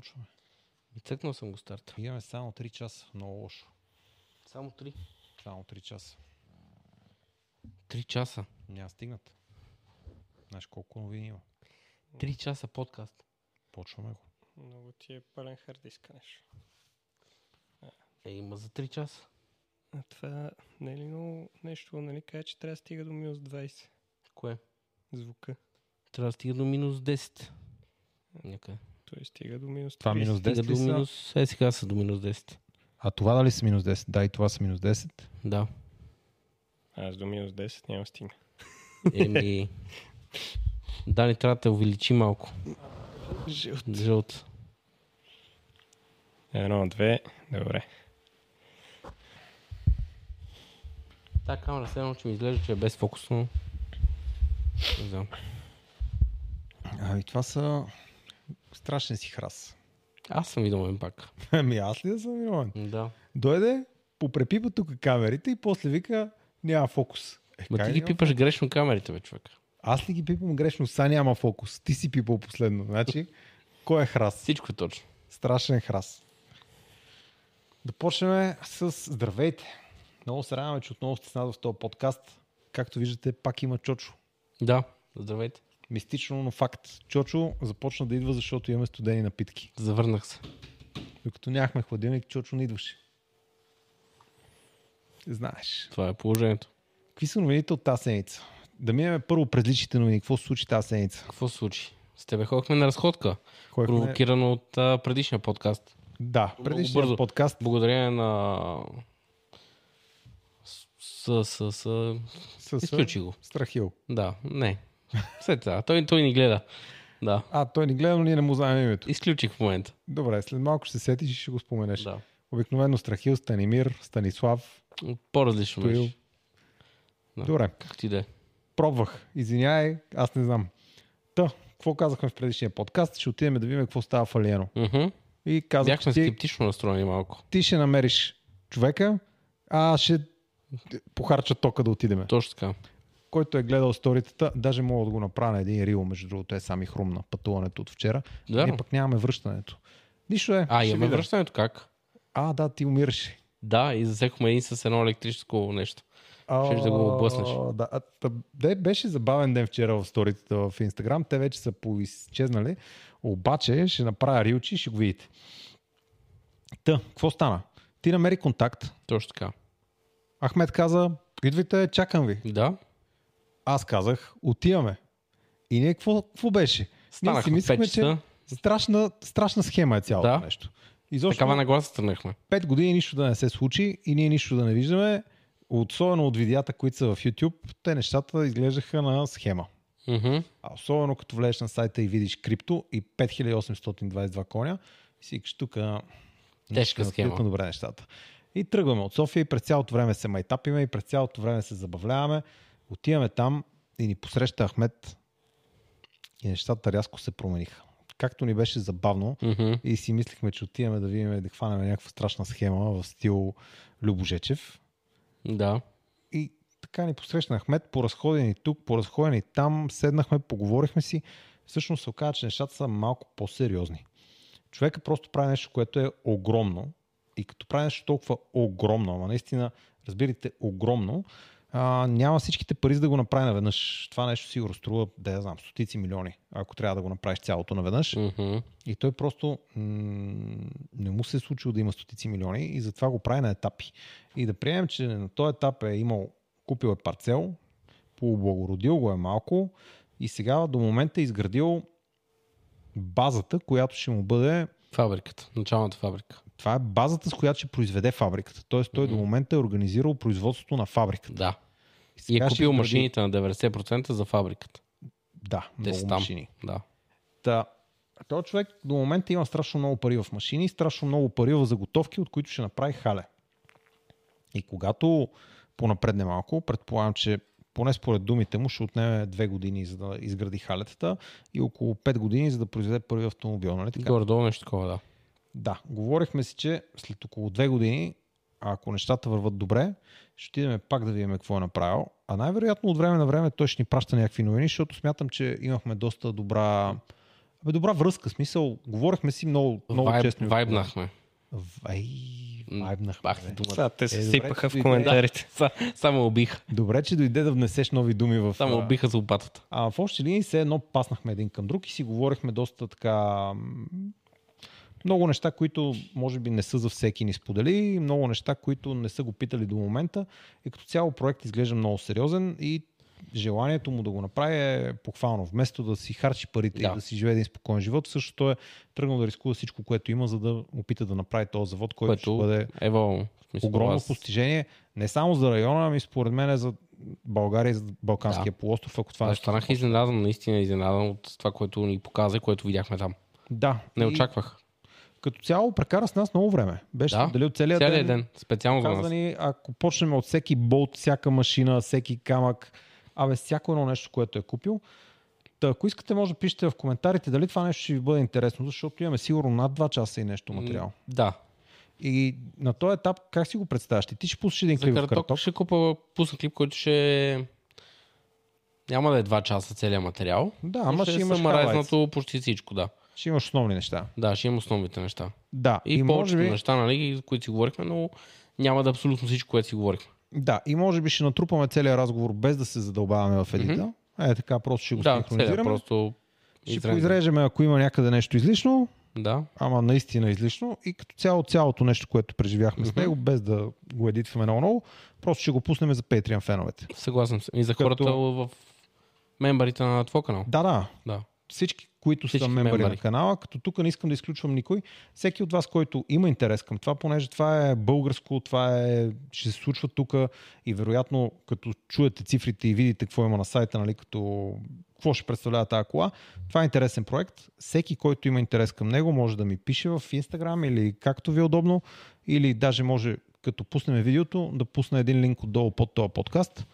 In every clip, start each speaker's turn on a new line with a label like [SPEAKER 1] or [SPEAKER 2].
[SPEAKER 1] Почваме.
[SPEAKER 2] И цъкнал съм го старта.
[SPEAKER 1] Имаме само 3 часа. Много лошо.
[SPEAKER 2] Само 3.
[SPEAKER 1] Само 3 часа.
[SPEAKER 2] 3 часа.
[SPEAKER 1] Няма стигнат. Знаеш колко новини има.
[SPEAKER 2] 3 часа подкаст.
[SPEAKER 1] Почваме го.
[SPEAKER 3] Много ти е пълен хард диска нещо.
[SPEAKER 2] Е, има за 3 часа.
[SPEAKER 3] А това не е ли много нещо, нали кажа, че трябва да стига до минус 20
[SPEAKER 2] Кое?
[SPEAKER 3] звука.
[SPEAKER 2] Трябва да стига до минус 10. Някъде.
[SPEAKER 3] Той стига до минус 30.
[SPEAKER 1] Това минус
[SPEAKER 2] Стига
[SPEAKER 1] 10
[SPEAKER 2] до
[SPEAKER 1] ли са?
[SPEAKER 2] минус... Е, сега са до минус 10.
[SPEAKER 1] А това дали са минус 10? Да, и това са минус 10.
[SPEAKER 2] Да.
[SPEAKER 3] Аз до минус 10 няма стигна.
[SPEAKER 2] Еми... да, не трябва да те увеличи малко.
[SPEAKER 3] Жълт.
[SPEAKER 2] Жълт.
[SPEAKER 3] Едно, две. Добре.
[SPEAKER 2] Та камера все едно, че ми изглежда, че е без фокус, но... Не знам.
[SPEAKER 1] А, и Ами, това са страшен си храс.
[SPEAKER 2] Аз съм видомен пак.
[SPEAKER 1] Ами аз ли да съм виновен?
[SPEAKER 2] Да.
[SPEAKER 1] Дойде, попрепипа тук камерите и после вика няма фокус. Е,
[SPEAKER 2] Ма
[SPEAKER 1] как
[SPEAKER 2] ти ги
[SPEAKER 1] няма?
[SPEAKER 2] пипаш грешно камерите, бе, човек.
[SPEAKER 1] Аз ли ги пипам грешно? Са няма фокус. Ти си пипал последно. Значи, кой е храс?
[SPEAKER 2] Всичко е точно.
[SPEAKER 1] Страшен храс. Да почнем с здравейте. Много се радваме, че отново сте с нас в този подкаст. Както виждате, пак има Чочо.
[SPEAKER 2] Да. Здравейте.
[SPEAKER 1] Мистично, но факт. Чочо започна да идва, защото имаме студени напитки.
[SPEAKER 2] Завърнах се.
[SPEAKER 1] Докато нямахме хладилник, Чочо не идваше. Знаеш.
[SPEAKER 2] Това е положението.
[SPEAKER 1] Какви са новините от тази седмица? Да минем първо през личните новини. Какво се случи тази седмица?
[SPEAKER 2] Какво се случи? С тебе ходихме на разходка,
[SPEAKER 1] Кой е
[SPEAKER 2] провокирано от а, предишния подкаст.
[SPEAKER 1] Да, предишния
[SPEAKER 2] бързо.
[SPEAKER 1] подкаст.
[SPEAKER 2] Благодарение на... С, с, с...
[SPEAKER 1] С...
[SPEAKER 2] Изключи го.
[SPEAKER 1] Страхил.
[SPEAKER 2] Да, не. След това. Той, той ни гледа. Да.
[SPEAKER 1] А, той ни гледа, но ние не му знаем името.
[SPEAKER 2] Изключих в момента.
[SPEAKER 1] Добре, след малко ще се сетиш и ще го споменеш.
[SPEAKER 2] Да.
[SPEAKER 1] Обикновено Страхил, Станимир, Станислав,
[SPEAKER 2] По-различно
[SPEAKER 1] Стоил.
[SPEAKER 2] беше. Да.
[SPEAKER 1] Добре,
[SPEAKER 2] Как ти да е?
[SPEAKER 1] пробвах. Извинявай, аз не знам. Та, какво казахме в предишния подкаст? Ще отидем да видим какво става в Алиено.
[SPEAKER 2] Мгм.
[SPEAKER 1] И казах,
[SPEAKER 2] Бяхме
[SPEAKER 1] че ти,
[SPEAKER 2] скептично настроени малко.
[SPEAKER 1] ти ще намериш човека, а аз ще похарча тока да отидеме.
[SPEAKER 2] Точно така.
[SPEAKER 1] Който е гледал сторитата, даже мога да го направя на един рил, между другото е сами хрумна пътуването от вчера.
[SPEAKER 2] Да.
[SPEAKER 1] Ние пък нямаме връщането. Нищо е.
[SPEAKER 2] А,
[SPEAKER 1] ще
[SPEAKER 2] имаме
[SPEAKER 1] видим.
[SPEAKER 2] връщането как?
[SPEAKER 1] А, да, ти умираш.
[SPEAKER 2] Да, и засекохме един с едно електрическо нещо. Щеш да го облъснеш.
[SPEAKER 1] Да, а, та, де, беше забавен ден вчера в сторитата в Инстаграм. Те вече са поизчезнали. Обаче ще направя рилчи и ще го видите. Та, какво стана? Ти намери контакт.
[SPEAKER 2] Точно така.
[SPEAKER 1] Ахмед каза, идвайте, чакам ви.
[SPEAKER 2] Да.
[SPEAKER 1] Аз казах, отиваме. И ние какво, какво беше? ние си
[SPEAKER 2] Станахме
[SPEAKER 1] мислихме,
[SPEAKER 2] 5 часа.
[SPEAKER 1] че страшна, страшна схема е цялото
[SPEAKER 2] Да.
[SPEAKER 1] нещо. Изобщо
[SPEAKER 2] Такава нагласа тръгнахме.
[SPEAKER 1] 5 години нищо да не се случи и ние нищо да не виждаме. Особено от видеята, които са в YouTube, те нещата изглеждаха на схема.
[SPEAKER 2] Мгм.
[SPEAKER 1] А особено като влезеш на сайта и видиш крипто и 5822 коня, и си викаш тук на-
[SPEAKER 2] Тежка
[SPEAKER 1] на-
[SPEAKER 2] схема.
[SPEAKER 1] на добре нещата. И тръгваме от София и през цялото време се майтапиме и през цялото време се забавляваме. Отиваме там и ни посреща Ахмед и нещата рязко се промениха. Както ни беше забавно,
[SPEAKER 2] Мгм.
[SPEAKER 1] и си мислихме, че отиваме да видим да хванем някаква страшна схема в стил Любожечев.
[SPEAKER 2] Да.
[SPEAKER 1] И така ни посрещна Ахмед, поразходен и тук, поразходен и там, седнахме, поговорихме си. Всъщност се оказа, че нещата са малко по-сериозни. Човека просто прави нещо, което е огромно. И като прави нещо толкова огромно, ама наистина, разбирате, огромно, а, няма всичките пари за да го направи наведнъж. Това нещо сигурно струва, да я знам, стотици милиони, ако трябва да го направиш цялото наведнъж.
[SPEAKER 2] Мгм.
[SPEAKER 1] И той просто м- не му се е случило да има стотици милиони и затова го прави на етапи. И да приемем, че на този етап е имал, купил е парцел, пооблагородил го е малко и сега до момента е изградил базата, която ще му бъде
[SPEAKER 2] Фабриката. Началната фабрика.
[SPEAKER 1] това е базата, с която ще произведе фабриката. Тоест той до момента е организирал производството на фабриката.
[SPEAKER 2] Да. И
[SPEAKER 1] сега
[SPEAKER 2] е
[SPEAKER 1] ще
[SPEAKER 2] купил
[SPEAKER 1] изгради-
[SPEAKER 2] машините на 90% за фабриката.
[SPEAKER 1] Да,
[SPEAKER 2] Те
[SPEAKER 1] много
[SPEAKER 2] са там.
[SPEAKER 1] машини.
[SPEAKER 2] Да.
[SPEAKER 1] Та, този човек до момента има страшно много пари в машини, страшно много пари в заготовки, от които ще направи хале. И когато понапредне малко, предполагам, че поне според думите му ще отнеме две години за да изгради халетата и около 5 години за да произведе първи автомобил. Нали така?
[SPEAKER 2] Горе-долу нещо такова, да.
[SPEAKER 1] Да, говорихме си, че след около две години, ако нещата върват добре, ще отидем пак да видим какво е направил. А най-вероятно от време на време той ще ни праща някакви новини, защото смятам, че имахме доста добра Абе, добра връзка, смисъл. Говорихме си много, много
[SPEAKER 2] Вайб,
[SPEAKER 1] честно. и
[SPEAKER 2] вайбнахме.
[SPEAKER 1] В- Ай,
[SPEAKER 2] М,
[SPEAKER 1] вайбнахме.
[SPEAKER 2] Бах
[SPEAKER 1] бе.
[SPEAKER 2] ти думата.
[SPEAKER 3] Сега те се
[SPEAKER 1] Е, добре,
[SPEAKER 3] сипаха
[SPEAKER 1] като
[SPEAKER 3] в
[SPEAKER 1] и
[SPEAKER 3] коментарите.
[SPEAKER 2] Са- Само убих.
[SPEAKER 1] Добре, че дойде да внесеш нови думи в...
[SPEAKER 2] Само
[SPEAKER 1] а,
[SPEAKER 2] убиха за лопатата.
[SPEAKER 1] А в общи линии се едно паснахме един към друг и си говорихме доста така м, много неща, които може би не са за всеки ни сподели, много неща, които не са го питали до момента. И като цяло проект изглежда много сериозен и желанието му да го направи е похвално. Вместо да си харчи парите да.
[SPEAKER 2] Да.
[SPEAKER 1] и да си живее един спокоен живот, също той е тръгнал да рискува всичко, което има, за да опита да направи този завод, който ще
[SPEAKER 2] Което
[SPEAKER 1] бъде
[SPEAKER 2] ево, в смисъл,
[SPEAKER 1] огромно
[SPEAKER 2] аз-
[SPEAKER 1] постижение. Не само за района, ами според мен е за България и за Балканския да. полуостров, ако това
[SPEAKER 2] Аз
[SPEAKER 1] нещо
[SPEAKER 2] станах изненадан, наистина изненадан от това, което ни показа и което видяхме там.
[SPEAKER 1] Да.
[SPEAKER 2] Не
[SPEAKER 1] И
[SPEAKER 2] очаквах.
[SPEAKER 1] Като цяло прекара с нас много време. Беше да.
[SPEAKER 2] Да.
[SPEAKER 1] дали от целия,
[SPEAKER 2] Целият ден, специално за
[SPEAKER 1] Каза
[SPEAKER 2] нас.
[SPEAKER 1] ни, ако почнем от всеки болт, всяка машина, всеки камък, абе всяко едно нещо, което е купил. Та, ако искате, може да пишете в коментарите дали това нещо ще ви бъде интересно, защото имаме сигурно над 2 часа и нещо материал.
[SPEAKER 2] М, Да.
[SPEAKER 1] И на този етап, как си го представяш? Ти, ти ще пуснеш един
[SPEAKER 2] За
[SPEAKER 1] клип в картоп.
[SPEAKER 2] карток ще купа пусна клип, който ще е- няма да е 2 часа целият материал.
[SPEAKER 1] Да,
[SPEAKER 2] но
[SPEAKER 1] ама ще, имаш highlights.
[SPEAKER 2] самарайзнато почти всичко, да.
[SPEAKER 1] Ще имаш основни неща.
[SPEAKER 2] Да, ще имам основните неща.
[SPEAKER 1] Да,
[SPEAKER 2] И,
[SPEAKER 1] и може
[SPEAKER 2] повечето
[SPEAKER 1] би,
[SPEAKER 2] неща, нали, за които си говорихме, но няма да е абсолютно всичко, което си говорихме.
[SPEAKER 1] да, и може би ще натрупаме целият разговор без да се задълбаваме в едита. Е, така просто ще го
[SPEAKER 2] Да, целият
[SPEAKER 1] синхронизираме.
[SPEAKER 2] просто...
[SPEAKER 1] Ще
[SPEAKER 2] изреждам.
[SPEAKER 1] поизрежеме, ако има някъде нещо излишно,
[SPEAKER 2] Да.
[SPEAKER 1] ама наистина излишно. И като цяло, цялото нещо, което преживяхме с
[SPEAKER 2] Мгм.
[SPEAKER 1] него, без да го едитваме много, много, просто ще го пуснем за Patreon феновете.
[SPEAKER 2] Съгласен съм. И за
[SPEAKER 1] Като-
[SPEAKER 2] хората в мембарите на твоя канал.
[SPEAKER 1] Да, да,
[SPEAKER 2] Да.
[SPEAKER 1] всички, които
[SPEAKER 2] Всички
[SPEAKER 1] са мембари, на
[SPEAKER 2] мембари.
[SPEAKER 1] канала, като тук не искам да изключвам никой. Всеки от вас, който има интерес към това, понеже това е българско, това е, ще се случва тук и вероятно, като чуете цифрите и видите какво има на сайта, нали, като какво ще представлява тази кола, това е интересен проект. Всеки, който има интерес към него, може да ми пише в Instagram или както ви е удобно, или даже може, като пуснем видеото, да пусна един линк отдолу под този подкаст,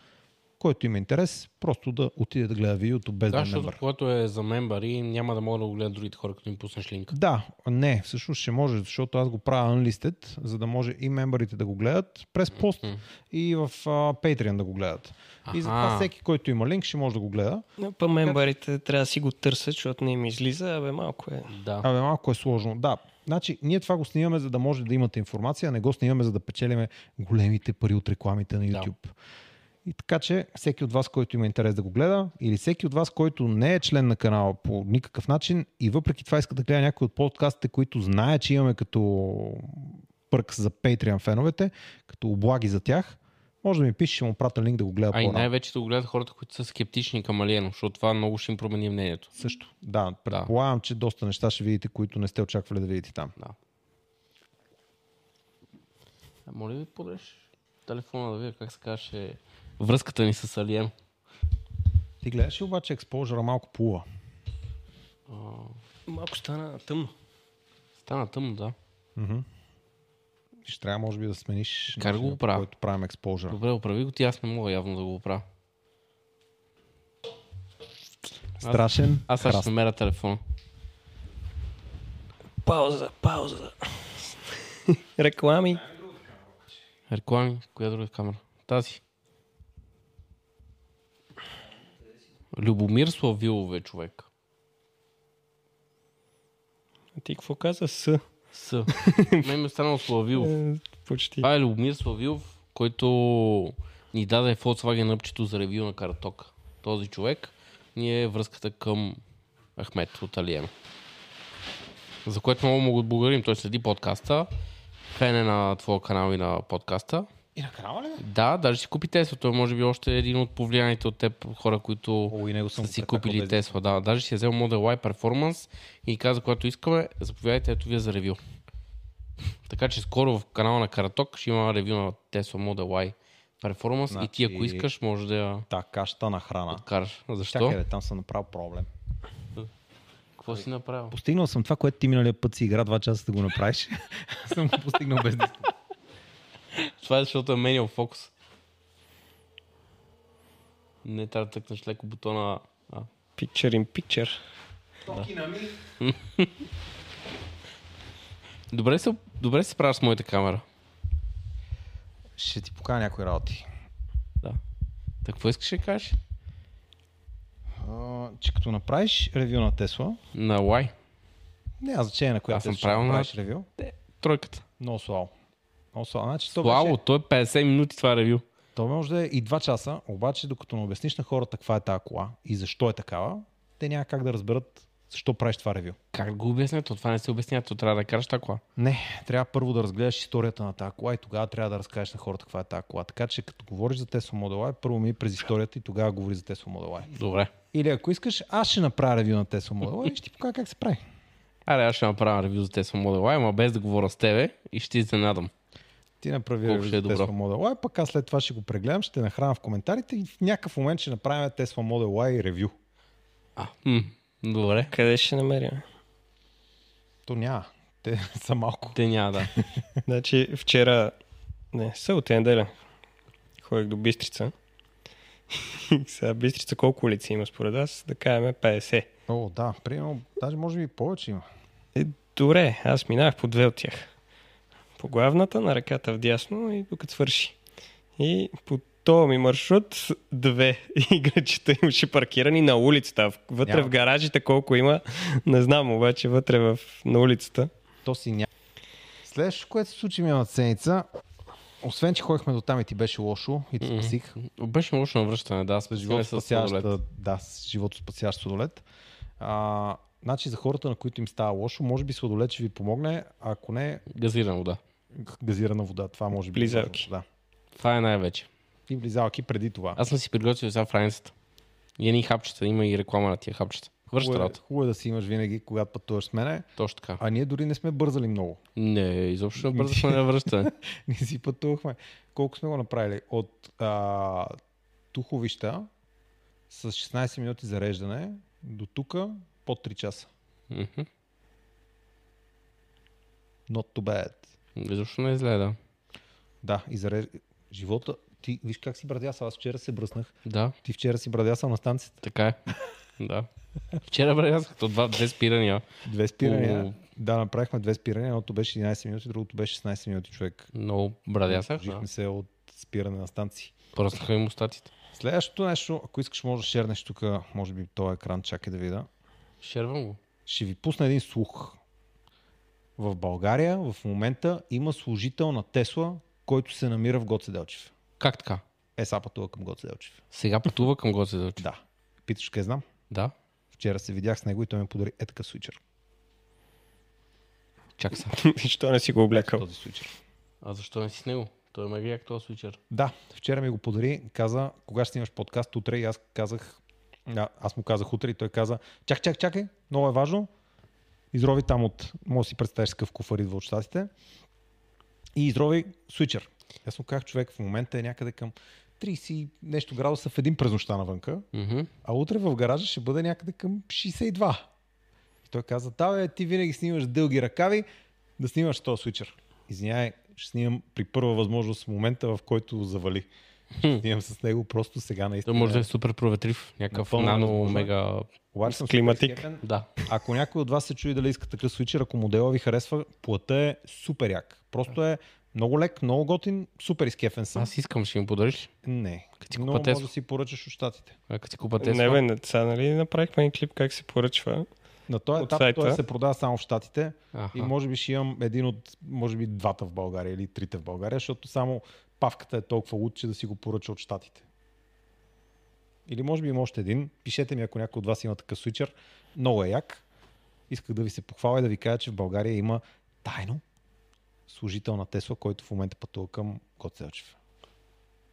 [SPEAKER 1] който има интерес, просто да отиде да гледа видеото без да,
[SPEAKER 2] Да,
[SPEAKER 1] е
[SPEAKER 2] защото
[SPEAKER 1] мембър.
[SPEAKER 2] когато е за мембари, няма да мога да го гледат другите хора, като им пуснеш линка.
[SPEAKER 1] Да, не, всъщност ще може, защото аз го правя unlisted, за да може и мембарите да го гледат през пост
[SPEAKER 2] Мгм.
[SPEAKER 1] и в а, Patreon да го гледат. И затова
[SPEAKER 2] Аха.
[SPEAKER 1] всеки, който има линк, ще може да го гледа.
[SPEAKER 3] Но Па мембарите трябва да си го търсят, защото не им излиза. Абе, малко е.
[SPEAKER 2] Да.
[SPEAKER 1] Абе, малко е сложно. Да, значи ние това го снимаме, за да може да имате информация, а не го снимаме, за да печелиме големите пари от рекламите на
[SPEAKER 2] Да.
[SPEAKER 1] YouTube. И така че всеки от вас, който има интерес да го гледа, или всеки от вас, който не е член на канала по никакъв начин и въпреки това иска да гледа някой от подкастите, които знае, че имаме като пърк за Patreon феновете, като облаги за тях, може да ми пише, ще му пратя линк да го гледа
[SPEAKER 2] А и
[SPEAKER 1] Е, по-рано.
[SPEAKER 2] най-вече да го гледат хората, които са скептични към Алиено, защото това много ще им промени мнението.
[SPEAKER 1] Също. Да, предполагам, че доста неща ще видите, които не сте очаквали да видите там.
[SPEAKER 2] Да. А моля ви, подреш телефона да видя как се каже връзката ни с Алиено.
[SPEAKER 1] Ти гледаш ли обаче експожера малко плува?
[SPEAKER 3] Малко стана тъмно.
[SPEAKER 2] Стана тъмно, да.
[SPEAKER 1] Ще трябва, може би, да смениш
[SPEAKER 2] Как да го
[SPEAKER 1] начина, по
[SPEAKER 2] правя?
[SPEAKER 1] който правим експожера.
[SPEAKER 2] Добре, оправи го ти, аз не мога явно да го оправя.
[SPEAKER 1] Страшен.
[SPEAKER 2] Аз сега ще
[SPEAKER 1] храст.
[SPEAKER 2] намеря телефона.
[SPEAKER 3] Пауза, пауза. Реклами.
[SPEAKER 2] Реклами, коя друга камера? Тази. Любомир Славилове, човек.
[SPEAKER 3] А ти какво каза? С.
[SPEAKER 2] С. Мен ми е останал Славилов.
[SPEAKER 3] Е, Почти.
[SPEAKER 2] Това е Любомир Славилов, който ни даде Volkswagen Upчето за ревю на Каратока. Този човек ни е връзката към Ахмет от Алиена. За което много му го благодарим. Той следи подкаста. Фен е на твоя канал и на подкаста.
[SPEAKER 1] И на канала ли? бе?
[SPEAKER 2] Да, даже си купи Тесла. Той може би още е един от повлияните от теб хора, които
[SPEAKER 1] О, и него съм
[SPEAKER 2] са си
[SPEAKER 1] го прекакал
[SPEAKER 2] купили
[SPEAKER 1] без-
[SPEAKER 2] Тесла. Да, даже си е взел Model Y Performance и каза, когато искаме, заповядайте, ето вие за ревю. Така че скоро в канала на Караток ще има ревю на Tesla Model Y Performance и ти ако
[SPEAKER 1] Значи-
[SPEAKER 2] искаш, може да я
[SPEAKER 1] Така, ща на храна.
[SPEAKER 2] караш. Защо?
[SPEAKER 1] Чакай, бе, там съм направил проблем.
[SPEAKER 2] Какво си направил?
[SPEAKER 1] Постигнал съм това, което ти миналия път си игра два часа да го направиш. съм го постигнал без да искам.
[SPEAKER 2] Това е защото е менял фокус. Не трябва да тъкнеш леко бутона. А,
[SPEAKER 3] Picture in picture.
[SPEAKER 2] Добре се, добре се правя с моята камера.
[SPEAKER 1] Ще ти покажа някои работи.
[SPEAKER 2] Да. Так, какво искаш да кажеш?
[SPEAKER 1] А, че като направиш ревю на Тесла,
[SPEAKER 2] На Лай.
[SPEAKER 1] няма значение на коя
[SPEAKER 2] Аз съм
[SPEAKER 1] Тесла ще
[SPEAKER 2] правил на-
[SPEAKER 1] направиш ревю,
[SPEAKER 2] Тройката.
[SPEAKER 1] много слабо. Много слабо. Значи, то,
[SPEAKER 2] Слабо,
[SPEAKER 1] беше,
[SPEAKER 2] то е 50 минути това ревю.
[SPEAKER 1] то може да е и 2 часа, обаче докато не обясниш на хората каква е тази кола и защо е такава, те няма как да разберат защо правиш това ревю.
[SPEAKER 2] Как да го обясня? То това не се обясня, то трябва да караш такова.
[SPEAKER 1] Не, трябва първо да разгледаш историята на тази кола и тогава трябва да разкажеш на хората каква е тази кола. Така че като говориш за Tesla Model Y, първо ми през историята и тогава говори за Tesla Model Y.
[SPEAKER 2] Добре.
[SPEAKER 1] Или ако искаш, аз ще направя ревю на Tesla Model Y и ще ти покажа как се прави.
[SPEAKER 2] Аре, аз ще направя ревю за Tesla Model Y, ама без да говоря с тебе и ще ти изненадам.
[SPEAKER 1] Ти направи
[SPEAKER 2] Колко
[SPEAKER 1] ревю
[SPEAKER 2] ще
[SPEAKER 1] за
[SPEAKER 2] е добро.
[SPEAKER 1] Tesla Model Y, пък аз след това ще го прегледам, ще те нахрана в коментарите и в някакъв момент ще направим Tesla Model Y ревю.
[SPEAKER 2] А, м- добре.
[SPEAKER 3] Къде ще намеря?
[SPEAKER 1] То няма. Те са малко.
[SPEAKER 2] Те няма да.
[SPEAKER 3] Значи вчера, не, събота и неделя, ходих до Бистрица. И Сега Бистрица колко улици има според вас? Да кажем 50.
[SPEAKER 1] О, да. Примерно, даже може би и повече има.
[SPEAKER 3] Е, добре, аз минах по две от тях. По главната, на ръката вдясно и докато свърши. И по този ми маршрут две играчета имаше паркирани на улицата. а в- Вътре
[SPEAKER 1] Няма.
[SPEAKER 3] в гаражите колко има, не знам, обаче вътре в, на улицата.
[SPEAKER 1] То си няма. Следващото, което се случи ми е на ценица, освен, че ходихме до там и ти беше лошо и ти
[SPEAKER 2] Мгм.
[SPEAKER 1] спасих,
[SPEAKER 2] Беше лошо на връщане, да.
[SPEAKER 1] с
[SPEAKER 2] С
[SPEAKER 1] животоспасяща, да, с животоспасящ сладолет. А, значи за хората, на които им става лошо, може би сладолет ще ви помогне, ако не
[SPEAKER 2] Газирано, да.
[SPEAKER 1] газирана вода. Това може би. е
[SPEAKER 3] Близалки.
[SPEAKER 1] важно, Да.
[SPEAKER 2] Това е най-вече.
[SPEAKER 1] И близалки преди това.
[SPEAKER 2] Аз съм си приготвил сега францията. И едни хапчета, има и реклама на тия хапчета. Връща
[SPEAKER 1] Хубаво е,
[SPEAKER 2] работа.
[SPEAKER 1] хубаво е да си имаш винаги, когато пътуваш с мене.
[SPEAKER 2] Точно така.
[SPEAKER 1] А ние дори не сме бързали много.
[SPEAKER 2] Не, изобщо не бързахме на връщане.
[SPEAKER 1] Ние си пътувахме. Колко сме го направили? От а, Туховища с 16 минути зареждане до тука под 3 часа.
[SPEAKER 2] Мгм.
[SPEAKER 1] Not too bad.
[SPEAKER 2] Изобщо не е зле, да.
[SPEAKER 1] Да, и зареж... живота. Ти виж как си брадясал. Аз вчера се бръснах.
[SPEAKER 2] Да,
[SPEAKER 1] Ти вчера си брадясал на станцията.
[SPEAKER 2] така е. Да. Вчера бързах то два, две спирания.
[SPEAKER 1] Две спирания.
[SPEAKER 2] О.
[SPEAKER 1] Да, направихме две спирания. Едното беше 11 минути, другото беше 16 минути човек.
[SPEAKER 2] Много брадясах. Да.
[SPEAKER 1] Жихме се от спиране на станции.
[SPEAKER 2] Пръснаха им устатите.
[SPEAKER 1] Следващото нещо, ако искаш, може да шернеш тук, може би този екран, чакай да видя.
[SPEAKER 2] Шервам го.
[SPEAKER 1] Ще ви пусна един слух. В България в момента има служител на Тесла, който се намира в Гоце Делчев.
[SPEAKER 2] Как така?
[SPEAKER 1] Е, са пътува към Гоце Делчев.
[SPEAKER 2] Сега пътува към Гоце Делчев.
[SPEAKER 1] Да. Питаш къде знам?
[SPEAKER 2] Да.
[SPEAKER 1] Вчера се видях с него и той ми подари е така свичер.
[SPEAKER 2] Чак са.
[SPEAKER 3] Защо не си го облекал?
[SPEAKER 1] Този свичер.
[SPEAKER 2] А защо не си с него? Той ме гледа този свичер.
[SPEAKER 1] Да, вчера ми го подари, каза, кога ще снимаш подкаст утре и аз казах, а, аз му казах утре и той каза, чак, чак, чакай, много е важно. Изрови там от, може да си представиш с какъв куфар идва от щатите. И изрови свичер. Аз му казах, човек в момента е някъде към 30 и нещо градуса в един през нощта навънка,
[SPEAKER 2] Мгм.
[SPEAKER 1] а утре в гаража ще бъде някъде към 62. И той каза, да бе, ти винаги снимаш дълги ръкави, да снимаш този свичер. Извинявай, ще снимам при първа възможност в момента, в който завали. Ще снимам с него просто сега
[SPEAKER 2] Той
[SPEAKER 1] наистина.
[SPEAKER 2] може да е супер проветрив. Някакъв
[SPEAKER 1] Напълно
[SPEAKER 2] нано,
[SPEAKER 1] възможно е.
[SPEAKER 2] мега...
[SPEAKER 1] Обаче съм
[SPEAKER 3] с климатик.
[SPEAKER 1] супер скептен.
[SPEAKER 2] Да.
[SPEAKER 1] Ако някой от вас се чуи дали иска такъв свичер, ако модела ви харесва, плата е супер як. Просто е много лек, много готин, супер изкефен съм.
[SPEAKER 2] Аз искам, ще им подариш.
[SPEAKER 1] Не,
[SPEAKER 2] ти
[SPEAKER 1] но
[SPEAKER 2] купа
[SPEAKER 1] може
[SPEAKER 2] Тесла.
[SPEAKER 1] да си поръчаш от щатите.
[SPEAKER 2] А като си купа
[SPEAKER 3] Не бе,
[SPEAKER 2] Тесла.
[SPEAKER 3] не, сега нали направихме един клип как се поръчва.
[SPEAKER 1] На този
[SPEAKER 3] От
[SPEAKER 1] етап той
[SPEAKER 3] сайта.
[SPEAKER 1] се продава само в щатите. И
[SPEAKER 2] Аха.
[SPEAKER 1] може би ще имам един от, може би двата в България или трите в България, защото само павката е толкова луд, че да си го поръча от щатите. Или може би има още един. Пишете ми, ако някой от вас има такъв свичър. Много е як. Исках да ви се похваля и да ви кажа, че в България има тайно служител на Тесла, който в момента пътува към Гоцелчев.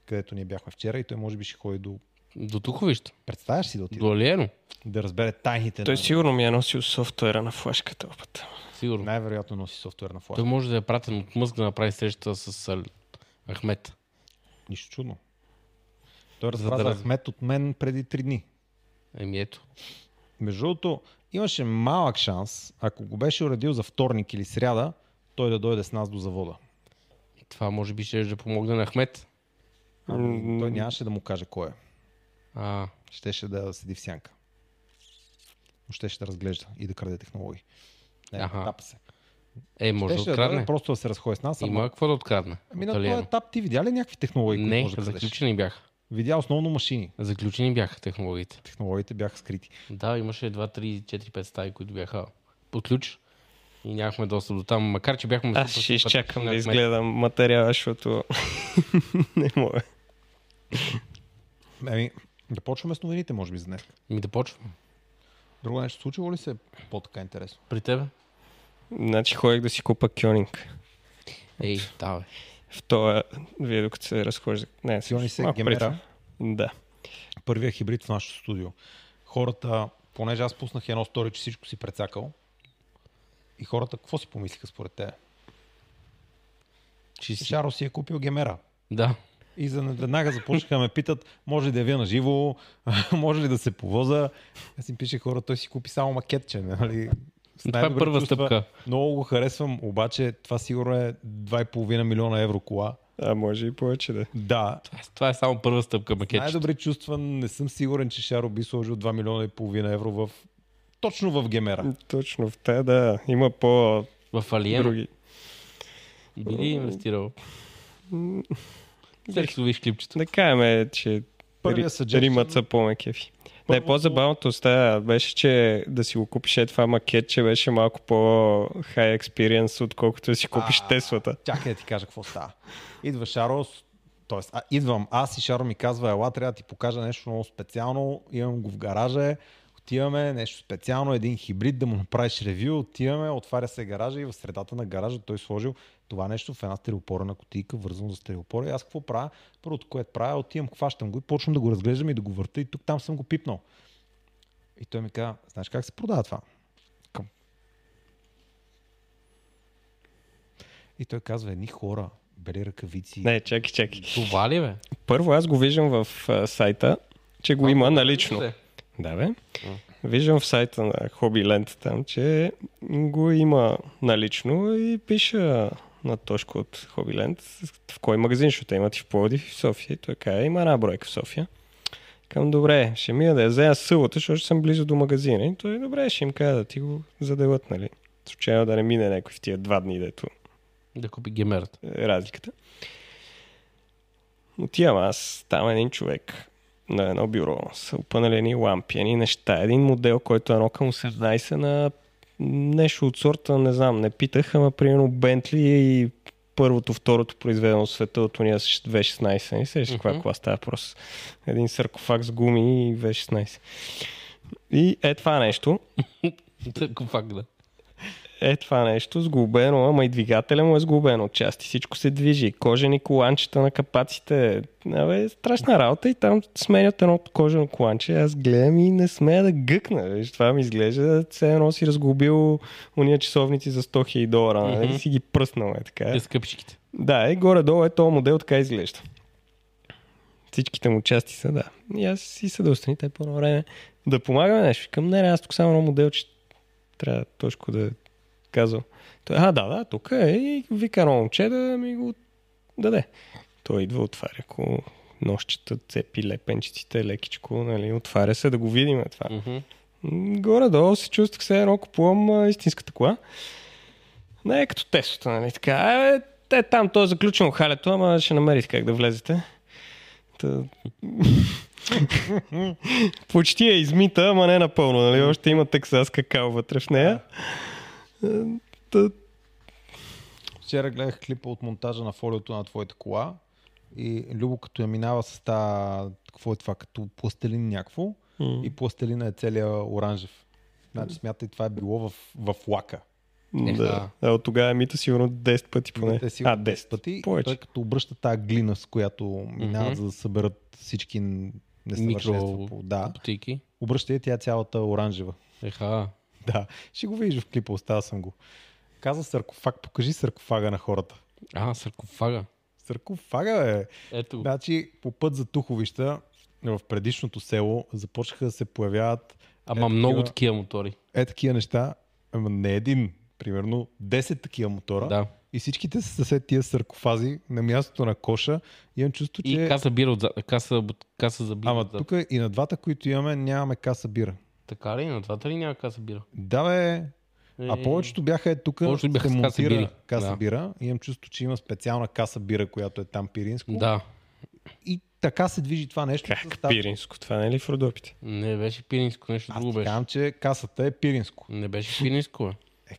[SPEAKER 1] Където ние бяхме вчера и той може би ще ходи до...
[SPEAKER 2] До Туховище.
[SPEAKER 1] Представяш си да отиде?
[SPEAKER 2] До Алиено.
[SPEAKER 1] Да разбере тайните.
[SPEAKER 3] Той
[SPEAKER 1] на...
[SPEAKER 3] сигурно ми е носил софтуера на флашката опът.
[SPEAKER 2] Сигурно.
[SPEAKER 1] Най-вероятно носи софтуер на
[SPEAKER 2] Той
[SPEAKER 1] флаг.
[SPEAKER 2] може да е пратен от мъск да направи среща с Ал- Ахмет.
[SPEAKER 1] Нищо чудно. Той
[SPEAKER 2] да
[SPEAKER 1] разбра за
[SPEAKER 2] раз-
[SPEAKER 1] Ахмет от мен преди три дни.
[SPEAKER 2] Еми ето.
[SPEAKER 1] Между другото, имаше малък шанс, ако го беше уредил за вторник или сряда, той да дойде с нас до завода.
[SPEAKER 2] Това може би ще да помогне на Ахмет.
[SPEAKER 1] Ами, той нямаше да му каже кой е.
[SPEAKER 2] А,
[SPEAKER 1] Щеше да седи в сянка. Но щеше да разглежда и да краде технологии. Не,
[SPEAKER 2] Аха.
[SPEAKER 1] етап се.
[SPEAKER 2] е, може
[SPEAKER 1] Щеше
[SPEAKER 2] да
[SPEAKER 1] да дойде
[SPEAKER 2] открадне.
[SPEAKER 1] просто да се разходи с нас. ама-
[SPEAKER 2] Има какво да открадне.
[SPEAKER 1] Ами
[SPEAKER 2] от
[SPEAKER 1] на този
[SPEAKER 2] Алиено.
[SPEAKER 1] етап ти видя ли някакви технологии, които
[SPEAKER 2] Не,
[SPEAKER 1] може да крадеш?
[SPEAKER 2] заключени бяха.
[SPEAKER 1] видя основно машини.
[SPEAKER 2] Заключени бяха технологиите.
[SPEAKER 1] Технологиите бяха скрити.
[SPEAKER 2] Да, имаше 2, 3, 4, 5 стаи, които бяха под ключ и нямахме достъп до там, макар че бяхме...
[SPEAKER 3] Аз
[SPEAKER 2] супер
[SPEAKER 1] е
[SPEAKER 3] ще
[SPEAKER 2] супер
[SPEAKER 3] изчакам да
[SPEAKER 2] късмет.
[SPEAKER 3] изгледам материала, защото не мога.
[SPEAKER 1] Еми, Ами, да почваме с новините, може би, за днес.
[SPEAKER 2] Ми да почвам.
[SPEAKER 1] Друго нещо, случило ли се по-така интересно?
[SPEAKER 2] При тебе?
[SPEAKER 3] Значи ходих да си купа кьонинг.
[SPEAKER 2] Ей, да, бе.
[SPEAKER 3] В това, вие докато се разхождах. Не,
[SPEAKER 1] Сиони
[SPEAKER 3] всъщност,
[SPEAKER 1] се
[SPEAKER 3] малко преди
[SPEAKER 1] гемера,
[SPEAKER 3] това. Да.
[SPEAKER 1] първия хибрид в нашото студио. Хората, понеже аз пуснах едно стори, че всичко си прецакал, и хората какво си помислиха според те?
[SPEAKER 2] Чи си.
[SPEAKER 1] Шаро си е купил гемера.
[SPEAKER 2] Да.
[SPEAKER 1] И за веднага започнаха да ме питат, може ли да явя на живо, може ли да се повоза. Аз им пише хора, той си купи само макетче, нали? С
[SPEAKER 2] Това е
[SPEAKER 1] най-добри
[SPEAKER 2] първа стъпка.
[SPEAKER 1] Много го харесвам, обаче това сигурно е 2,5 милиона евро кола.
[SPEAKER 3] А може и повече да.
[SPEAKER 1] Да,
[SPEAKER 2] Това е само първа стъпка, макет.
[SPEAKER 1] най-добри чувства не съм сигурен, че Шаро би сложил 2 милиона и половина евро в точно в Гемера.
[SPEAKER 3] Точно в те, да. Има по
[SPEAKER 2] В Алиен
[SPEAKER 3] други.
[SPEAKER 2] и би ли инвестирал? След като видиш клипчето.
[SPEAKER 3] Да кажем, е, че
[SPEAKER 1] Първия
[SPEAKER 3] Ри-
[SPEAKER 1] suggestion-
[SPEAKER 3] Римът са по-мекефи. Не,
[SPEAKER 1] Първото-
[SPEAKER 3] по-забавното с тая беше, че да си го купиш е това макетче беше малко по-хай експириенс, отколкото да си купиш
[SPEAKER 1] А.
[SPEAKER 3] Теслата.
[SPEAKER 1] Чакай да ти кажа какво става. Идва Шаро, с- т.е. а, идвам аз и Шаро ми казва, ела, трябва да ти покажа нещо много специално, имам го в гаража, отиваме, нещо специално, един хибрид, да му направиш ревю, отиваме, отваря се гаража и в средата на гаража той сложил това нещо в една стереопорена кутийка, вързано за стереопора. И аз какво правя? Първото, което правя, отивам, хващам го и почвам да го разглеждам и да го върта и тук там съм го пипнал. И той ми каза, знаеш как се продава това? Към. И той казва, едни хора, бели ръкавици.
[SPEAKER 3] Не, чакай, чакай.
[SPEAKER 2] Това ли, бе?
[SPEAKER 3] Първо аз го виждам в а, сайта, че го има налично.
[SPEAKER 2] Се.
[SPEAKER 3] Да, бе. Виждам в сайта на Hobbyland там, че го има налично и пиша на точка от Hobbyland в кой магазин, защото те имат и в Пловдив, и в София. И той каза, има една бройка в София. Към добре, ще мия да я взема сълата, защото ще съм близо до магазина. И той добре, ще им кажа да ти го заделят, нали? Случайно да не мине някой в тия два дни, дето
[SPEAKER 2] Да купи гемерата.
[SPEAKER 3] е разликата. Отивам аз, там един човек на едно бюро са опънали едни лампи, едни неща. Един модел, който е едно към 18 на нещо от сорта, не знам, не питах, ама примерно Бентли и първото, второто произведено в света от уния с 2.16. Не сещаш каква
[SPEAKER 2] Мгм.
[SPEAKER 3] кола става просто. Един саркофаг с гуми и 2.16. И е това нещо
[SPEAKER 2] Тако факт, да.
[SPEAKER 3] е това нещо сглобено, ама и двигателя му е сглобен от части. Всичко се движи. Кожени коланчета на капаците. Абе, страшна работа и там сменят едно кожено коланче. Аз гледам и не смея да гъкна. Виж, това ми изглежда, все едно си разглобил уния часовници за 100 000 долара. Нали?
[SPEAKER 2] Мгм.
[SPEAKER 3] И си ги пръснал е така.
[SPEAKER 2] Те с къпчиките.
[SPEAKER 3] Да, и горе-долу е този модел, така изглежда. Всичките му части са, да. И аз си се да останите по едно време да помагаме нещо. Към не, не, аз тук само едно модел, че трябва точко да казвам. Той, а, да, да, тук е. И вика едно момче да ми го даде. Той идва, отваря ко нощчета, цепи, лепенчиците, лекичко, нали, отваря се да го видим е това.
[SPEAKER 2] Мгм.
[SPEAKER 3] М, Горе-долу се чувствах се едно купувам а, истинската кола. Не е като тестото, нали така. Е, те там, то е заключено халето, ама ще намерите как да влезете. Та... Почти е измита, ама не напълно, нали? Още има тексас какао вътре в нея. Е, Та...
[SPEAKER 1] Вчера гледах клипа от монтажа на фолиото на твоята кола и Любо като я минава с та, какво е това, като пластелин някакво
[SPEAKER 3] М.
[SPEAKER 1] и пластелина е целият оранжев. Значи смятай, това е било в, в лака.
[SPEAKER 3] Да. А от тогава е мита сигурно 10 пъти поне.
[SPEAKER 1] Те си
[SPEAKER 3] а, 10 пъти. е
[SPEAKER 1] пъти.
[SPEAKER 3] повече.
[SPEAKER 1] Той като обръща тази глина, с която минават,
[SPEAKER 2] Мгм.
[SPEAKER 1] за да съберат всички несъвършенства.
[SPEAKER 2] Микро-
[SPEAKER 1] по- Да.
[SPEAKER 2] Бутики.
[SPEAKER 1] Обръща я тя е цялата оранжева.
[SPEAKER 2] Еха.
[SPEAKER 1] Да. Ще го видиш в клипа, остава съм го. Каза саркофаг, покажи саркофага на хората.
[SPEAKER 2] А, саркофага.
[SPEAKER 1] Саркофага е.
[SPEAKER 2] Ето го.
[SPEAKER 1] Значи, по път за Туховища, в предишното село, започнаха да се появяват
[SPEAKER 2] Ама
[SPEAKER 1] е,
[SPEAKER 2] много
[SPEAKER 1] такива-
[SPEAKER 2] такива мотори.
[SPEAKER 1] е такива неща, ама не един, примерно 10 такива мотора.
[SPEAKER 2] Да.
[SPEAKER 1] И всичките са съсед тия саркофази на мястото на коша. Имам чувство, че...
[SPEAKER 2] И каса бира отзад. Каса, бут- каса за бира
[SPEAKER 1] Ама
[SPEAKER 2] отзад.
[SPEAKER 1] тук и на двата, които имаме, нямаме каса бира.
[SPEAKER 2] Така ли? На двата ли няма каса бира?
[SPEAKER 1] Да, бе. А
[SPEAKER 2] Е,
[SPEAKER 1] повечето бяха е тук.
[SPEAKER 2] Повечето бяха
[SPEAKER 1] се
[SPEAKER 2] с каса
[SPEAKER 1] монтира
[SPEAKER 2] бири.
[SPEAKER 1] Каса
[SPEAKER 2] Да.
[SPEAKER 1] бира. Имам чувство, че има специална каса бира, която е там пиринско.
[SPEAKER 2] Да.
[SPEAKER 1] И така се движи това нещо.
[SPEAKER 3] Как
[SPEAKER 1] С тази-
[SPEAKER 3] пиринско? Това не е ли в Родопите?
[SPEAKER 2] Не беше пиринско, нещо
[SPEAKER 1] Аз
[SPEAKER 2] друго
[SPEAKER 1] ти
[SPEAKER 2] беше.
[SPEAKER 1] казвам, че касата е пиринско.
[SPEAKER 2] Не беше пиринско, бе.
[SPEAKER 1] Е, ка-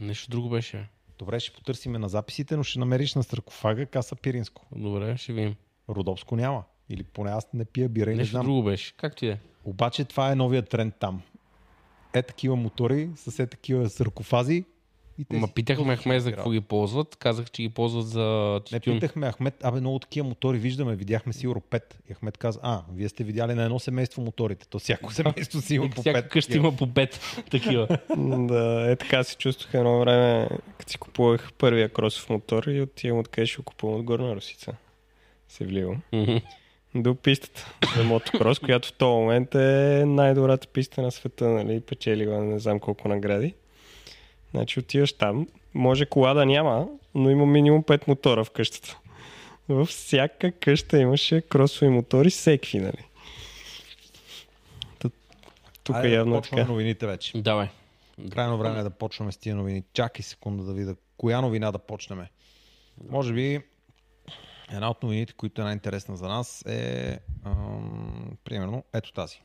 [SPEAKER 2] Нещо друго беше.
[SPEAKER 1] добре, ще потърсиме на записите, но ще намериш на саркофага каса пиринско.
[SPEAKER 2] Добре, ще видим.
[SPEAKER 1] Родопско няма. Или поне аз не пия бира и не
[SPEAKER 2] Нещо
[SPEAKER 1] знам.
[SPEAKER 2] друго беше. Как ти е?
[SPEAKER 1] Обаче това е новия тренд там. Е такива мотори, с е такива саркофази. И те
[SPEAKER 2] Ма
[SPEAKER 1] си-
[SPEAKER 2] питахме Ахмед за какво ги ползват. Казах, че ги ползват за
[SPEAKER 1] Не
[SPEAKER 2] тютюн.
[SPEAKER 1] питахме Ахмет, абе много такива мотори виждаме, видяхме си Евро 5. И Ахмет каза, а, вие сте видяли на едно семейство моторите, то всяко семейство си има по
[SPEAKER 2] Всяка
[SPEAKER 1] 5.
[SPEAKER 2] къща има по пет такива.
[SPEAKER 3] да, е така се чувствах едно време, като си купувах първия кросов мотор и отивам откъде ще го купувам от Горна Русица. Се вливам.
[SPEAKER 2] Мгм.
[SPEAKER 3] До пистата за мотокрос, която в този момент е най-добрата писта на света, нали? Печелила не знам колко награди. Значи отиваш там, може кола да няма, но има минимум 5 мотора в къщата. Във всяка къща имаше кросови мотори, всеки, нали? Та- Тук
[SPEAKER 1] Айде,
[SPEAKER 3] явно е
[SPEAKER 1] почваме
[SPEAKER 3] така.
[SPEAKER 1] новините вече.
[SPEAKER 2] Давай.
[SPEAKER 1] Крайно време е да почваме с тия новини. Чакай секунда да видя коя новина да почнем. Може би една от новините, които е най-интересна за нас е ам, примерно ето тази.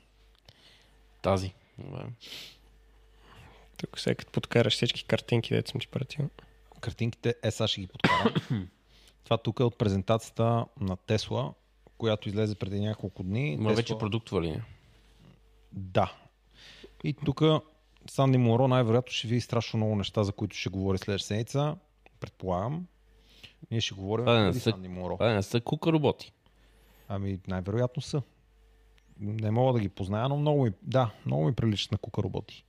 [SPEAKER 2] Тази. Добре.
[SPEAKER 3] Тук сега като подкараш всички картинки, дето съм ти пратил.
[SPEAKER 1] Картинките е, сега ще ги подкарам. Това тук е от презентацията на Тесла, която излезе преди няколко дни.
[SPEAKER 2] Ма
[SPEAKER 1] Tesla-
[SPEAKER 2] вече продуктова линия.
[SPEAKER 1] Да. И тук Санди Моро най-вероятно ще види страшно много неща, за които ще говори след седмица. Предполагам. Ние ще говорим
[SPEAKER 2] Това е да не
[SPEAKER 1] преди
[SPEAKER 2] са-
[SPEAKER 1] Санди Моро.
[SPEAKER 2] Това не са кука роботи.
[SPEAKER 1] Ами най-вероятно са. Не мога да ги позная, но много ми, да, много ми приличат на кука роботи.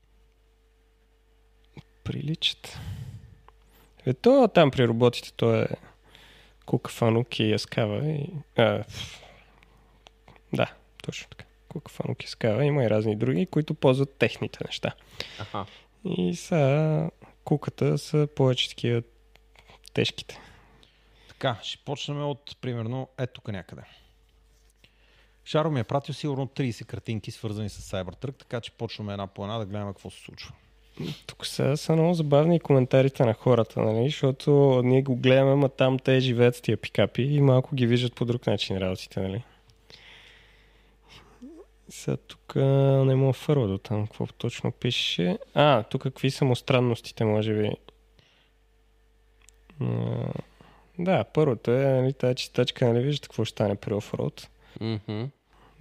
[SPEAKER 3] Приличат. Е, то там при роботите, то е кукафанук и яскава. И... А, ф- да, точно така. Кукафанук и яскава. Има и разни други, които ползват техните неща.
[SPEAKER 2] Аха.
[SPEAKER 3] И са куката са повече такива тежките.
[SPEAKER 1] Така, ще почнем от примерно е тук някъде. Шаро ми е пратил сигурно 30 картинки, свързани с Cybertruck, така че почваме една по една да гледаме какво се случва.
[SPEAKER 3] Тук са, са много забавни и коментарите на хората, нали? защото ние го гледаме, ма там те живеят с тия пикапи и малко ги виждат по друг начин работите. Нали? Сега тук а, не мога фърва до там, какво точно пише. А, тук какви са му странностите, може би. А, да, първото е, нали, тази чистачка, нали, виждате какво ще стане при офроуд.
[SPEAKER 2] Мгм.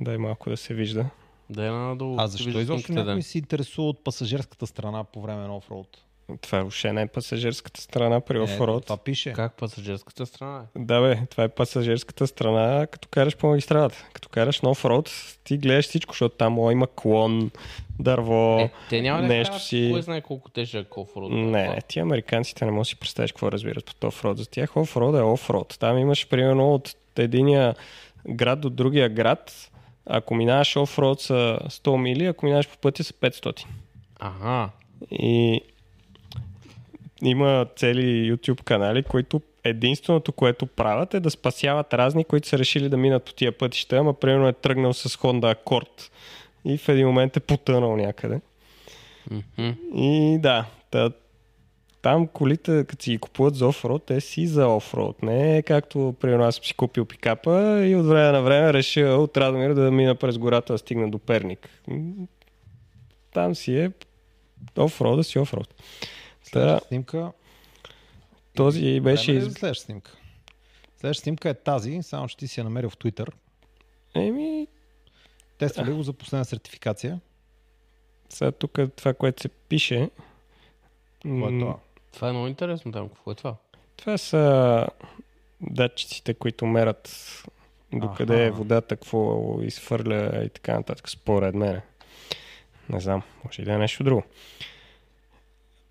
[SPEAKER 3] Дай малко да се вижда.
[SPEAKER 2] Да е надолу.
[SPEAKER 1] А
[SPEAKER 2] Ти
[SPEAKER 1] защо
[SPEAKER 2] виждаш
[SPEAKER 1] изобщо
[SPEAKER 2] снимката, да.
[SPEAKER 1] някой се интересува от пасажирската страна по време на офроуд?
[SPEAKER 3] Това въобще не е пасажирската страна при
[SPEAKER 1] Е,
[SPEAKER 3] офроуд.
[SPEAKER 1] Това пише.
[SPEAKER 2] Как пасажирската страна е?
[SPEAKER 3] Да бе, това е пасажирската страна, като караш по магистралата. Като караш на офроуд, ти гледаш всичко, защото там о, има клон, дърво.
[SPEAKER 2] Е, те няма да
[SPEAKER 3] нещо
[SPEAKER 2] карат,
[SPEAKER 3] си-
[SPEAKER 2] Кой знае колко тежък е офроуд.
[SPEAKER 3] не, не, ти американците не може да си представиш какво разбират под офроуд. За тях офроуд е офроуд. Там имаш примерно от единия град до другия град, ако минаваш офроуд са 100 мили, ако минаваш по пътя са 500.
[SPEAKER 2] Ага.
[SPEAKER 3] И има цели YouTube канали, които единственото, което правят е да спасяват разни, които са решили да минат по тия пътища, ама примерно е тръгнал с Honda Accord и в един момент е потънал някъде.
[SPEAKER 2] Мгм.
[SPEAKER 3] И да, та, там колите, като си ги купуват за офроуд, те си за офроуд. Не е както, примерно, аз съм си купил пикапа и от време на време реша от Радомир да мина през гората да стигна до Перник. М, Там си е офроуда си офроуд. Та,
[SPEAKER 1] Следваща снимка.
[SPEAKER 3] този беше...
[SPEAKER 1] Време ли за
[SPEAKER 3] Из...
[SPEAKER 1] Следваща снимка. Следваща снимка е тази, само че ти си я намерил в Twitter.
[SPEAKER 3] Еми,
[SPEAKER 1] Тества ли го за последна сертификация?
[SPEAKER 3] сега тук това, което се пише...
[SPEAKER 1] Кое е
[SPEAKER 3] м,
[SPEAKER 1] това?
[SPEAKER 2] Това е много интересно там. Какво е това?
[SPEAKER 3] Това са датчиците, които мерят докъде
[SPEAKER 1] Аха.
[SPEAKER 3] е водата, какво изхвърля и така нататък, според мен. Не знам, може и да е нещо друго.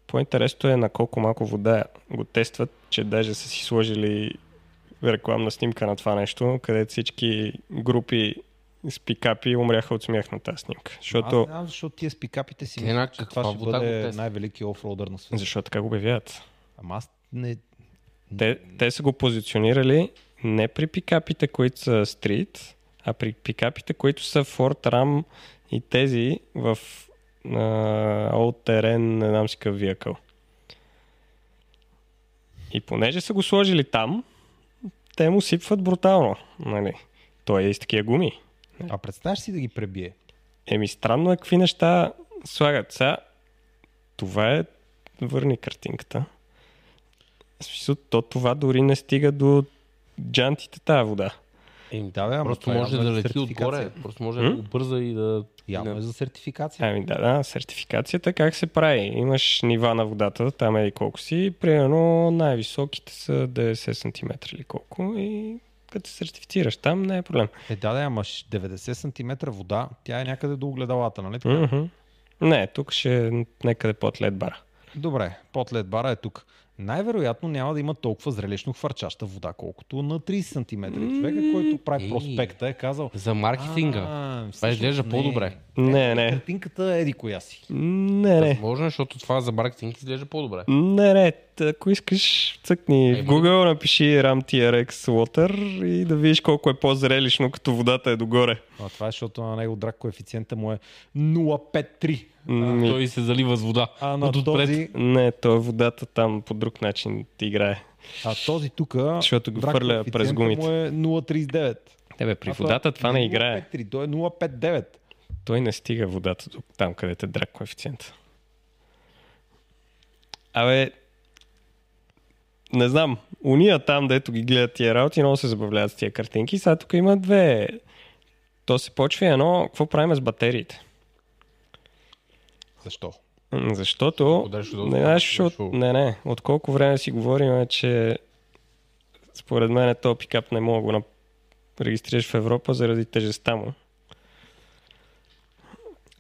[SPEAKER 3] По-интересно е на колко малко вода го тестват, че даже са си сложили рекламна снимка на това нещо, където всички групи с пикапи умряха от смях на тази снимка.
[SPEAKER 1] Аз не
[SPEAKER 3] Защото,
[SPEAKER 1] знам, защото тия с пикапите си
[SPEAKER 2] Те
[SPEAKER 1] мислят,
[SPEAKER 2] една
[SPEAKER 1] че това
[SPEAKER 2] каква
[SPEAKER 1] ще
[SPEAKER 2] вода го
[SPEAKER 1] бъде
[SPEAKER 2] тества.
[SPEAKER 1] най-велики офроудър на света.
[SPEAKER 3] защо така го обявяват?
[SPEAKER 1] Ама аз не...
[SPEAKER 3] Те, те са го позиционирали не при пикапите, които са стрит, а при пикапите, които са Ford Ram и тези в All Terrain, не знам си какъв виакъл. И понеже са го сложили там, те му сипват брутално. Нали? Той е и с такива гуми.
[SPEAKER 1] А представяш си да ги пребие?
[SPEAKER 3] Еми, странно е какви неща слагат. Сега, това е... Върни картинката. В смисъл, то това дори не стига до джантите тази вода.
[SPEAKER 1] Еми, Е, да, бе, ама
[SPEAKER 2] Просто
[SPEAKER 1] това
[SPEAKER 2] може
[SPEAKER 1] явно
[SPEAKER 2] да
[SPEAKER 1] е за
[SPEAKER 2] лети отгоре.
[SPEAKER 1] сертификация.
[SPEAKER 2] Просто може да
[SPEAKER 3] М?
[SPEAKER 2] го бърза и да...
[SPEAKER 1] Явно
[SPEAKER 2] да-
[SPEAKER 1] е за сертификация.
[SPEAKER 3] Ами да, да, сертификацията как се прави? Имаш нива на водата, там е и колко си, примерно най-високите са 90 см или колко и като се сертифицираш там не е проблем.
[SPEAKER 1] Е, да, да, ама ш- 90 см вода, тя е някъде до огледалата, нали? така?
[SPEAKER 3] Мгм. Не, тук ще е някъде под лед бара.
[SPEAKER 1] Добре, под лед бара е тук. Най-вероятно няма да има толкова зрелищно хвърчаща вода, колкото на 30 см. Човека, който прави
[SPEAKER 2] Ей.
[SPEAKER 1] проспекта, е казал...
[SPEAKER 2] За маркетинга.
[SPEAKER 1] «А,
[SPEAKER 2] Това
[SPEAKER 1] всъщност
[SPEAKER 2] изглежда
[SPEAKER 1] не.
[SPEAKER 2] по-добре.
[SPEAKER 3] Не,
[SPEAKER 1] Е,
[SPEAKER 3] не,
[SPEAKER 1] Картинката е еди коя си.
[SPEAKER 3] не, не.
[SPEAKER 2] Възможно, е, защото това за маркетинг изглежда по-добре.
[SPEAKER 3] Не, не, т- ако искаш, цъкни
[SPEAKER 2] Е,
[SPEAKER 3] в Google, напиши RAM TRX Water и да видиш колко е по-зрелищно, като водата е догоре.
[SPEAKER 1] А това е, защото на него драг коефициента му е 0,53.
[SPEAKER 3] Ми,
[SPEAKER 2] Той се залива с вода.
[SPEAKER 1] А на
[SPEAKER 2] От отпред.
[SPEAKER 1] този,
[SPEAKER 3] Ами, Не, то е водата там по друг начин ти играе.
[SPEAKER 1] а този тук,
[SPEAKER 3] Защото го хвърля през гумите.
[SPEAKER 1] му е 0,39.
[SPEAKER 3] Тебе, при
[SPEAKER 1] А той
[SPEAKER 3] водата
[SPEAKER 1] е
[SPEAKER 3] това не играе.
[SPEAKER 1] 0,53, той е 0,59.
[SPEAKER 3] Той не стига водата до там, където е драг коефициент. Абе, не знам, уния там, дето ги гледат тия работи, много се забавляват с тия картинки. Сега тук има две. То се почва и едно, какво правим с батериите?
[SPEAKER 1] Защо?
[SPEAKER 3] М, Защото,
[SPEAKER 2] Удариш отдолу,
[SPEAKER 3] не, знаеш,
[SPEAKER 2] отдолу.
[SPEAKER 3] от... не, не, от колко време си говорим, е, че според мен този пикап не мога да го нап- регистрираш в Европа заради тежестта му.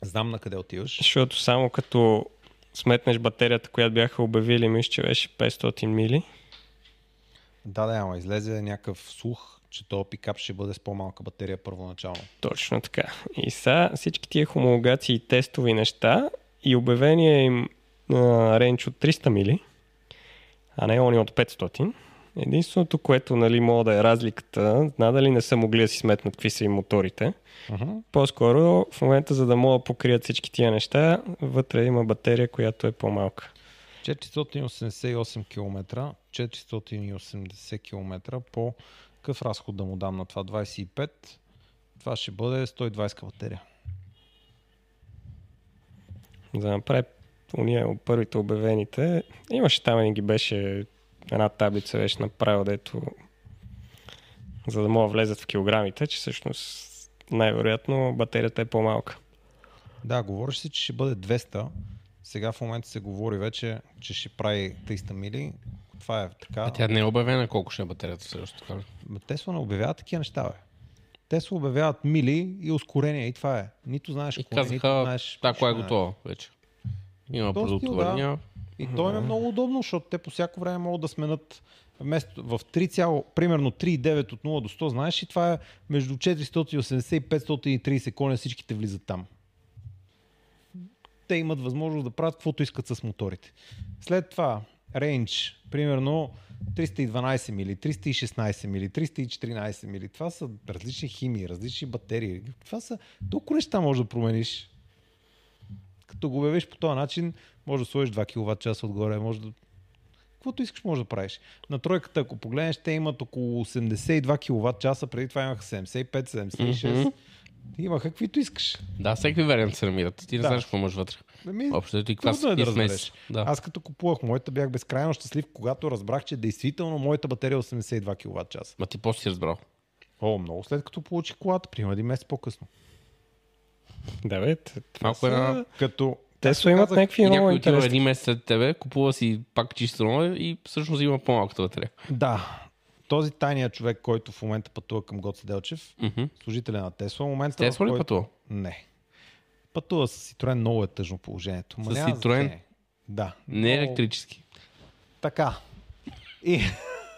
[SPEAKER 1] Знам на къде отиваш.
[SPEAKER 3] Защото само като сметнеш батерията, която бяха обявили, мисля, че беше 500 мили.
[SPEAKER 1] Да, да, ама излезе някакъв слух, че този пикап ще бъде с по-малка батерия първоначално.
[SPEAKER 3] Точно така. И са всички тия хомологации и тестови неща и обявения им а, рейндж от 300 мили, а не они от 500. Единственото, което нали, мога да е разликата, надали не са могли да си сметнат какви са им моторите.
[SPEAKER 1] Uh-huh.
[SPEAKER 3] По-скоро в момента, за да мога да покрият всички тия неща, вътре има батерия, която е по-малка.
[SPEAKER 1] 488 км, 480 км по какъв разход да му дам на това 25, това ще бъде 120 батерия.
[SPEAKER 3] за да направи уния първите обявените. Имаше там и ги беше една таблица беше направил, дето за да мога да влезат в килограмите, че всъщност най-вероятно батерията е по-малка.
[SPEAKER 1] Да, говореше се, че ще бъде 200. Сега в момента се говори вече, че ще прави 300 мили. Това е така.
[SPEAKER 2] А тя не е обявена колко ще е батерията също така. ли?
[SPEAKER 1] Ма Тесла не обявява такива неща, бе. Тесла обявяват мили и ускорения и това е. Нито знаеш
[SPEAKER 2] И
[SPEAKER 1] кое, нито
[SPEAKER 2] казаха,
[SPEAKER 1] знаеш...
[SPEAKER 2] да, коя е
[SPEAKER 1] шина.
[SPEAKER 2] готова вече. Има
[SPEAKER 1] Доста,
[SPEAKER 2] продуктоварния.
[SPEAKER 1] И то им е много удобно, защото те по всяко време могат да сменят вместо в 3, цяло, примерно 3,9 от 0 до 100, знаеш и това е между 480 и 530 коня всичките влизат там. Те имат възможност да правят каквото искат с моторите. След това рейндж, примерно 312 мили, 316 мили, 314 мили. Това са различни химии, различни батерии. Това са толкова неща можеш да промениш като го обявиш по този начин, може да сложиш 2 кВт час отгоре, може да... Каквото искаш може да правиш. На тройката, ако погледнеш, те имат около 82 кВт часа, преди това имаха 75, 76. Имаха каквито искаш.
[SPEAKER 2] Да, всеки вариант се намират. Ти не
[SPEAKER 1] Да.
[SPEAKER 2] знаеш какво имаш вътре.
[SPEAKER 1] Ами,
[SPEAKER 2] Общо ти каква
[SPEAKER 1] трудно е
[SPEAKER 2] си
[SPEAKER 1] да
[SPEAKER 2] смес.
[SPEAKER 1] разбереш.
[SPEAKER 2] Да.
[SPEAKER 1] Аз като купувах моята, бях безкрайно щастлив, когато разбрах, че действително моята батерия е 82 кВт часа.
[SPEAKER 2] Ма ти после си разбрал.
[SPEAKER 1] О, много след като получи колата, примерно един месец по-късно.
[SPEAKER 3] Да, бе, т- това
[SPEAKER 2] Малко
[SPEAKER 3] са...
[SPEAKER 2] една-
[SPEAKER 1] Като
[SPEAKER 3] Те са имат някакви
[SPEAKER 2] И
[SPEAKER 3] много
[SPEAKER 2] някой отива
[SPEAKER 3] интересни.
[SPEAKER 2] един месец след тебе, купува си пак чисто нова и всъщност има по-малката батерия.
[SPEAKER 1] Да. Този тайният човек, който в момента пътува към Гоце Делчев,
[SPEAKER 2] Мгм.
[SPEAKER 1] служителя на Тесла, в момента... в
[SPEAKER 2] Тесла ли
[SPEAKER 1] който-
[SPEAKER 2] пътува?
[SPEAKER 1] Не. Пътува с Citroen, много е тъжно положението. Ма
[SPEAKER 2] С
[SPEAKER 1] няма
[SPEAKER 2] Citroen?
[SPEAKER 1] значение. Да.
[SPEAKER 2] Не е
[SPEAKER 1] Много-
[SPEAKER 2] електрически.
[SPEAKER 1] Така. И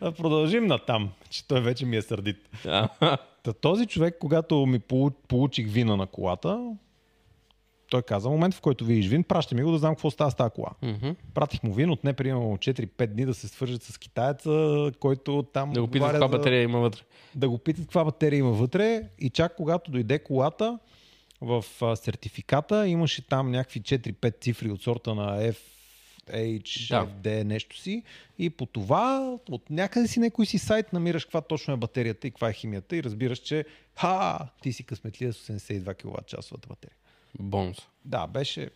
[SPEAKER 1] да продължим натам, че той вече ми е сърдит.
[SPEAKER 2] А,
[SPEAKER 1] Та този човек, когато ми полу- получих вина на колата, той каза, момент в който видиш вин, праща ми го да знам какво става с тази кола.
[SPEAKER 2] мгм.
[SPEAKER 1] Пратих му вин, отне примерно 4-5 дни да се свържат с китаеца, който там
[SPEAKER 2] Да го питат
[SPEAKER 1] отговаря
[SPEAKER 2] каква
[SPEAKER 1] за-
[SPEAKER 2] батерия има вътре.
[SPEAKER 1] да го питат каква батерия има вътре и чак когато дойде колата в а, сертификата имаше там някакви 4-5 цифри от сорта на F H, да. FD, нещо си. И по това, от някъде си някой си сайт, намираш каква точно е батерията и каква е химията и разбираш, че ха, ти си късметлия с 82 кВт батерия.
[SPEAKER 2] Бонус.
[SPEAKER 1] Да, беше,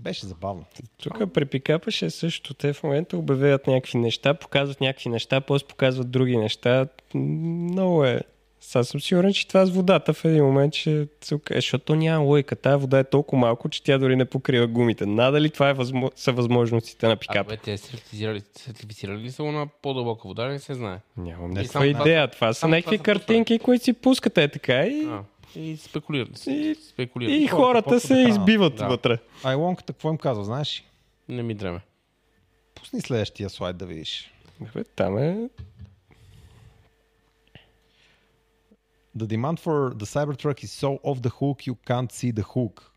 [SPEAKER 1] беше забавно.
[SPEAKER 3] Тук препикапаше също. е Те в момента обявяват някакви неща, показват някакви неща, после показват други неща. Много е. Сега съм сигурен, че това с водата в един момент ще се окаже, защото няма лойка. Тая вода е толкова малко, че тя дори не покрива гумите. Надали това е възмо... са възможностите на
[SPEAKER 2] А,
[SPEAKER 3] пикапа?
[SPEAKER 2] бе, те сертифицирали, сертифицирали ли са на по-дълбока вода, не се знае.
[SPEAKER 3] Нямам
[SPEAKER 2] само
[SPEAKER 3] някаква
[SPEAKER 2] това-
[SPEAKER 3] идея. Това са
[SPEAKER 2] само
[SPEAKER 3] някакви
[SPEAKER 2] това са
[SPEAKER 3] картинки, които си пускате е така и,
[SPEAKER 2] А, и спекулират.
[SPEAKER 3] И-
[SPEAKER 2] спекулират.
[SPEAKER 3] и хората
[SPEAKER 1] просто
[SPEAKER 3] се
[SPEAKER 1] да
[SPEAKER 3] избиват
[SPEAKER 2] Да.
[SPEAKER 3] вътре.
[SPEAKER 1] Айлонката какво им казва, знаеш? ли?
[SPEAKER 2] Не ми дреме.
[SPEAKER 1] Пусни следващия слайд да видиш.
[SPEAKER 3] Бе, Там е...
[SPEAKER 1] The demand for the Cybertruck is so off the hook, you can't see the hook.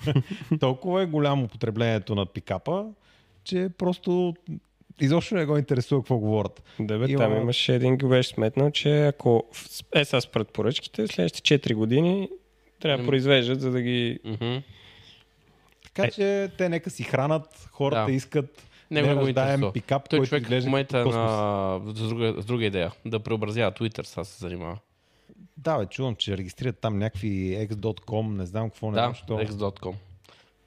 [SPEAKER 1] Толкова е голямо потреблението на пикапа, че просто изобщо не го интересува какво говорят.
[SPEAKER 3] Да, бе,
[SPEAKER 1] Има-
[SPEAKER 3] там имаше един го беше сметнал, че ако в- е сега според поръчките, следващите 4 години трябва да
[SPEAKER 2] Ами-
[SPEAKER 3] произвеждат, за да ги...
[SPEAKER 2] Мгм.
[SPEAKER 1] Така че те нека си хранат, хората
[SPEAKER 2] Е. Да.
[SPEAKER 1] искат
[SPEAKER 2] Не го интересува.
[SPEAKER 1] нераздаем пикап,
[SPEAKER 2] Той
[SPEAKER 1] който
[SPEAKER 2] човек в
[SPEAKER 1] изглежда
[SPEAKER 2] момента е
[SPEAKER 1] като космос.
[SPEAKER 2] на... с, друга, с друга идея. Да преобразява Twitter, сега се занимава.
[SPEAKER 1] Да, бе, чувам, че регистрират там някакви x.com, не знам какво, не
[SPEAKER 2] да,
[SPEAKER 1] знам що.
[SPEAKER 2] x.com.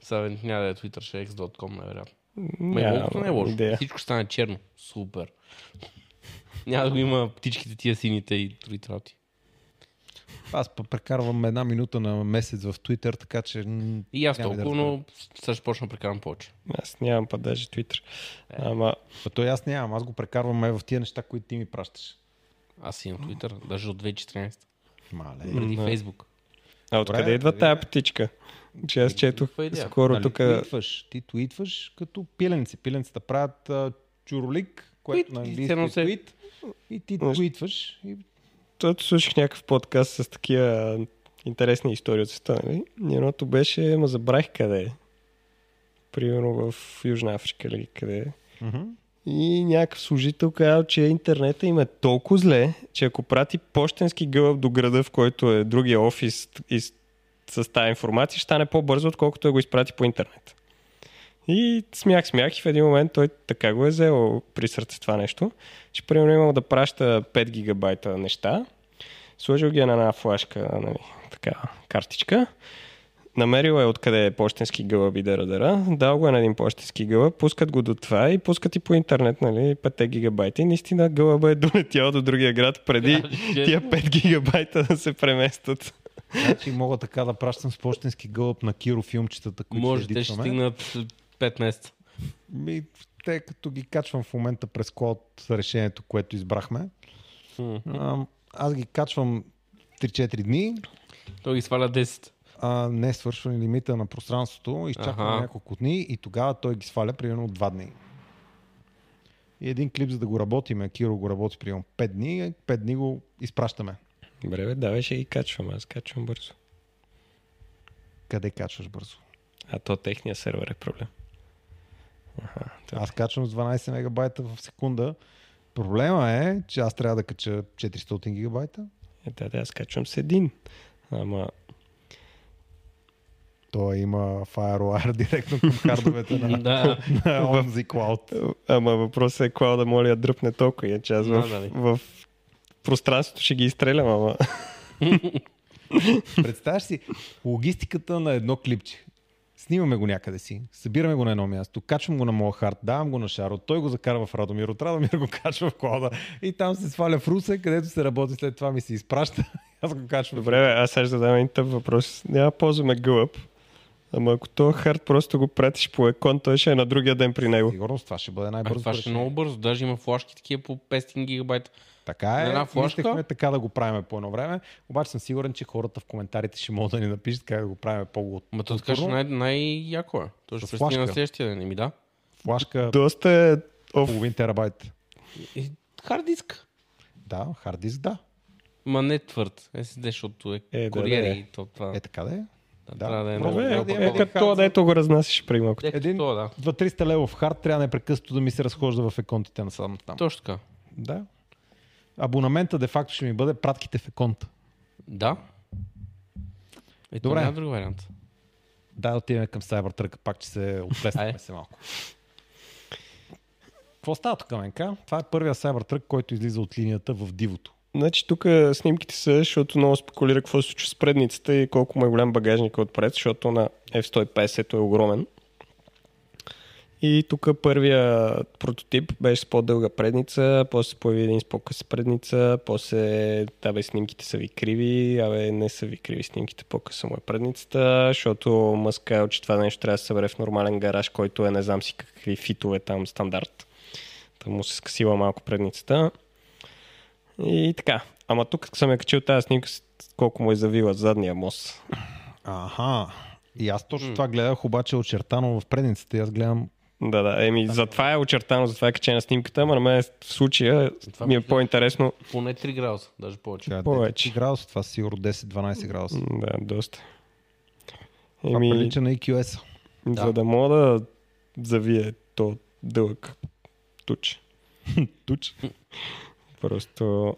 [SPEAKER 2] Сега няма да е Twitter, ще е x.com, невероятно. Ме
[SPEAKER 3] Няма
[SPEAKER 2] yeah, не е лошо.
[SPEAKER 3] идея.
[SPEAKER 2] Всичко стане черно. Супер. Няма да го има птичките тия сините и други работи.
[SPEAKER 1] Аз пък прекарвам една минута на месец в Twitter, така че... м,
[SPEAKER 2] И аз
[SPEAKER 1] няма да
[SPEAKER 2] толкова,
[SPEAKER 1] разбера.
[SPEAKER 2] но сега ще почна да прекарам повече.
[SPEAKER 3] Аз нямам па даже Twitter.
[SPEAKER 2] Е.
[SPEAKER 3] Ама
[SPEAKER 1] Па той аз нямам, аз го прекарвам е в тия неща, които ти ми пращаш.
[SPEAKER 2] Аз имам Twitter, даже от 2014.
[SPEAKER 1] Мале.
[SPEAKER 2] Преди Facebook.
[SPEAKER 3] А откъде
[SPEAKER 1] Добре,
[SPEAKER 3] идва
[SPEAKER 1] да
[SPEAKER 3] тая
[SPEAKER 1] видим.
[SPEAKER 3] птичка? Че аз четох
[SPEAKER 2] никаква е, идея.
[SPEAKER 3] скоро
[SPEAKER 1] Нали,
[SPEAKER 3] тук. е-
[SPEAKER 1] Твитваш, ти твитваш като пиленци. Пиленцата правят а, чуролик, което
[SPEAKER 2] Твит,
[SPEAKER 1] на
[SPEAKER 2] и
[SPEAKER 1] английски
[SPEAKER 2] цено
[SPEAKER 1] е
[SPEAKER 2] се-
[SPEAKER 1] твит. И ти твитваш. И...
[SPEAKER 3] Тото слушах някакъв подкаст с такива интересни истории от света, нали? И Едното беше, ма забравих къде е. Примерно в Южна Африка или къде е.
[SPEAKER 1] Мгм.
[SPEAKER 3] И някакъв служител казал, че интернета им е толкова зле, че ако прати почтенски гълъб до града, в който е другия офис и с- с тази информация, ще стане по-бързо, отколкото да го изпрати по интернет. И смях, смях и в един момент той така го е взел при сърце това нещо, че примерно е имал да праща 5 гигабайта неща, сложил ги е на една флашка, нали, така, картичка, Намерил е откъде е почтенски гълъб и дара-дара, дал го е на един почтенски гълъб, пускат го до това и пускат и по интернет, нали, 5 гигабайта. И наистина гълъба е долетял до другия град преди тия 5 гигабайта да се преместят.
[SPEAKER 1] Значи мога така да пращам с почтенски гълъб на Киро филмчетата, които
[SPEAKER 2] Може,
[SPEAKER 1] ще
[SPEAKER 2] те ще
[SPEAKER 1] едитваме.
[SPEAKER 2] стигнат 15.
[SPEAKER 1] Ми, те като ги качвам в момента през код решението, което избрахме, а, аз ги качвам 3-4 дни,
[SPEAKER 2] Той ги сваля 10.
[SPEAKER 1] а, не е свършване лимита на пространството, изчаквам
[SPEAKER 2] Аха.
[SPEAKER 1] няколко дни и тогава той ги сваля примерно от 2 дни. И един клип, за да го работиме, Киро го работи примерно 5 дни, 5 дни го изпращаме.
[SPEAKER 3] Добре, бе, давай ще ги качвам, аз качвам бързо.
[SPEAKER 1] Къде качваш бързо?
[SPEAKER 3] А то техния сервер е проблем.
[SPEAKER 1] Аз качвам с 12 мегабайта в секунда. Проблема е, че аз трябва да кача 400 гигабайта.
[SPEAKER 3] Е, да, да, аз качвам с един. Ама,
[SPEAKER 1] Той има FireWire директно към хардовете на,
[SPEAKER 2] Ами Да.
[SPEAKER 1] на онзи клауд.
[SPEAKER 3] ама въпросът е клава да моля да дръпне толкова, иначе аз в,
[SPEAKER 2] Да,
[SPEAKER 3] в пространството ще ги изстрелям, ама
[SPEAKER 1] Представяш си логистиката на едно клипче. Снимаме го някъде си, събираме го на едно място, качвам го на моя хард, давам го на Шаро, той го закарва в Радомир, от Радомир го качва в клауда и там се сваля в Русе, където се работи, след това ми се изпраща, аз го качвам.
[SPEAKER 3] Добре, бе, аз сега ще задам един тъп въпрос. Няма да ползваме гълъб. Ама ако този хард просто го пратиш по екон, той ще е на другия ден при него.
[SPEAKER 1] Сигурно това ще бъде
[SPEAKER 2] А
[SPEAKER 1] най-бързо.
[SPEAKER 2] това ще е
[SPEAKER 1] решение.
[SPEAKER 2] много бързо. Даже има флашки такива по 500 гигабайта.
[SPEAKER 1] Така е,
[SPEAKER 2] На една флашка?
[SPEAKER 1] мислехме така да го правим по едно време, обаче съм сигурен, че хората в коментарите ще могат да ни напишат как да го правим по-глупо.
[SPEAKER 2] Ма то така ще най- най-яко е. То ще
[SPEAKER 1] С
[SPEAKER 2] пристигне на
[SPEAKER 1] флашка.
[SPEAKER 2] следващия ден. Еми да.
[SPEAKER 1] Флашка
[SPEAKER 3] Доста е... Оф,
[SPEAKER 1] половин терабайт.
[SPEAKER 2] И Хард диск.
[SPEAKER 1] Да, хард диск, да.
[SPEAKER 2] Ма не твърд. SSD, защото е,
[SPEAKER 3] Е, да,
[SPEAKER 2] е
[SPEAKER 3] да,
[SPEAKER 2] куриери
[SPEAKER 3] е.
[SPEAKER 2] и то това.
[SPEAKER 1] Е така да е.
[SPEAKER 2] да,
[SPEAKER 1] да.
[SPEAKER 2] трябва да е
[SPEAKER 1] Пробвай,
[SPEAKER 2] много-
[SPEAKER 3] добре,
[SPEAKER 2] много
[SPEAKER 1] да
[SPEAKER 3] е,
[SPEAKER 1] имаме
[SPEAKER 3] е
[SPEAKER 2] по-добър.
[SPEAKER 1] един
[SPEAKER 3] като това,
[SPEAKER 1] хард.
[SPEAKER 3] дето го разнасяш преди малко.
[SPEAKER 2] Ето
[SPEAKER 1] един-
[SPEAKER 2] това, да.
[SPEAKER 1] 2-300 левов хард трябва непрекъснато да ми се разхожда в еконтите на сам там.
[SPEAKER 2] Точно така.
[SPEAKER 1] Да. Абонамента де факто ще ми бъде пратките в еконта.
[SPEAKER 2] Да. Е, Ето
[SPEAKER 1] Добре.
[SPEAKER 2] Добре. няма друг вариант.
[SPEAKER 1] Да, отиваме към Cybertruck, пак че се отплеснахме
[SPEAKER 2] Айде.
[SPEAKER 1] се малко. Какво става тук, Менка? Това е първия Cybertruck, който излиза от линията в дивото.
[SPEAKER 3] Значи тук снимките са, защото много спекулира какво се случва с предницата и колко му е голям багажник отпред, защото на F-150 е огромен. И тук първия прототип беше с по-дълга предница, после се появи един с по-къса предница, после абе снимките са ви криви, абе не са ви криви снимките, по-къса му е предницата, защото Мъск казал, че това нещо трябва да се събере в нормален гараж, който е не знам си какви фитове там стандарт. Там му се скъсила малко предницата. И така. Ама тук съм я качил тази снимка, с колко му е завила задния мост.
[SPEAKER 1] Аха. И аз точно това гледах, обаче е очертано в предницата. И аз гледам
[SPEAKER 3] Да, да. Еми, затова е очертано, затова е качена снимката, ама на мен в случая
[SPEAKER 2] Затова
[SPEAKER 3] ми е
[SPEAKER 2] мисля.
[SPEAKER 3] по-интересно.
[SPEAKER 2] Поне 3 градуса, даже повече.
[SPEAKER 1] чакай,
[SPEAKER 3] Повече.
[SPEAKER 1] 10 градуса, това сигурно 10-12 градуса.
[SPEAKER 3] М, Да, доста.
[SPEAKER 1] Това
[SPEAKER 3] Еми,
[SPEAKER 1] прилича на E EQS.
[SPEAKER 2] да.
[SPEAKER 3] за да мога да завие то дълъг туч.
[SPEAKER 1] Туч.
[SPEAKER 3] Просто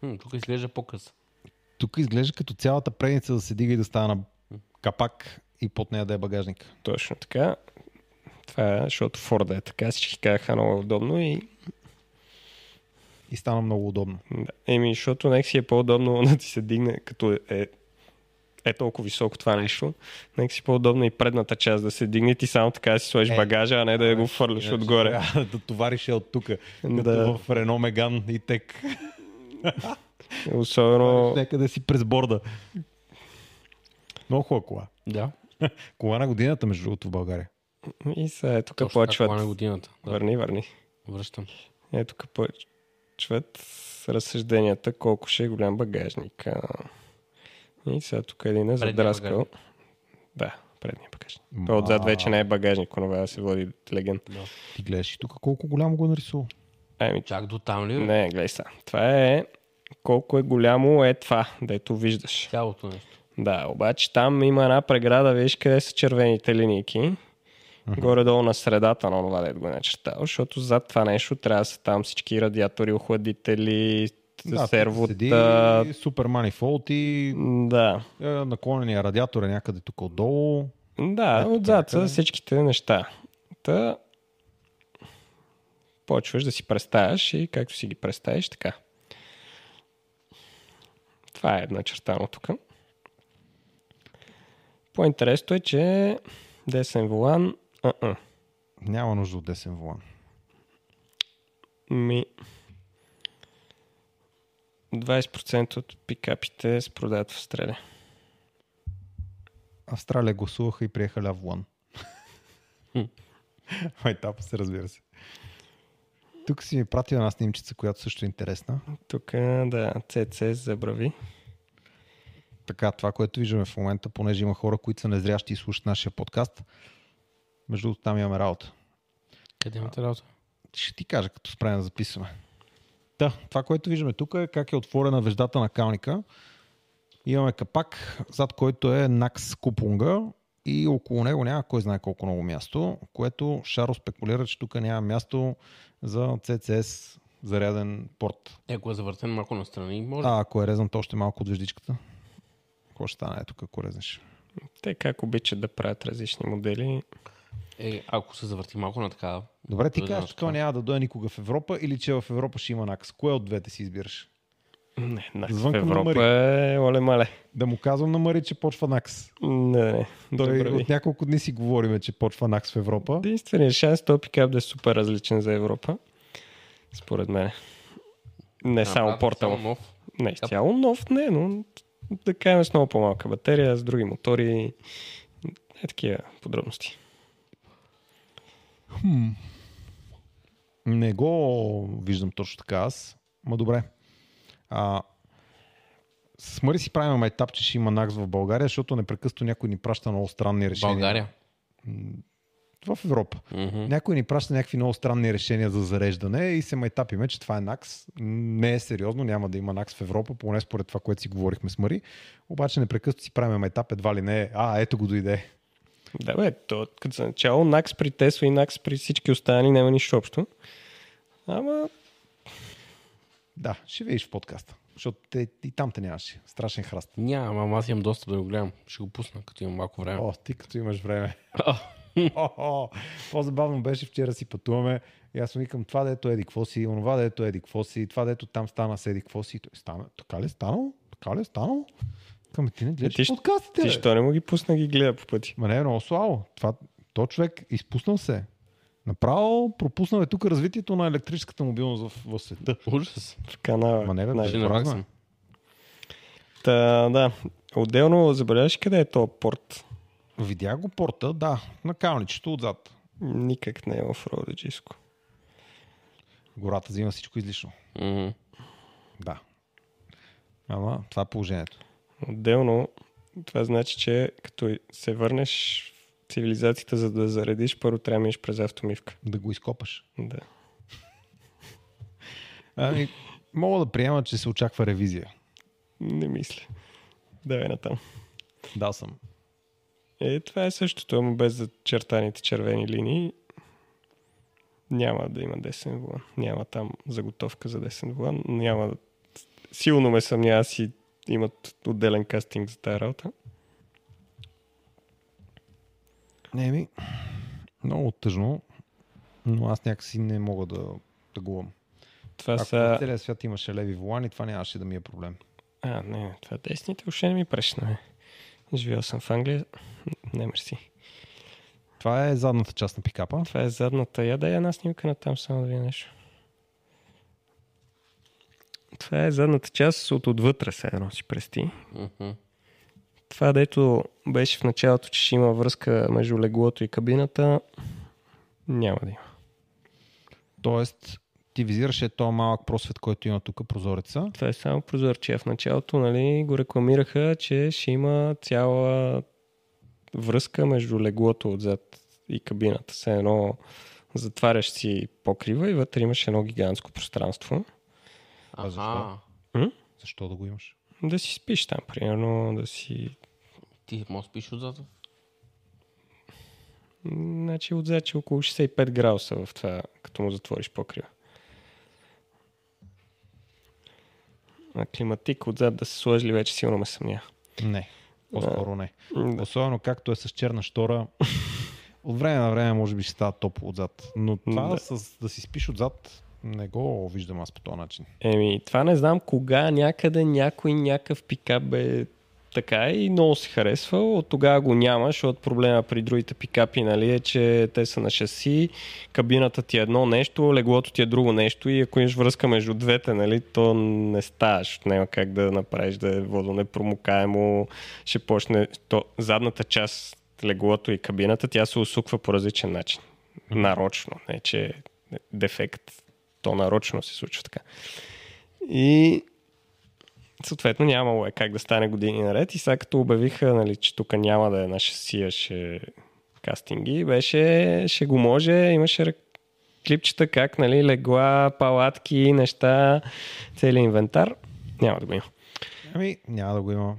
[SPEAKER 2] Хм, тук изглежда по-къс.
[SPEAKER 1] Тук изглежда като цялата предница да се дига и да стана капак и под нея да е багажник.
[SPEAKER 3] точно така. Това е, защото Форда е така, всички казаха много е удобно и
[SPEAKER 1] И стана много удобно.
[SPEAKER 3] Да. Еми, защото нека си е по-удобно да ти се дигне, като е, е толкова високо това нещо. Нека си е по-удобно и предната част да се дигне, ти само така да си сложиш
[SPEAKER 1] Е, значи,
[SPEAKER 3] е, багажа, а не да я го фърляш
[SPEAKER 1] Иначе
[SPEAKER 3] отгоре.
[SPEAKER 1] трябва Да товариш е от тук.
[SPEAKER 3] Да.
[SPEAKER 1] Като в Рено Меган и Тек.
[SPEAKER 3] Особено
[SPEAKER 1] Нека да си през борда. Много хубава кола.
[SPEAKER 2] Да.
[SPEAKER 1] Кола на годината, между другото, в България.
[SPEAKER 3] и сега е тук
[SPEAKER 2] Точно така, кола на
[SPEAKER 3] почват.
[SPEAKER 2] годината. Да,
[SPEAKER 3] Върни, върни.
[SPEAKER 2] връщам.
[SPEAKER 3] Е тук почват с разсъжденията колко ще е голям багажник. А, И сега тук един е задраскал.
[SPEAKER 2] багажник.
[SPEAKER 3] Да, предния багажник. Той отзад вече не е багажник, онова се води легенд.
[SPEAKER 1] Ти гледаш и тук колко голямо го е нарисувал.
[SPEAKER 3] Ами,
[SPEAKER 2] Чак до там ли?
[SPEAKER 3] Не, гледай сега. Това е колко е голямо е това, дето виждаш.
[SPEAKER 2] Цялото нещо.
[SPEAKER 3] Да, обаче там има една преграда, виж къде са червените линийки. Горе-долу на средата на това, дето го е начертал, защото зад това нещо трябва да са там всички радиатори, охладители, да, сервота.
[SPEAKER 1] седи
[SPEAKER 3] Седи...
[SPEAKER 1] супер манифолт и
[SPEAKER 3] Да,
[SPEAKER 1] е, наклонения радиатор е някъде тук отдолу.
[SPEAKER 3] да,
[SPEAKER 1] Ето
[SPEAKER 3] отзад са
[SPEAKER 1] някъде.
[SPEAKER 3] всичките неща. Та почваш да си представяш и както си ги представиш, така. Това е начертано тук. По-интересно е, че десен волан... А-а.
[SPEAKER 1] Няма нужда от десен волан.
[SPEAKER 3] Ми... 20% от пикапите се продават в Австралия.
[SPEAKER 1] Австралия гласуваха и приеха ляв волан. Майтапа се, разбира се. Тук си ми пратил една снимчица, която също е интересна.
[SPEAKER 3] Тук, да, CC забрави.
[SPEAKER 1] Така, това, което виждаме в момента, понеже има хора, които са незрящи и слушат нашия подкаст, между другото там имаме работа.
[SPEAKER 2] Къде имате работа?
[SPEAKER 1] ще ти кажа, като спрем да записваме. Да, това, което виждаме тук е как е отворена веждата на калника. Имаме капак, зад който е Накс Купунга и около него няма кой знае колко много място, което Шаро спекулира, че тук няма място за CCS заряден порт.
[SPEAKER 2] Е, ако е завъртен малко настрани, може.
[SPEAKER 1] А, ако е резан, то още малко от веждичката. Какво ще стане е, тук, ако резнеш?
[SPEAKER 3] Те как обичат да правят различни модели.
[SPEAKER 2] Е, ако се завърти малко на значи така,
[SPEAKER 1] Добре, ти
[SPEAKER 2] Добре,
[SPEAKER 1] казваш, че
[SPEAKER 2] така.
[SPEAKER 1] той няма да дойде никога в Европа или че в Европа ще има Накс. Кое от двете си избираш?
[SPEAKER 3] Не, на в
[SPEAKER 1] Звънка на
[SPEAKER 3] Европа
[SPEAKER 1] Мари.
[SPEAKER 3] е оле-мале.
[SPEAKER 1] Да му казвам на Мари, че почва Накс.
[SPEAKER 3] Не, не.
[SPEAKER 1] Той
[SPEAKER 3] Добре,
[SPEAKER 1] от няколко дни си говориме, че почва НАКС в Европа.
[SPEAKER 3] Единственият шанс този пикап да е супер различен за Европа. Според мен. Не е само
[SPEAKER 2] направят
[SPEAKER 3] порта
[SPEAKER 2] само
[SPEAKER 3] му.
[SPEAKER 2] нов.
[SPEAKER 3] Не, изцяло нов не, но да кажем с много по-малка батерия, с други мотори. Е такива подробности.
[SPEAKER 1] Не го виждам точно така аз. Ма добре. А, с Мари си правим етап, че ще има НАКС в България, защото непрекъснато някой ни праща много странни решения.
[SPEAKER 2] България.
[SPEAKER 1] В Европа.
[SPEAKER 2] Мгм.
[SPEAKER 1] Някой ни праща някакви много странни решения за зареждане и се майтапиме, че това е НАКС. Не е сериозно, няма да има НАКС в Европа, поне според това, което си говорихме с Мари. Обаче непрекъснато си правим етап, едва ли не. е, А, ето го дойде.
[SPEAKER 3] Да, бе, то като за начало NAX при Тесла и NAX при всички останали няма нищо общо. Ама
[SPEAKER 1] Да, ще видиш в подкаста. Защото те, и там те нямаше. Страшен храст.
[SPEAKER 2] Няма, ама аз имам доста да го гледам. Ще го пусна, като имам малко време.
[SPEAKER 1] О, ти като имаш време. О, о, по-забавно беше вчера си пътуваме и аз му викам това дето еди какво си, онова дето еди какво си, това дето там стана с еди какво си. И Той стана, така ли е станало? Така ли е станало? Към ти не гледаш
[SPEAKER 3] Е, ти
[SPEAKER 1] ти,
[SPEAKER 3] щ-
[SPEAKER 1] подкастите.
[SPEAKER 3] Ти
[SPEAKER 1] бе?
[SPEAKER 3] що не му ги пусна, ги гледа по пъти.
[SPEAKER 1] Ма не е много слабо. Това, то човек изпуснал се. Направо пропуснал е тук развитието на електрическата мобилност в, в света.
[SPEAKER 2] Ужас.
[SPEAKER 3] В канала.
[SPEAKER 1] Ма не, бе,
[SPEAKER 3] Най-
[SPEAKER 2] Ще
[SPEAKER 1] Ще наваксам.
[SPEAKER 2] наваксам.
[SPEAKER 3] Та, да. Отделно забеляваш къде е този порт.
[SPEAKER 1] Видях го порта, да, на калничето отзад.
[SPEAKER 3] Никак не е офроуджиско.
[SPEAKER 1] Гората взима всичко излишно.
[SPEAKER 2] Мгм.
[SPEAKER 1] Да. Ама това е положението.
[SPEAKER 3] Отделно, това значи, че като се върнеш в цивилизацията, за да заредиш, първо трябва да минеш през автомивка.
[SPEAKER 1] Да го изкопаш.
[SPEAKER 3] Да.
[SPEAKER 1] Ами, мога да приема, че се очаква ревизия.
[SPEAKER 3] Не мисля. Давай натам.
[SPEAKER 1] Да, съм.
[SPEAKER 3] Е, това е същото, ама без зачертаните червени линии. Няма да има десен вулан. Няма там заготовка за десен вулан. Няма... Силно ме съмнява си имат отделен кастинг за тази работа.
[SPEAKER 1] Не ми. Много тъжно, но аз някакси не мога да тъгувам.
[SPEAKER 3] Това
[SPEAKER 1] Ако
[SPEAKER 3] са...
[SPEAKER 1] в целия свят имаше леви волани, това нямаше да ми е проблем.
[SPEAKER 3] А, не, това е десните въобще не ми пречна. бе. Живял съм в Англия. Не, мерси.
[SPEAKER 1] Това е задната част на пикапа.
[SPEAKER 3] Това е задната. Я дай една снимка на там, само да видя нещо. Това е задната част от отвътре, се едно си прести.
[SPEAKER 2] Мгм.
[SPEAKER 3] Това, дето беше в началото, че ще има връзка между леглото и кабината, няма да има.
[SPEAKER 1] Тоест, ти визираше този малък просвет, който има тук прозореца.
[SPEAKER 3] Това е само прозорче. В началото нали, го рекламираха, че ще има цяла връзка между леглото отзад и кабината. Се едно затваряш си покрива и вътре имаш едно гигантско пространство.
[SPEAKER 1] А защо?
[SPEAKER 2] Аха.
[SPEAKER 1] Защо да го имаш?
[SPEAKER 3] Да си спиш там, примерно, да си...
[SPEAKER 2] Ти може да спиш отзад?
[SPEAKER 3] М, Значи отзад че около 65 градуса в това, като му затвориш покрива. А климатик отзад да се сложи ли вече силно ме съмня.
[SPEAKER 1] Не. По-скоро не.
[SPEAKER 3] Да.
[SPEAKER 1] Особено както е с черна штора. От време на време може би ще става топло отзад. Но това
[SPEAKER 3] Да.
[SPEAKER 1] да. С, да си спиш отзад, не го виждам аз по този начин.
[SPEAKER 3] Еми, това не знам кога някъде някой някакъв пикап бе така и много се харесва. От тогава го няма, защото проблема при другите пикапи нали, е, че те са на шаси, кабината ти е едно нещо, леглото ти е друго нещо и ако имаш връзка между двете, нали, то не ставаш. Няма как да направиш да е водонепромокаемо. Ще почне то, задната част, леглото и кабината, тя се усуква по различен начин. Нарочно, не че е дефект. То нарочно се случва така. И съответно нямало е как да стане години наред. И сега като обявиха, нали, че тук няма да е на шасия, ще кастинги, беше, ще го може, имаше рък- клипчета как, нали, легла, палатки, неща, целият инвентар. Няма да го има.
[SPEAKER 1] Ами, няма да го има.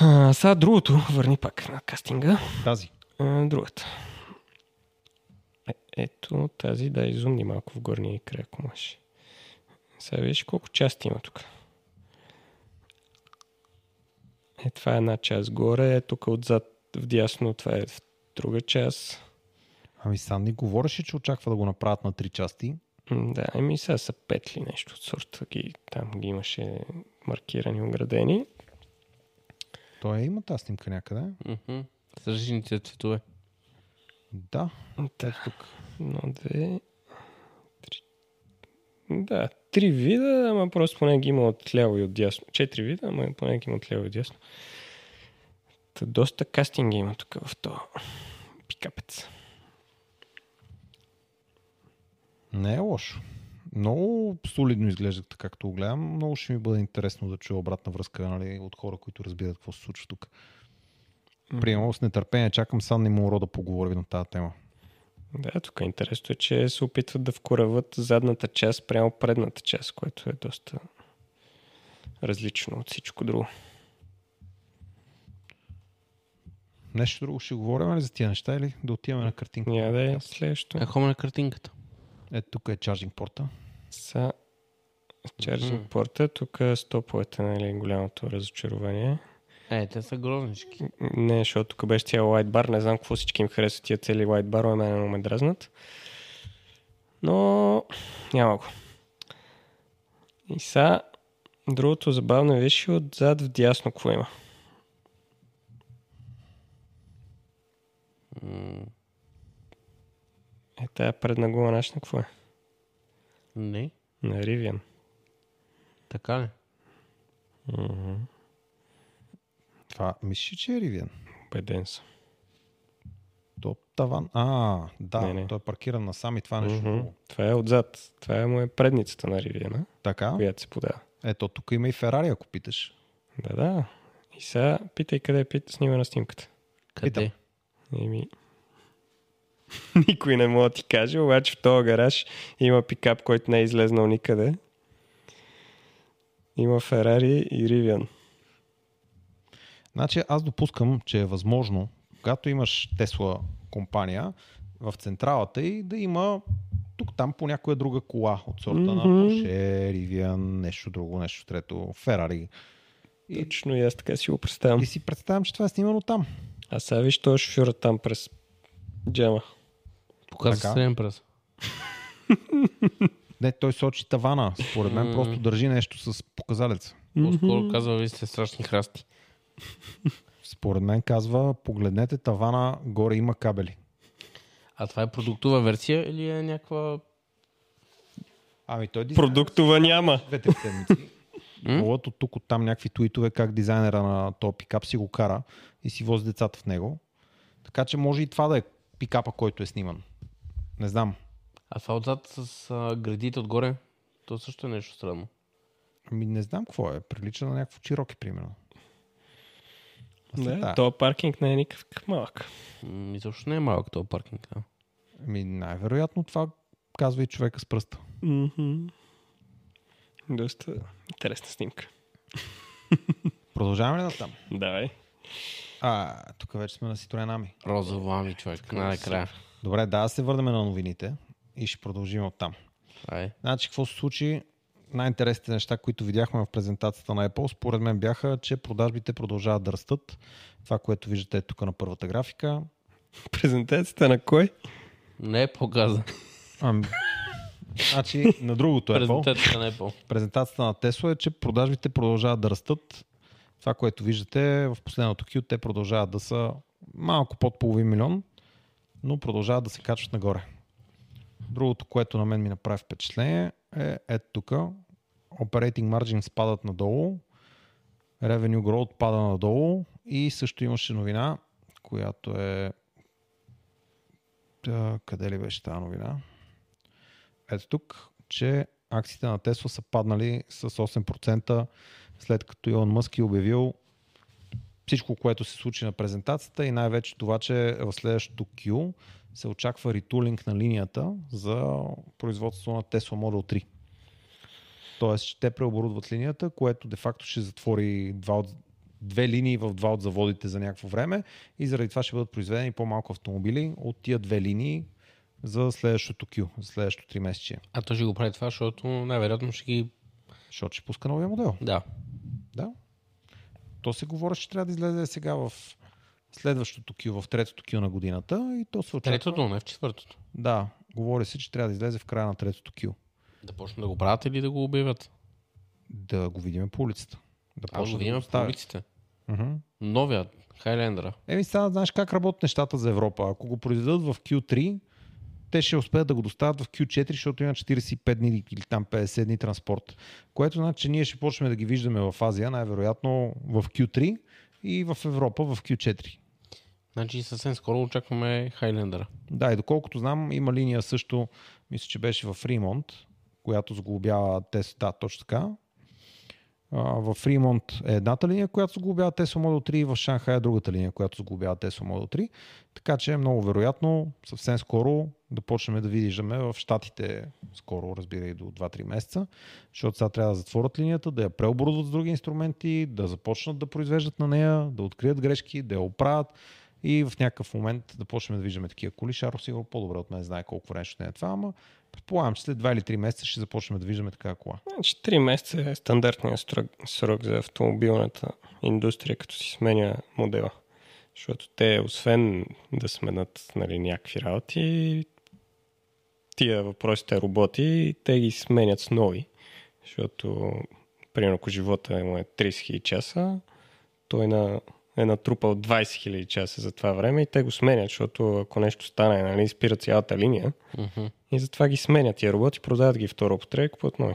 [SPEAKER 3] А, сега другото, върни пак на кастинга.
[SPEAKER 1] Тази.
[SPEAKER 3] А, другата. Е, ето тази, да, изумни малко в горния край, ако можеш. Сега виж колко части има тук. Е, това е една част горе, е, тук отзад вдясно, това е в друга част.
[SPEAKER 1] Ами сам ни говореше, че очаква да го направят на три части.
[SPEAKER 3] М, Да, еми сега са пет ли нещо от сорта. Ги, там ги имаше маркирани, оградени.
[SPEAKER 1] Той има тази снимка някъде.
[SPEAKER 2] Мгм. С различните цветове.
[SPEAKER 1] Да.
[SPEAKER 3] Да. Тук. Едно, две, три. Да, три вида, ама просто поне ги има от ляво и от дясно. Четири вида, ама поне ги има от ляво и от дясно. Та доста кастинги има тук в този пикапец.
[SPEAKER 1] Не е лошо. Много солидно изглежда така, както го гледам. Много ще ми бъде интересно да чуя обратна връзка нали, от хора, които разбират какво се случва тук. Приемал с нетърпение, чакам Санни Муро да поговорим на тази тема.
[SPEAKER 3] Да, тук интересно е, че се опитват да вкорават задната част прямо предната част, което е доста различно от всичко друго.
[SPEAKER 1] Нещо друго ще говорим ли за тия неща или да отиваме на картинка?
[SPEAKER 3] Няма да е следващото.
[SPEAKER 1] е
[SPEAKER 2] Как хома на картинката?
[SPEAKER 1] Ето тук е чарджинг порта.
[SPEAKER 3] Са... Charging порта, тук стоповете, нали, голямото разочарование.
[SPEAKER 2] Е, те са грознички.
[SPEAKER 3] Не, защото тук беше цял лайт бар. Не знам какво всички им харесва тия цели лайт бар, но мен много ме дразнат. Но няма го. И са, другото забавно беше отзад в дясно какво има. Е, тая предна гула нашна какво е?
[SPEAKER 2] Не,
[SPEAKER 3] На Ривиан.
[SPEAKER 2] така ли?
[SPEAKER 1] Това мислиш, че е Ривиан.
[SPEAKER 3] Беден съм.
[SPEAKER 1] Топ таван. А, да,
[SPEAKER 3] Не, не.
[SPEAKER 1] той е паркиран насам и това е нещо.
[SPEAKER 3] Мгм.
[SPEAKER 1] друго.
[SPEAKER 3] Това е отзад. Това е му е предницата на Ривиана,
[SPEAKER 1] Така.
[SPEAKER 3] която се подава.
[SPEAKER 1] Ето, тук има и Ферари, ако питаш.
[SPEAKER 3] Да, да. И сега питай къде е пит, снима на снимката.
[SPEAKER 2] Къде?
[SPEAKER 3] Еми. Никой не мога да ти каже, обаче в този гараж има пикап, който не е излезнал никъде. Има Ферари и Ривиан.
[SPEAKER 1] Значи аз допускам, че е възможно, когато имаш Тесла компания, в централата и да има тук там по някоя друга кола от сорта mm-hmm. на
[SPEAKER 3] Мгм.
[SPEAKER 1] Porsche, Rivian, нещо друго, нещо трето, Ферари. И,
[SPEAKER 3] Точно и аз така си го представям.
[SPEAKER 1] и си представям, че това е снимано там.
[SPEAKER 3] А сега виж този шофьор там през джама.
[SPEAKER 2] Показва
[SPEAKER 1] Така.
[SPEAKER 2] среден пръст.
[SPEAKER 1] Не, той сочи тавана. Според мен просто държи нещо с показалец.
[SPEAKER 2] По-скоро казва, вие сте страшни храсти.
[SPEAKER 1] Според мен казва, погледнете тавана, горе има кабели.
[SPEAKER 2] А това е продуктова версия или е някаква...
[SPEAKER 1] Ами той дизайнер
[SPEAKER 3] Продуктова няма.
[SPEAKER 1] двете седмици. Колото тук от там някакви туитове, как дизайнера на този пикап си го кара и си вози децата в него. Така че може и това да е пикапа, който е сниман. Не знам.
[SPEAKER 2] А това отзад с а, градите отгоре, то също е нещо странно.
[SPEAKER 1] Ами не знам какво е. Прилича на някакво чироки, примерно. Аз не
[SPEAKER 3] Да,
[SPEAKER 1] тая.
[SPEAKER 3] то паркинг не е никакъв малък.
[SPEAKER 2] М, Изобщо не е малък този паркинг. Да.
[SPEAKER 1] Ами най-вероятно това казва и човека с пръста.
[SPEAKER 3] Мгм. Доста интересна снимка.
[SPEAKER 1] Продължаваме ли натам?
[SPEAKER 3] Давай.
[SPEAKER 1] А, тук вече сме на Citroen Ами.
[SPEAKER 2] Розово ами, човек, най-накрая.
[SPEAKER 1] Добре, да, да се върнем на новините и ще продължим от там.
[SPEAKER 2] Това е.
[SPEAKER 1] Значи, какво се случи? Най-интересните неща, които видяхме в презентацията на Apple, според мен бяха, че продажбите продължават да растат. Това, което виждате тук на първата графика.
[SPEAKER 3] Презентацията на кой?
[SPEAKER 2] Не е показа.
[SPEAKER 1] Ам... Значи, Ами, на другото Apple,
[SPEAKER 2] Презентацията е на Apple.
[SPEAKER 1] презентацията на Tesla е, че продажбите продължават да растат. Това, което виждате в последното Q, те продължават да са малко под половин милион, но продължават да се качват нагоре. Другото, което на мен ми направи впечатление е ето тук. Operating margin спадат надолу, revenue growth пада надолу и също имаше новина, която е... Та, къде ли беше тази новина? Ето е тук, че акциите на Тесла са паднали с 8% след като Илон Мъск е обявил всичко, което се случи на презентацията и най-вече това, че в следващото Q се очаква ритулинг на линията за производство на Tesla Model 3. Тоест, ще те преоборудват линията, което де-факто ще затвори два от, две линии в два от заводите за някакво време и заради това ще бъдат произведени по-малко автомобили от тия две линии за следващото Q, за следващото 3 месече.
[SPEAKER 2] А той ще го прави това, защото най-вероятно ще ги...
[SPEAKER 1] Защото ще пуска новия модел.
[SPEAKER 2] Да.
[SPEAKER 1] Да. То се говори, че трябва да излезе сега в следващото Q, в третото Q на годината и то се очаква.
[SPEAKER 2] Третото, не в четвъртото.
[SPEAKER 1] Да, говори се, че трябва да излезе в края на третото Q.
[SPEAKER 2] Да почнат да го правят или да го обявят.
[SPEAKER 1] Да го видим по улицата. Да
[SPEAKER 2] А го
[SPEAKER 1] почне да
[SPEAKER 2] видим
[SPEAKER 1] го
[SPEAKER 2] в
[SPEAKER 1] ставят.
[SPEAKER 2] улиците.
[SPEAKER 1] Мгм.
[SPEAKER 2] Новия, Хайлендера.
[SPEAKER 1] Еми, сега знаеш как работят нещата за Европа. Ако го произведат в Q3, те ще успеят да го доставят в Q4, защото има 45 дни или там 50 дни транспорт. Което значи, че ние ще почнем да ги виждаме в Азия, най-вероятно в Q3 и в Европа в Q4.
[SPEAKER 2] Значи съвсем скоро очакваме Хайлендера.
[SPEAKER 1] Да, и доколкото знам, има линия също, мисля, че беше в Фримонт, която сглобява Тесла. Да, точно така. А, В Фримонт е едната линия, която сглобява Tesla Model 3 и в Шанхай е другата линия, която сглобява Tesla Model 3. Така че е много вероятно съвсем скоро да почнем да виждаме в Штатите, скоро, разбира и до 2-3 месеца, защото сега трябва да затворят линията, да я преоборудват с други инструменти, да започнат да произвеждат на нея, да открият грешки, да я оправят И в някакъв момент да почнем да виждаме такива коли. Шаро сигурно по-добре от мен знае колко време ще не е това, ама предполагам, че след 2 или 3 месеца ще започнем да виждаме такава кола.
[SPEAKER 3] Значи 3 месеца е стандартният срок, срок за автомобилната индустрия, като си сменя модела. Защото те, освен да сменят нали, някакви работи, тия въпросите роботи, те ги сменят с нови. Защото, примерно, ако живота му е 30 000 часа, той на, е натрупал 20 000 часа за това време и те го сменят, защото ако нещо стане, нали, спира цялата линия.
[SPEAKER 2] Мгм.
[SPEAKER 3] И затова ги сменят тия роботи, продават ги втора употреба и купуват нови.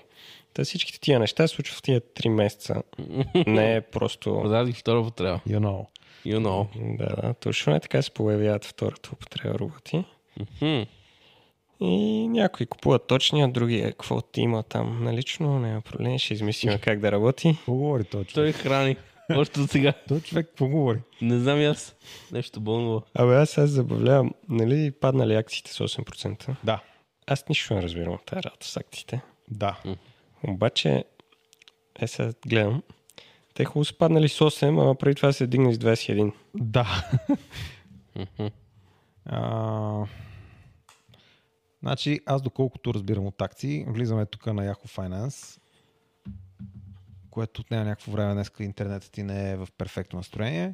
[SPEAKER 3] Та всичките тия неща се случват в тия 3 месеца. Не е просто...
[SPEAKER 2] Продадих втора употреба.
[SPEAKER 1] You know.
[SPEAKER 2] You know.
[SPEAKER 3] Да, да, точно е така се появяват втората употреба роботи.
[SPEAKER 2] Мгм.
[SPEAKER 3] И някои купуват точния, другия какво ти има там налично, няма проблем, ще измислим как да работи.
[SPEAKER 1] Какво говори този човек?
[SPEAKER 2] Той храни. Още от сега.
[SPEAKER 1] Той човек какво говори?
[SPEAKER 2] Не знам и аз. Нещо болно.
[SPEAKER 3] Абе, аз аз забавлявам, нали паднали акциите с 8%?
[SPEAKER 1] Да,
[SPEAKER 3] Аз нищо не разбирам от тази работа с акциите.
[SPEAKER 1] да.
[SPEAKER 3] Обаче, е сега гледам, те хубаво са паднали с 8, ама преди това се дигнали с 21.
[SPEAKER 1] Да. а, значи, аз доколкото разбирам от акции, влизаме тук на Yahoo Finance, което отнема някакво време днес, интернетът ти не е в перфектно настроение.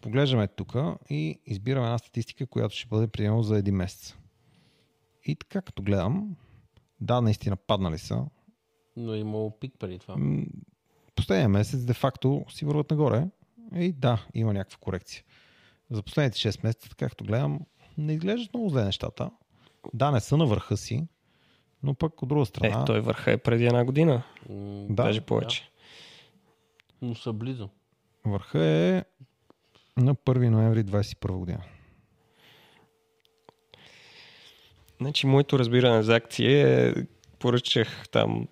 [SPEAKER 1] Поглеждаме тук и избираме една статистика, която ще бъде приемана за един месец. И така, като гледам, да, наистина паднали са.
[SPEAKER 2] Но е имало пик преди това.
[SPEAKER 1] М, Последния месец, де-факто, си върват нагоре. И да, има някаква корекция. За последните 6 месеца, както гледам, не изглеждат много зле нещата. Да, не са на върха си, но пък от друга
[SPEAKER 3] Е,
[SPEAKER 1] страна...
[SPEAKER 3] той върха е преди една година,
[SPEAKER 2] М,
[SPEAKER 1] да,
[SPEAKER 3] даже повече.
[SPEAKER 2] Но са близо.
[SPEAKER 1] върха е на 1 ноември 2021 година.
[SPEAKER 3] Значи, моето разбиране за акции е, поръчах там...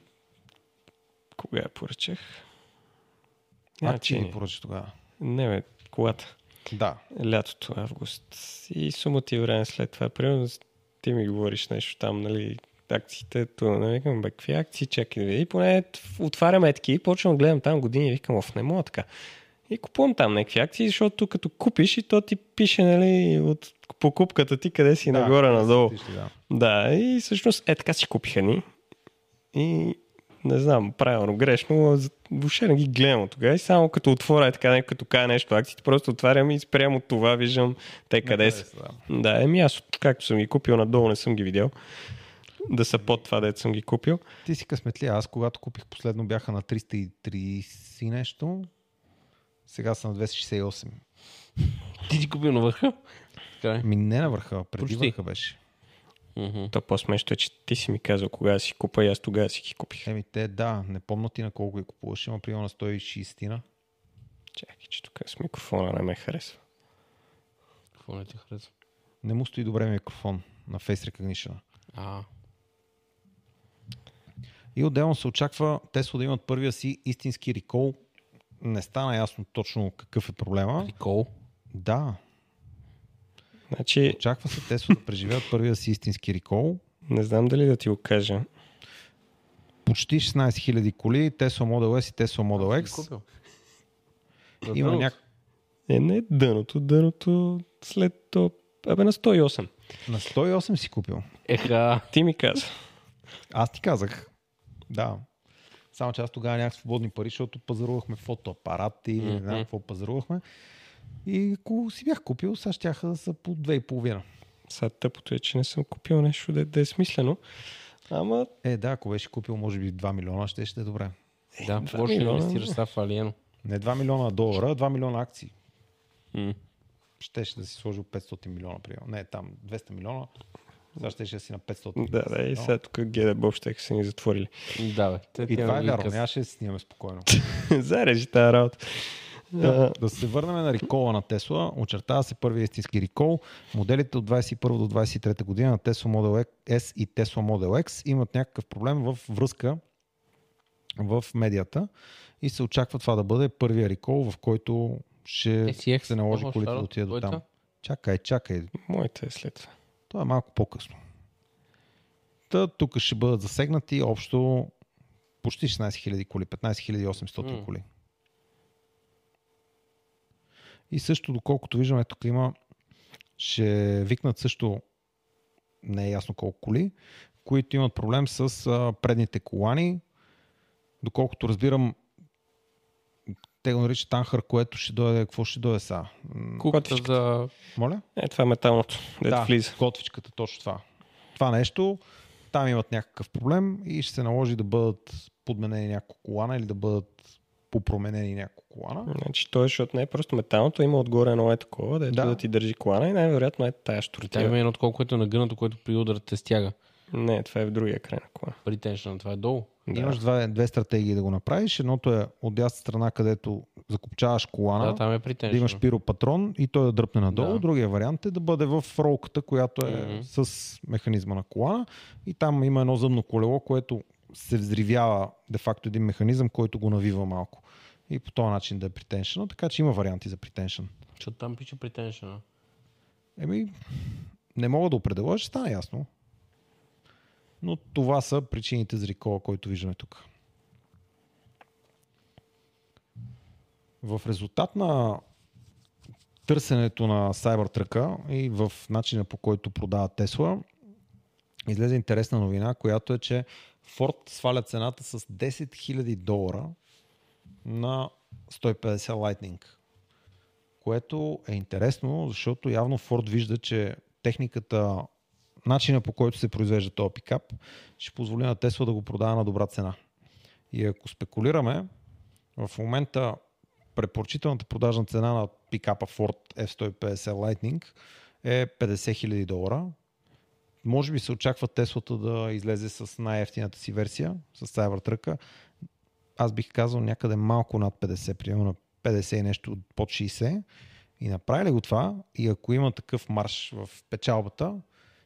[SPEAKER 3] Кога я поръчах? Няма
[SPEAKER 1] А, ти
[SPEAKER 3] значение.
[SPEAKER 1] ги Значи, поръча тогава.
[SPEAKER 3] Не, бе, колата.
[SPEAKER 1] Да.
[SPEAKER 3] Лятото, август. И сума ти време след това. Примерно ти ми говориш нещо там, нали, акциите, то не викам, бе, какви акции, чакай да видя. И поне отварям етки и почвам да гледам там години и викам, оф, не мога така. И купувам там някакви акции, защото като купиш и то ти пише, нали, от покупката ти къде си
[SPEAKER 1] Да,
[SPEAKER 3] нагоре, надолу.
[SPEAKER 1] Ти ще, да.
[SPEAKER 3] Да, и всъщност е така си купиха ни. И не знам, правилно, грешно, но за- въобще не ги гледам от тогава. И само като отворя е така, някой като каже нещо, акциите просто отварям и спрямо това виждам те Е, къде са.
[SPEAKER 1] Да.
[SPEAKER 3] Да, еми аз, както съм ги купил, надолу не съм ги видял. Да са под това, дето съм ги купил.
[SPEAKER 1] Ти си късметлия. Аз когато купих последно бяха на 330 и нещо. Сега са на 268.
[SPEAKER 2] Ти си купил на върха? Така е.
[SPEAKER 1] Ми не на върха, преди
[SPEAKER 2] Почти.
[SPEAKER 1] върха беше.
[SPEAKER 2] Мгм.
[SPEAKER 3] То по-смешно е, че ти си ми казал кога да си купа и аз тогава си ги купих.
[SPEAKER 1] Еми те, да, не помня ти на колко ги купуваш, има примерно на 160-тина.
[SPEAKER 3] Чакай, че тук с микрофона не ме харесва.
[SPEAKER 2] Какво не ти харесва?
[SPEAKER 1] Не му стои добре микрофон на Face Recognition.
[SPEAKER 2] А,
[SPEAKER 1] И отделно се очаква Tesla да имат първия си истински рекол. Не стана ясно точно какъв е проблема.
[SPEAKER 2] прикол.
[SPEAKER 1] Да,
[SPEAKER 3] Значи,
[SPEAKER 1] очаква се Tesla да преживеят първия си истински рекол.
[SPEAKER 3] не знам дали да ти го кажа.
[SPEAKER 1] Почти 16 000 коли, Tesla Model S и Tesla Model
[SPEAKER 2] Си
[SPEAKER 1] X.
[SPEAKER 2] купил.
[SPEAKER 1] Има
[SPEAKER 2] Дъното.
[SPEAKER 1] няк...
[SPEAKER 3] Е, не дъното, дъното след то... Абе на 108.
[SPEAKER 1] На 108 си купил.
[SPEAKER 2] Еха,
[SPEAKER 3] Ти ми каза.
[SPEAKER 1] Аз ти казах. Да. Само че аз тогава нямах свободни пари, защото пазарувахме фотоапарати или не знам какво пазарувахме. И ако си бях купил, сега щяха да са по две и половина.
[SPEAKER 3] Сега тъпото е, че не съм купил нещо да, да е смислено. Ама
[SPEAKER 1] Е, да, ако беше купил може би 2 милиона, ще ще е добре.
[SPEAKER 2] да,
[SPEAKER 3] два
[SPEAKER 2] може да
[SPEAKER 3] милиона.
[SPEAKER 2] инвестираш сега в Алиено.
[SPEAKER 1] Не 2 милиона долара, а 2 милиона акции. Щеше да си сложил 500 милиона, примерно. Не, там 200 милиона. Сега щеше да си на 500.
[SPEAKER 3] да, да, и сега тук гледа Боб, ще са ни затворили.
[SPEAKER 2] Да, бе. Те
[SPEAKER 1] И
[SPEAKER 2] тя
[SPEAKER 1] това е
[SPEAKER 2] ги
[SPEAKER 1] вярно,
[SPEAKER 2] къс-
[SPEAKER 1] нямаше да си снимаме спокойно.
[SPEAKER 3] Зарежи тази работа. Да.
[SPEAKER 1] Да се върнем на рекола на Тесла. Очертава се първият истински рекол. Моделите от 21 до 23 година на Tesla Model S и Tesla Model X имат някакъв проблем в връзка в медията и се очаква това да бъде първия рекол, в който ще
[SPEAKER 2] SEX,
[SPEAKER 1] се наложи
[SPEAKER 2] много
[SPEAKER 1] колите да
[SPEAKER 2] стара.
[SPEAKER 1] отиде до
[SPEAKER 2] Кой е
[SPEAKER 1] там.
[SPEAKER 2] това?
[SPEAKER 1] Чакай, чакай.
[SPEAKER 3] Моите е след това.
[SPEAKER 1] Това е малко по-късно. Та, тук ще бъдат засегнати общо почти 16 000 коли, 15 800
[SPEAKER 2] М.
[SPEAKER 1] коли. И също, доколкото виждаме, тук има Ще викнат също не е ясно колко коли, които имат проблем с а, предните колани. Доколкото разбирам, те го наричат танхър, което ще дойде, какво ще дойде сега? М,
[SPEAKER 2] Куката за...
[SPEAKER 1] Моля?
[SPEAKER 3] Е, това е металното, дето да. влиза.
[SPEAKER 1] готвичката, точно това. Това нещо, там имат някакъв проблем и ще се наложи да бъдат подменени няколко колана или да бъдат попроменени няколко колана.
[SPEAKER 3] Значи той, защото не е просто металното, има отгоре едно е такова, дето да.
[SPEAKER 1] Да.
[SPEAKER 3] да ти държи колана и най-вероятно е тая
[SPEAKER 2] Тя
[SPEAKER 3] штуртива.
[SPEAKER 2] има едно такова, което е нагънато, което при удар те стяга.
[SPEAKER 3] Не, това е в другия край на колана.
[SPEAKER 2] При теншън, това е долу.
[SPEAKER 1] Да. Имаш две, две стратегии да го направиш. Едното е от дясната страна, където закопчаваш колана,
[SPEAKER 2] Да, там е при
[SPEAKER 1] да имаш пиропатрон и той да дръпне надолу.
[SPEAKER 2] Да.
[SPEAKER 1] Да. Другия вариант е да бъде в ролката, която е
[SPEAKER 2] Мгм.
[SPEAKER 1] mm-hmm. с механизма на колана. И там има едно зъбно колело, което се взривява де факто един механизъм, който го навива малко. И по този начин да е притеншено, така че има варианти за притеншен.
[SPEAKER 2] Защото там пише при теншън.
[SPEAKER 1] Еми, не мога да определя, ще стане ясно. Но това са причините за рекола, който виждаме тук. В резултат на търсенето на Cybertruck и в начина по който продава Тесла, излезе интересна новина, която е, че Ford сваля цената с 10 000 долара на 150 Lightning което е интересно, защото явно Форд вижда, че техниката, начина по който се произвежда този пикап, ще позволи на Тесла да го продава на добра цена. И ако спекулираме, в момента препоръчителната продажна цена на пикапа Ford F-150 Lightning е 50 000 долара. Може би се очаква Теслата да излезе с най-ефтината си версия, с Cybertruck. Аз бих казал някъде малко над 50, примерно на 50 и нещо под 60. И направили го това и ако има такъв марш в печалбата,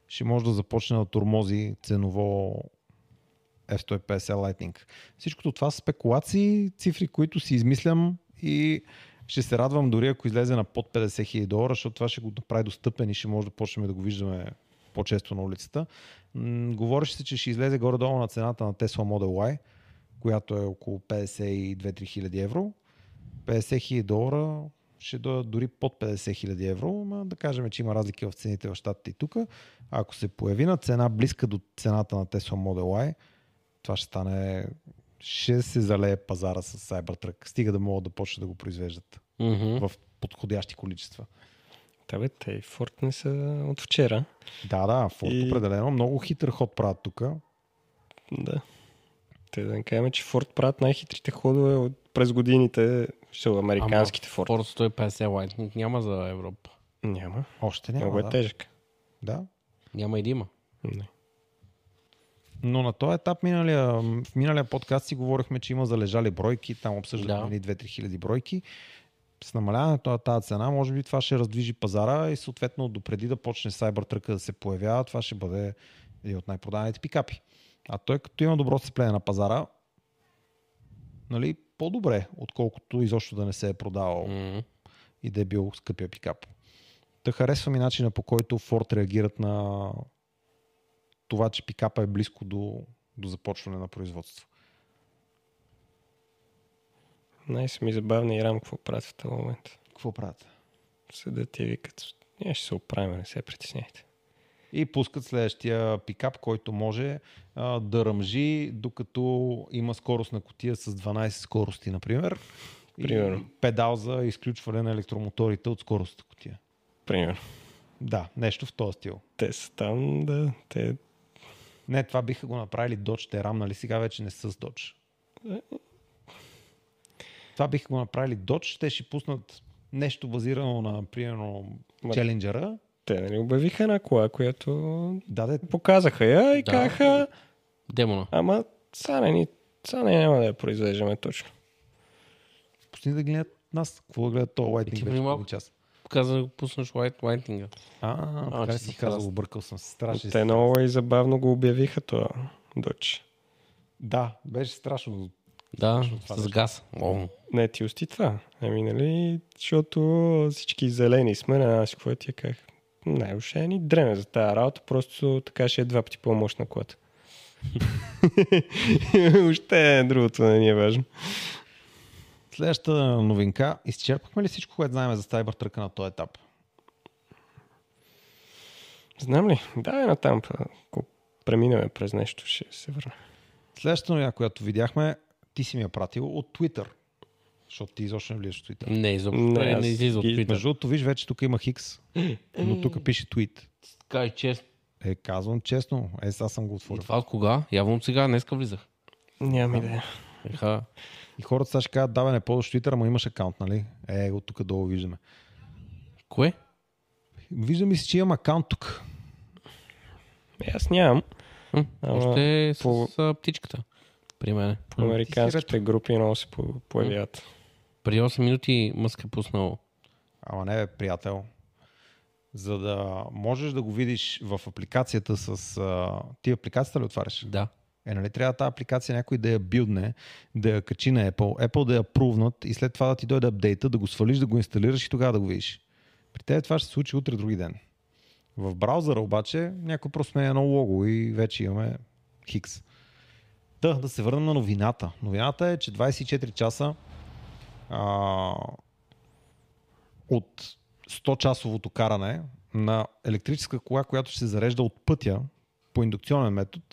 [SPEAKER 1] ще може да започне да тормози ценово F-150 Lightning. Всичкото това са спекулации, цифри, които си измислям и ще се радвам дори ако излезе на под 50 000 долара, защото това ще го направи достъпен и ще може да почнем да го виждаме по-често на улицата. М, говореше се, че ще излезе горе-долу на цената на Tesla Model Y, която е около 52-3 хиляди евро. 50 хиляди долара ще дойдат дори под 50 хиляди евро, ма да кажем, че има разлики в цените в щатите и тук. Ако се появи на цена близка до цената на Tesla Model Y, това ще стане ще се залее пазара с Cybertruck. Стига да могат да почнат да го произвеждат
[SPEAKER 2] Mm-hmm.
[SPEAKER 1] в подходящи количества.
[SPEAKER 3] Та бе, те и Форд не са от вчера.
[SPEAKER 1] Да, да, Ford и...
[SPEAKER 3] И-
[SPEAKER 1] определено много хитър ход правят тук.
[SPEAKER 3] Да. Те да не кажем, че Форд правят най-хитрите ходове от през годините. Ще американските Форд.
[SPEAKER 2] Форд 150 Lightning няма за Европа.
[SPEAKER 3] Няма.
[SPEAKER 1] Още
[SPEAKER 3] Много
[SPEAKER 1] няма,
[SPEAKER 3] е
[SPEAKER 1] да.
[SPEAKER 3] тежък.
[SPEAKER 1] да.
[SPEAKER 2] Няма и да има.
[SPEAKER 3] Не.
[SPEAKER 1] Но на този етап миналия, в миналия подкаст си говорихме, че има залежали бройки, там
[SPEAKER 2] Да.
[SPEAKER 1] обсъждахме да. 2-3 хиляди бройки. С намаляването на тази цена, може би това ще раздвижи пазара и съответно допреди да почне Cybertruck да се появява, това ще бъде един от най-проданите пикапи. А той като има добро сцепление на пазара, нали, по-добре, отколкото изобщо да не се е продавал
[SPEAKER 2] Mm-hmm.
[SPEAKER 1] и да е бил скъпия пикап. Та харесва ми начина по който Ford реагират на това, че пикапа е близко до, до започване на производство.
[SPEAKER 3] Най-са ми забавна и рам какво правят в този момент.
[SPEAKER 1] Какво правят?
[SPEAKER 3] Седят и викат. Ние ще се оправим, не се притесняйте.
[SPEAKER 1] И пускат следващия пикап, който може а, да ръмжи, докато има скорост на котия с 12 скорости, например. И
[SPEAKER 3] Примерно.
[SPEAKER 1] педал за изключване на електромоторите от скоростната котия.
[SPEAKER 3] Примерно.
[SPEAKER 1] Да, нещо в този стил.
[SPEAKER 3] Те са там, да. Те
[SPEAKER 1] Не, това биха го направили Dodge Terram, нали сега вече не са с Dodge. Това биха го направили Dodge, те ще пуснат нещо базирано на, примерно,
[SPEAKER 3] Ма-
[SPEAKER 1] Challenger.
[SPEAKER 3] Те нали, обявиха една кола, която
[SPEAKER 1] Да, де,
[SPEAKER 3] показаха я и
[SPEAKER 2] Да.
[SPEAKER 3] да. казаха,
[SPEAKER 2] Демона.
[SPEAKER 3] ама са не, ни, са не няма да я произвеждаме точно.
[SPEAKER 1] пусни да гледат нас. Какво да гледат то Lightning
[SPEAKER 2] Ти
[SPEAKER 1] вече
[SPEAKER 2] преди малко-
[SPEAKER 1] половин час?
[SPEAKER 2] Каза да пуснеш лайт, лайтинга.
[SPEAKER 1] А,
[SPEAKER 2] А,
[SPEAKER 1] така
[SPEAKER 2] че
[SPEAKER 1] ли
[SPEAKER 2] си
[SPEAKER 1] си казал,
[SPEAKER 2] храст.
[SPEAKER 1] объркал съм се. Страшно.
[SPEAKER 3] Те много и забавно го обявиха това, Доч.
[SPEAKER 1] Да, беше страшно.
[SPEAKER 2] Да,
[SPEAKER 1] Точно това
[SPEAKER 2] с
[SPEAKER 1] беше.
[SPEAKER 2] газ. О,
[SPEAKER 3] Не ти усти това. Ами, нали, защото всички зелени сме, не знам си какво е ти как. Не, уше ни дреме за тази работа, просто така ще е два пъти по-мощна колата. Още другото не ни е важно.
[SPEAKER 1] Следващата новинка. Изчерпахме ли всичко, което знаем за Cybertruck на този етап?
[SPEAKER 3] Знам ли? Да, е натам. па, Ако преминем през нещо, ще се върна.
[SPEAKER 1] Следващата новина, която видяхме, ти си ми я пратил от Twitter. Защото ти изобщо не влизаш в Twitter.
[SPEAKER 2] Не, изобщо
[SPEAKER 3] Не,
[SPEAKER 2] не,
[SPEAKER 3] аз
[SPEAKER 2] не излиза от
[SPEAKER 3] ги-
[SPEAKER 2] Twitter.
[SPEAKER 1] Между другото, виж, вече тук има Хикс, но тук пише твит.
[SPEAKER 2] Кай чест.
[SPEAKER 1] Е, казвам честно. Е, сега съм го
[SPEAKER 2] И
[SPEAKER 1] отворил.
[SPEAKER 2] това от кога? Явно от сега, днеска влизах.
[SPEAKER 3] Нямам идея.
[SPEAKER 2] Еха,
[SPEAKER 1] И хората сега ще кажат, да, бе, не ползваш Twitter, ама имаш акаунт, нали? Е, от тук долу виждаме.
[SPEAKER 2] кое?
[SPEAKER 1] Виждаме си, че имам акаунт тук.
[SPEAKER 3] Е, Аз нямам.
[SPEAKER 2] М,
[SPEAKER 3] Ама
[SPEAKER 2] Още е с
[SPEAKER 3] по-
[SPEAKER 2] а, птичката. При мен.
[SPEAKER 3] По американските групи много се по- появяват.
[SPEAKER 2] Преди 8 минути Мъск е пуснал.
[SPEAKER 1] Ама не, бе, приятел. За да можеш да го видиш в апликацията с... А... Ти апликацията ли отваряш?
[SPEAKER 2] Да.
[SPEAKER 1] Е, нали трябва тази апликация някой да я билдне, да я качи на Apple, Apple да я прувнат и след това да ти дойде апдейта, да го свалиш, да го инсталираш и тогава да го видиш. При теб това ще се случи утре други ден. В браузъра обаче някой просто сменя едно лого и вече имаме Хикс. Да, да се върнем на новината. Новината е, че 24 часа а, от 100-часовото каране на електрическа кола, която ще се зарежда от пътя по индукционен метод,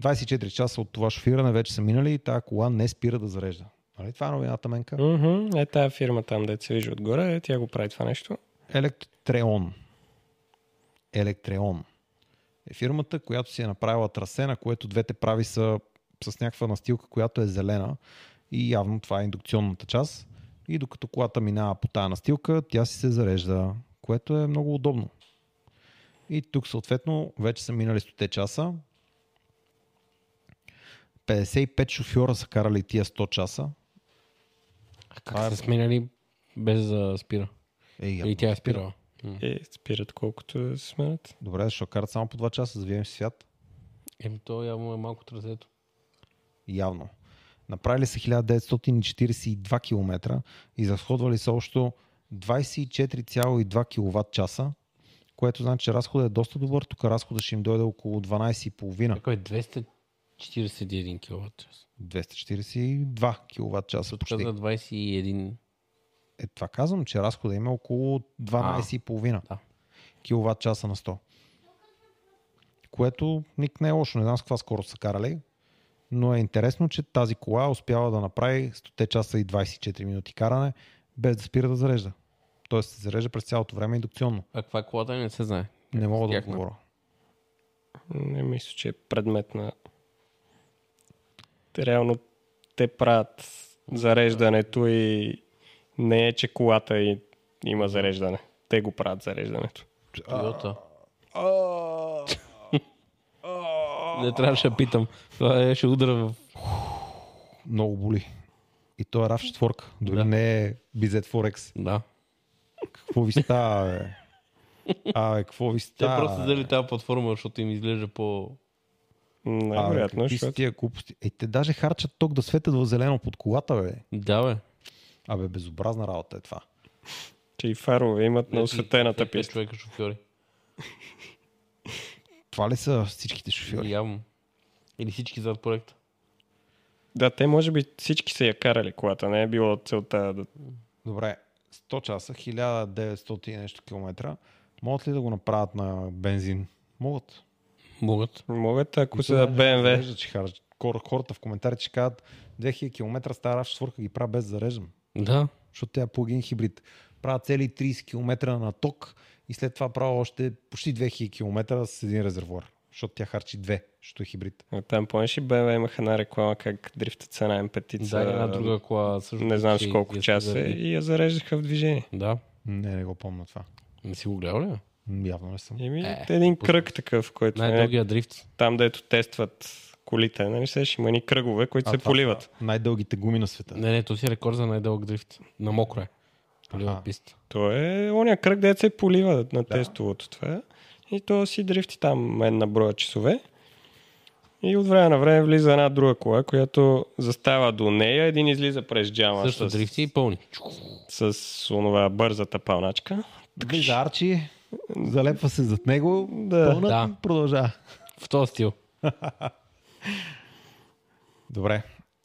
[SPEAKER 1] 24 часа от това шофиране вече са минали и тази кола не спира да зарежда. Нали? Това е новината, Менка.
[SPEAKER 3] Мгм, Е, тая фирма там, де се вижда отгоре, е, тя го прави това нещо.
[SPEAKER 1] Електреон. Електреон е фирмата, която си е направила трасе, на което двете прави са с някаква настилка, която е зелена и явно това е индукционната част. И докато колата минава по тази настилка, тя си се зарежда, което е много удобно. И тук съответно вече са минали 100 часа. 55 шофьора са карали тия 100 часа.
[SPEAKER 2] А как са сменяли без да спира?
[SPEAKER 1] Ей,
[SPEAKER 2] Или
[SPEAKER 1] явно.
[SPEAKER 2] тя е спирала? М.
[SPEAKER 3] И спират колкото да се сменят.
[SPEAKER 1] Добре, защо карат само по 2 часа, завием свят.
[SPEAKER 2] Еми то явно е малко трасето.
[SPEAKER 1] явно. Направили са 1942 км и разходвали са общо 24,2 кВт часа, което значи, че разходът е доста добър. Тук разходът ще им дойде около 12,5.
[SPEAKER 2] Какво е 241 кВт.
[SPEAKER 1] 242 кВт часа
[SPEAKER 2] Тук
[SPEAKER 1] почти.
[SPEAKER 2] за 21
[SPEAKER 1] Е, това казвам, че разходът им е около 12,5
[SPEAKER 2] да.
[SPEAKER 1] кВт часа на 100. Което ник не е лошо. Не знам с каква скорост са карали, но е интересно, че тази кола успява да направи 100 часа и 24 минути каране, без да спира да зарежда. Тоест се зарежда през цялото време индукционно.
[SPEAKER 2] А каква е колата не се знае.
[SPEAKER 1] Не мога да
[SPEAKER 2] Тяхна.
[SPEAKER 1] отговоря.
[SPEAKER 3] Не мисля, че е предмет на... Те Реално те правят зареждането и не е, че колата и има зареждане. Те го правят зареждането.
[SPEAKER 2] Тойота. Не трябваше да питам. Това е, ще удра в...
[SPEAKER 1] Много боли. И то е RAV4, дори да. не е BZ Forex.
[SPEAKER 2] Да.
[SPEAKER 1] Какво ви става, бе? А, бе, какво ви
[SPEAKER 2] Те
[SPEAKER 1] става?
[SPEAKER 2] просто
[SPEAKER 1] бе?
[SPEAKER 2] взели тази платформа, защото им изглежда по...
[SPEAKER 3] Най-вероятно,
[SPEAKER 1] какви са
[SPEAKER 3] защото
[SPEAKER 1] тия глупости. Е, те даже харчат ток да светят в зелено под колата, бе.
[SPEAKER 2] Да, бе.
[SPEAKER 1] Абе, безобразна работа е това.
[SPEAKER 3] че и фарове
[SPEAKER 2] Значи,
[SPEAKER 3] имат на осветената
[SPEAKER 2] писта.
[SPEAKER 3] писта.
[SPEAKER 2] човека шофьори.
[SPEAKER 1] Това ли са всичките шофьори?
[SPEAKER 2] Явно. Или всички зад проекта.
[SPEAKER 3] Да, те може би всички са я карали колата, не е било целта да...
[SPEAKER 1] Добре, 100 часа, 1900 и нещо километра. Могат ли да го направят на бензин? Могат.
[SPEAKER 2] Могат.
[SPEAKER 3] Могат, ако са
[SPEAKER 1] Това
[SPEAKER 3] BMW.
[SPEAKER 1] Зарежда, че харчат. Хор- Хората в коментарите ще кажат 2000 км стара четвърка ги правя без да зареждам.
[SPEAKER 2] Да.
[SPEAKER 1] Защото тя е плагин хибрид. Правя цели 30 км на ток и след това правя още почти 2000 км с един резервуар. Защото тя харчи две, защото е хибрид.
[SPEAKER 3] А Там помниш ли BMW имаха една реклама как дрифтат с една М5.
[SPEAKER 2] Да, и една друга кола също.
[SPEAKER 3] Не знам с
[SPEAKER 2] ще
[SPEAKER 3] колко
[SPEAKER 2] я
[SPEAKER 3] часа е,
[SPEAKER 2] заради.
[SPEAKER 3] и я зареждаха в движение.
[SPEAKER 2] Да.
[SPEAKER 1] Не, не го помня това.
[SPEAKER 2] Не си го гледал
[SPEAKER 3] Е,
[SPEAKER 2] ли?
[SPEAKER 1] М, Явно не съм.
[SPEAKER 3] Еми,
[SPEAKER 2] Е,
[SPEAKER 3] е, един кръг такъв, който е,
[SPEAKER 2] Най-дългия дрифт.
[SPEAKER 3] там, дето тестват колите, нали се, ще има ни кръгове, които
[SPEAKER 1] А,
[SPEAKER 3] се
[SPEAKER 1] това
[SPEAKER 3] поливат.
[SPEAKER 1] са Най-дългите гуми на света.
[SPEAKER 2] Не, не, то си е рекорд за най-дълъг дрифт. На мокро е. Полива
[SPEAKER 1] Аха.
[SPEAKER 2] писта.
[SPEAKER 3] То е оня кръг, дето се полива на тестовото това. е. И то си дрифти там мен на броя часове. И от време на време влиза една друга кола, която застава до нея, един излиза през джама
[SPEAKER 2] Също
[SPEAKER 3] с,
[SPEAKER 2] дрифти и пълни.
[SPEAKER 3] с, онова бързата пълначка.
[SPEAKER 1] Влиза Арчи, залепва се зад него,
[SPEAKER 3] Да.
[SPEAKER 1] пълнат
[SPEAKER 2] Да.
[SPEAKER 1] и продължава.
[SPEAKER 2] В този стил.
[SPEAKER 1] Добре,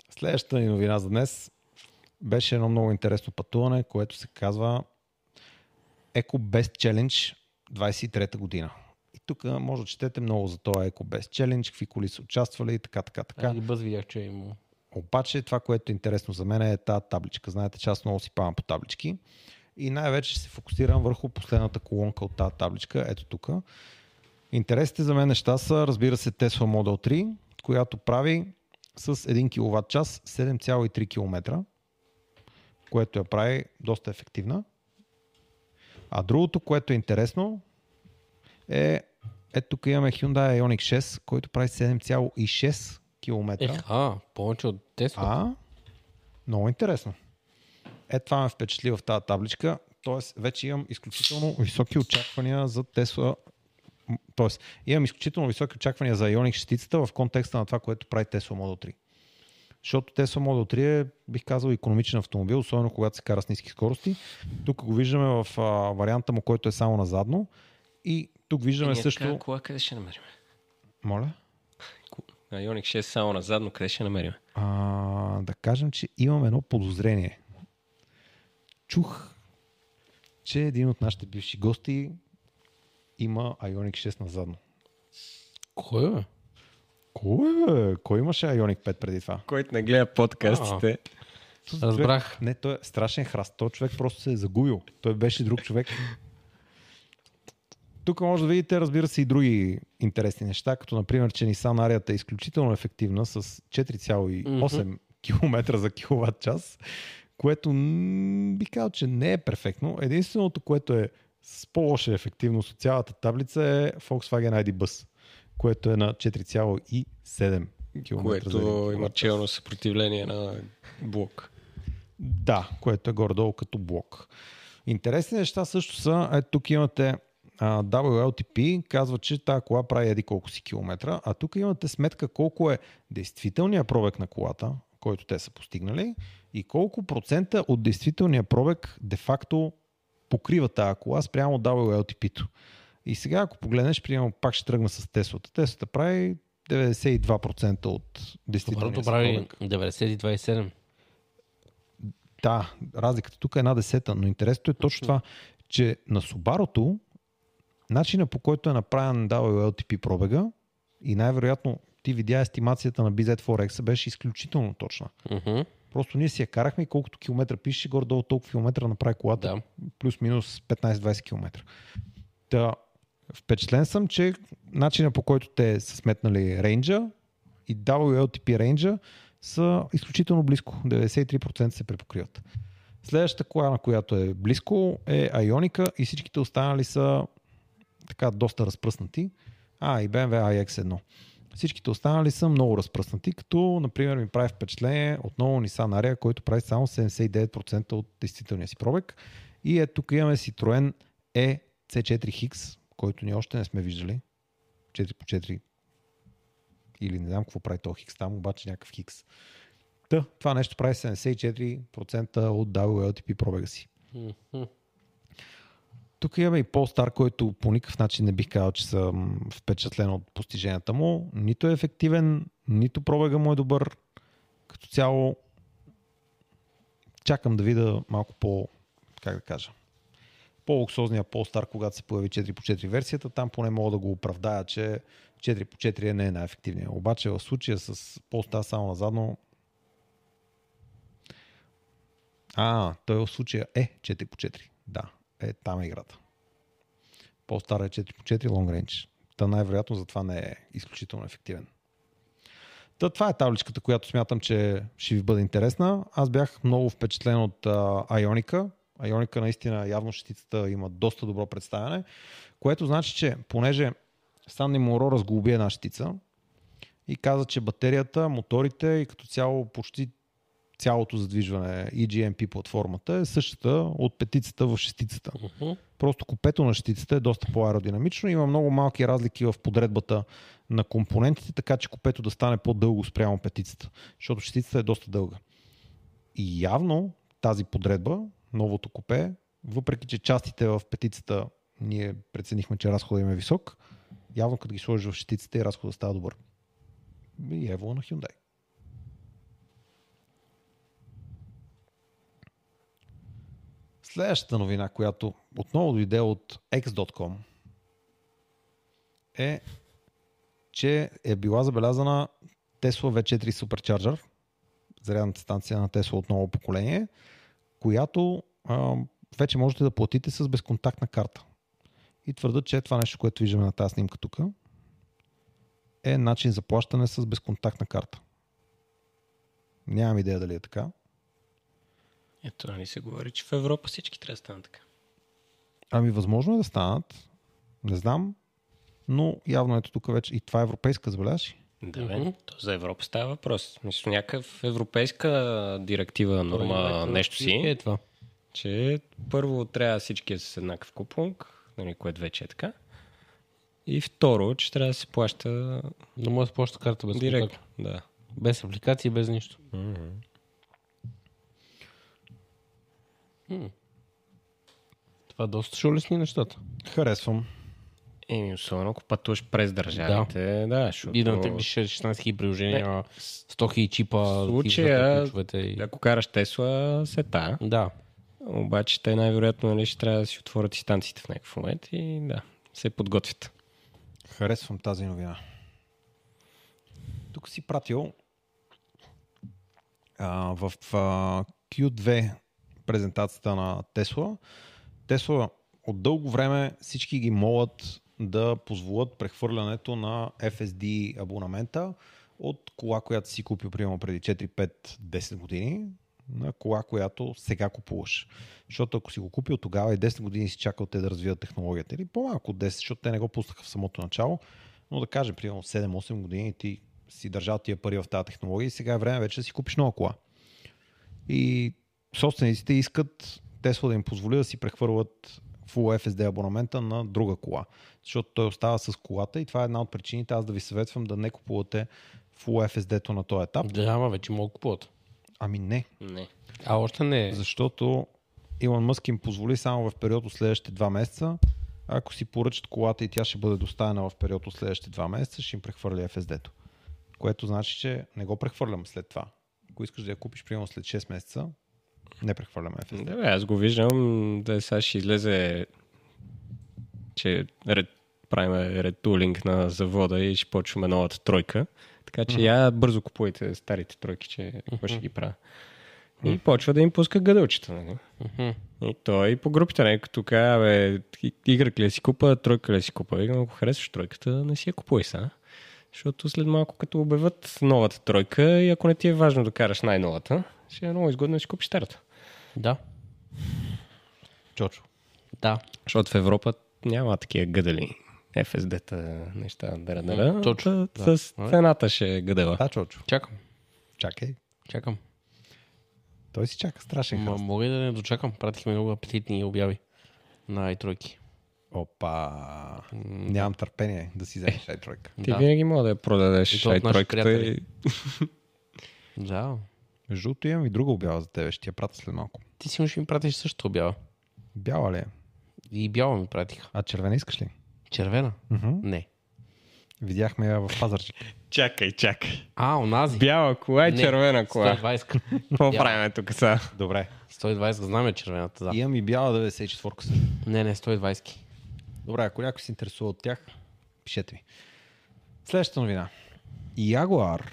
[SPEAKER 1] следващата ни новина за днес беше едно много интересно пътуване, което се казва Eco Best Challenge 23-та година. И Тук може да четете много за този еко без челендж, какви коли са участвали и така, така, така.
[SPEAKER 2] Така. И бъз видях, че е има.
[SPEAKER 1] Обаче това, което е интересно за мен е тази табличка. Знаете, че аз много си павам по таблички. И най-вече ще се фокусирам върху последната колонка от тази табличка. Ето тук. Интересите за мен неща са, разбира се, Tesla Model 3, която прави с 1 кВт час 7,3 км, което я прави доста ефективна. А другото, което е интересно, е ето тук имаме Hyundai Ioniq 6, който прави 7,6
[SPEAKER 3] Е.
[SPEAKER 1] км.
[SPEAKER 2] Еха, повече от Тесла.
[SPEAKER 1] А, много интересно. Е, това ме впечатли в тази табличка. Тоест, вече имам изключително високи очаквания за Тесла. М, Тоест, имам изключително високи очаквания за Ioniq шестицата в контекста на това, което прави Tesla Model 3. Защото Tesla Model 3 е, бих казал, економичен автомобил, особено когато се кара с ниски скорости. Тук го виждаме в а, варианта му, който е само назадно. И тук виждаме
[SPEAKER 3] Ние
[SPEAKER 1] също...
[SPEAKER 3] така Кола къде ще намерим?
[SPEAKER 1] Моля?
[SPEAKER 3] Айоник 6 само назадно, къде ще намерим?
[SPEAKER 1] А, да кажем, че имам едно подозрение. Чух, че един от нашите бивши гости има Ioniq 6 назадно.
[SPEAKER 2] Кой е? бе?
[SPEAKER 1] Кой, бе? Кой имаше Ioniq 5 преди това?
[SPEAKER 3] Който не гледа подкастите.
[SPEAKER 2] Разбрах.
[SPEAKER 1] Човек, не, той е страшен храст. Той човек просто се е загубил. Той беше друг човек. Тук може да видите, разбира се, и други интересни неща, като например, че Nissan Ariat е изключително ефективна с 4,8 км за киловатт час, което м, би казал, че не е перфектно. Единственото, което е с по-лоша ефективност от цялата таблица е Volkswagen ID Bus, което е на 4,7 км.
[SPEAKER 3] което има челно съпротивление на блок.
[SPEAKER 1] Да, което е горе-долу като блок. Интересни неща също са, ето тук имате а, WLTP, казва, че тази кола прави еди колко си километра, а тук имате сметка колко е действителният пробег на колата, който те са постигнали и колко процента от действителния пробег де-факто покрива тази кола спрямо WLTP-то. И сега, ако погледнеш, примерно пак ще тръгна с Теслата. Теслата прави 92% от действителния
[SPEAKER 2] Първото
[SPEAKER 1] си пробег.
[SPEAKER 2] прави 92,7.
[SPEAKER 1] Да, разликата тук е една десета, но интересното е точно това, че на Subaru-то начина по който е направен WLTP пробега и най-вероятно ти видя естимацията на BZ Forex беше изключително точна.
[SPEAKER 2] Мгм.
[SPEAKER 1] Просто ние си я карахме и колкото километра пише, горе-долу толкова километра направи колата.
[SPEAKER 2] Да.
[SPEAKER 1] Плюс-минус 15-20 км. Та, впечатлен съм, че начина по който те са сметнали рейнджа и WLTP рейнджа са изключително близко. 93% се препокриват. Следващата кола, на която е близко, е Айоника и всичките останали са така доста разпръснати. А, и BMW iX1. Всичките останали са много разпръснати, като, например, ми прави впечатление отново Nissan Ariya, който прави само 79% от действителния си пробег. И е тук имаме Citroen E EC4X, който ние още не сме виждали. 4 по 4 или не знам какво прави то Хикс там, обаче някакъв Хикс. Та, това нещо прави 74% от WLTP пробега си.
[SPEAKER 2] Мгм.
[SPEAKER 1] Тук имаме и Polestar, който по никакъв начин не бих казал, че съм впечатлен от постиженията му. Нито е ефективен, нито пробега му е добър. Като цяло чакам да видя малко по, как да кажа, по-луксозния Polestar, когато се появи 4x4 версията, там поне мога да го оправдая, че 4x4 не е най-ефективният. Обаче в случая с Polestar само назадно, а, той в случая е 4x4. Да, е там е играта. По-стара е 4x4 Long Range. Та най-вероятно затова не е изключително ефективен. Та това е табличката, която смятам, че ще ви бъде интересна. Аз бях много впечатлен от а, Айоника. Айоника наистина явно щитицата има доста добро представяне, което значи, че понеже Станни Моро разглоби една щица и каза, че батерията, моторите и като цяло почти цялото задвижване E и GMP платформата е същата от петицата в шестицата.
[SPEAKER 2] Мгм.
[SPEAKER 1] Просто купето на щитицата е доста по-аеродинамично. Има много малки разлики в подредбата на компонентите, така че купето да стане по-дълго спрямо петицата, защото щитицата е доста дълга. И явно тази подредба, новото купе, въпреки че частите в петицата ние преценихме, че разходът им е висок, явно като ги сложиш в щитицата и разходът става добър. И ево на Hyundai. Следващата новина, която отново дойде от X.com, е, че е била забелязана Tesla V4 Supercharger, зарядната станция на Tesla от ново поколение, която а, вече можете да платите с безконтактна карта. И твърдат, че това нещо, което виждаме на тази снимка тук, е начин за плащане с безконтактна карта. Нямам идея дали е така.
[SPEAKER 3] Ето, нали се говори, че в Европа всички трябва да станат така.
[SPEAKER 1] Ами възможно е да станат. Не знам. Но явно ето тук вече. И това е европейска, забеляш?
[SPEAKER 3] Да, бе. То за Европа става въпрос. Мисля, някакъв европейска директива, норма, нещо
[SPEAKER 2] Е
[SPEAKER 3] си,
[SPEAKER 2] това.
[SPEAKER 3] че първо трябва всички да са с еднакъв купунг, нали, което вече е така. И второ, че трябва да се плаща
[SPEAKER 2] Да може да се плаща карта без
[SPEAKER 3] директно.
[SPEAKER 2] контакт.
[SPEAKER 3] Да.
[SPEAKER 2] Без апликации, без нищо. М. Това доста ще улесни нещата.
[SPEAKER 1] Харесвам.
[SPEAKER 3] Еми, особено ако пътуваш през държавите, да, защото...
[SPEAKER 2] И да не те пише 16 хиляди приложения, 100 хиляди чипа,
[SPEAKER 3] Е, В
[SPEAKER 2] ти
[SPEAKER 3] случая,
[SPEAKER 2] виждате ключовете и...
[SPEAKER 3] ако караш Тесла, се та.
[SPEAKER 2] Да.
[SPEAKER 3] Обаче те най-вероятно нали, ще трябва да си отворят и станциите в някакъв момент и да, се подготвят.
[SPEAKER 1] Харесвам тази новина. Тук си пратил а, в а, Q2 презентацията на Тесла. Тесла от дълго време всички ги молят да позволят прехвърлянето на FSD абонамента от кола, която си купил примерно преди 4, 5, 10 години на кола, която сега купуваш. Защото ако си го купил тогава и 10 години си чакал те да развият технологията или по-малко от 10, защото те не го пуснаха в самото начало, но да кажем, примерно 7-8 години ти си държал тия пари в тази технология и сега е време вече да си купиш нова кола. И собствениците искат Тесла да им позволи да си прехвърват Full FSD абонамента на друга кола. Защото той остава с колата и това е една от причините аз да ви съветвам да не купувате Full FSD-то на този етап.
[SPEAKER 2] Да, ама вече мога да купуват.
[SPEAKER 1] Ами не,
[SPEAKER 3] Не.
[SPEAKER 2] А още не е.
[SPEAKER 1] защото Илон Мъск им позволи само в период от следващите два месеца. Ако си поръчат колата и тя ще бъде доставена в период от следващите два месеца, ще им прехвърли FSD-то. Което значи, че не го прехвърлям след това. Ако искаш да я купиш, примерно след 6 месеца, не прехвърляме FSD.
[SPEAKER 3] Да, бе, аз го виждам, да сега ще излезе, че ред, правим ретулинг на завода и ще почваме новата тройка. Така че я бързо купуйте старите тройки, че какво ще ги правя. И почва да им пуска гъдълчета. Нали?
[SPEAKER 2] Мгм.
[SPEAKER 3] И той и по групите, нали, като казва, бе, и- игрък ли да си купа, тройка ли да си купа. Викам, ако харесваш тройката, не си я купуй сега. Защото след малко, като обявят новата тройка и ако не ти е важно да караш най-новата, ще е много изгодно да си купиш старата.
[SPEAKER 2] Да.
[SPEAKER 1] Чочо.
[SPEAKER 2] Да.
[SPEAKER 3] Защото в Европа няма такива гъдали. ФСД-та неща, дара, дара.
[SPEAKER 2] М, точно,
[SPEAKER 3] Та- С цената ще е гъдела.
[SPEAKER 1] Да, Чочо.
[SPEAKER 2] Чакам.
[SPEAKER 1] Чакай.
[SPEAKER 2] Чакам.
[SPEAKER 1] Той си чака страшен
[SPEAKER 2] М-
[SPEAKER 1] хъст.
[SPEAKER 2] мога и да не дочакам. Пратихме много апетитни обяви на i3.
[SPEAKER 1] Опа. Нямам търпение да си вземеш ай тройка.
[SPEAKER 3] Ти
[SPEAKER 2] да.
[SPEAKER 3] винаги мога да я
[SPEAKER 2] И
[SPEAKER 3] продадеш
[SPEAKER 2] то от
[SPEAKER 3] ай
[SPEAKER 2] наши
[SPEAKER 3] тройката.
[SPEAKER 2] приятели.
[SPEAKER 3] И...
[SPEAKER 2] Да.
[SPEAKER 1] Между другото имам и друга обява за тебе, ще ти я пратя след малко.
[SPEAKER 2] Ти сигурно ще ми пратиш същата обява.
[SPEAKER 1] Бяла ли е?
[SPEAKER 2] И бяла ми пратиха.
[SPEAKER 1] А червена искаш ли?
[SPEAKER 2] Червена?
[SPEAKER 1] Мгм.
[SPEAKER 2] Не.
[SPEAKER 1] Видяхме я в Пазарчик.
[SPEAKER 3] Чакай, чакай.
[SPEAKER 2] А, онази.
[SPEAKER 3] Бяла кола и
[SPEAKER 2] Не,
[SPEAKER 3] червена кола.
[SPEAKER 2] 120.
[SPEAKER 3] Какво
[SPEAKER 2] бяла.
[SPEAKER 3] правим тук сега?
[SPEAKER 1] Добре.
[SPEAKER 2] 120, знам я червената, да.
[SPEAKER 1] Имам и бяла 94-ка също.
[SPEAKER 2] Не, не, 120.
[SPEAKER 1] Добре, ако някой се интересува от тях, пишете ми. Следващата новина. Jaguar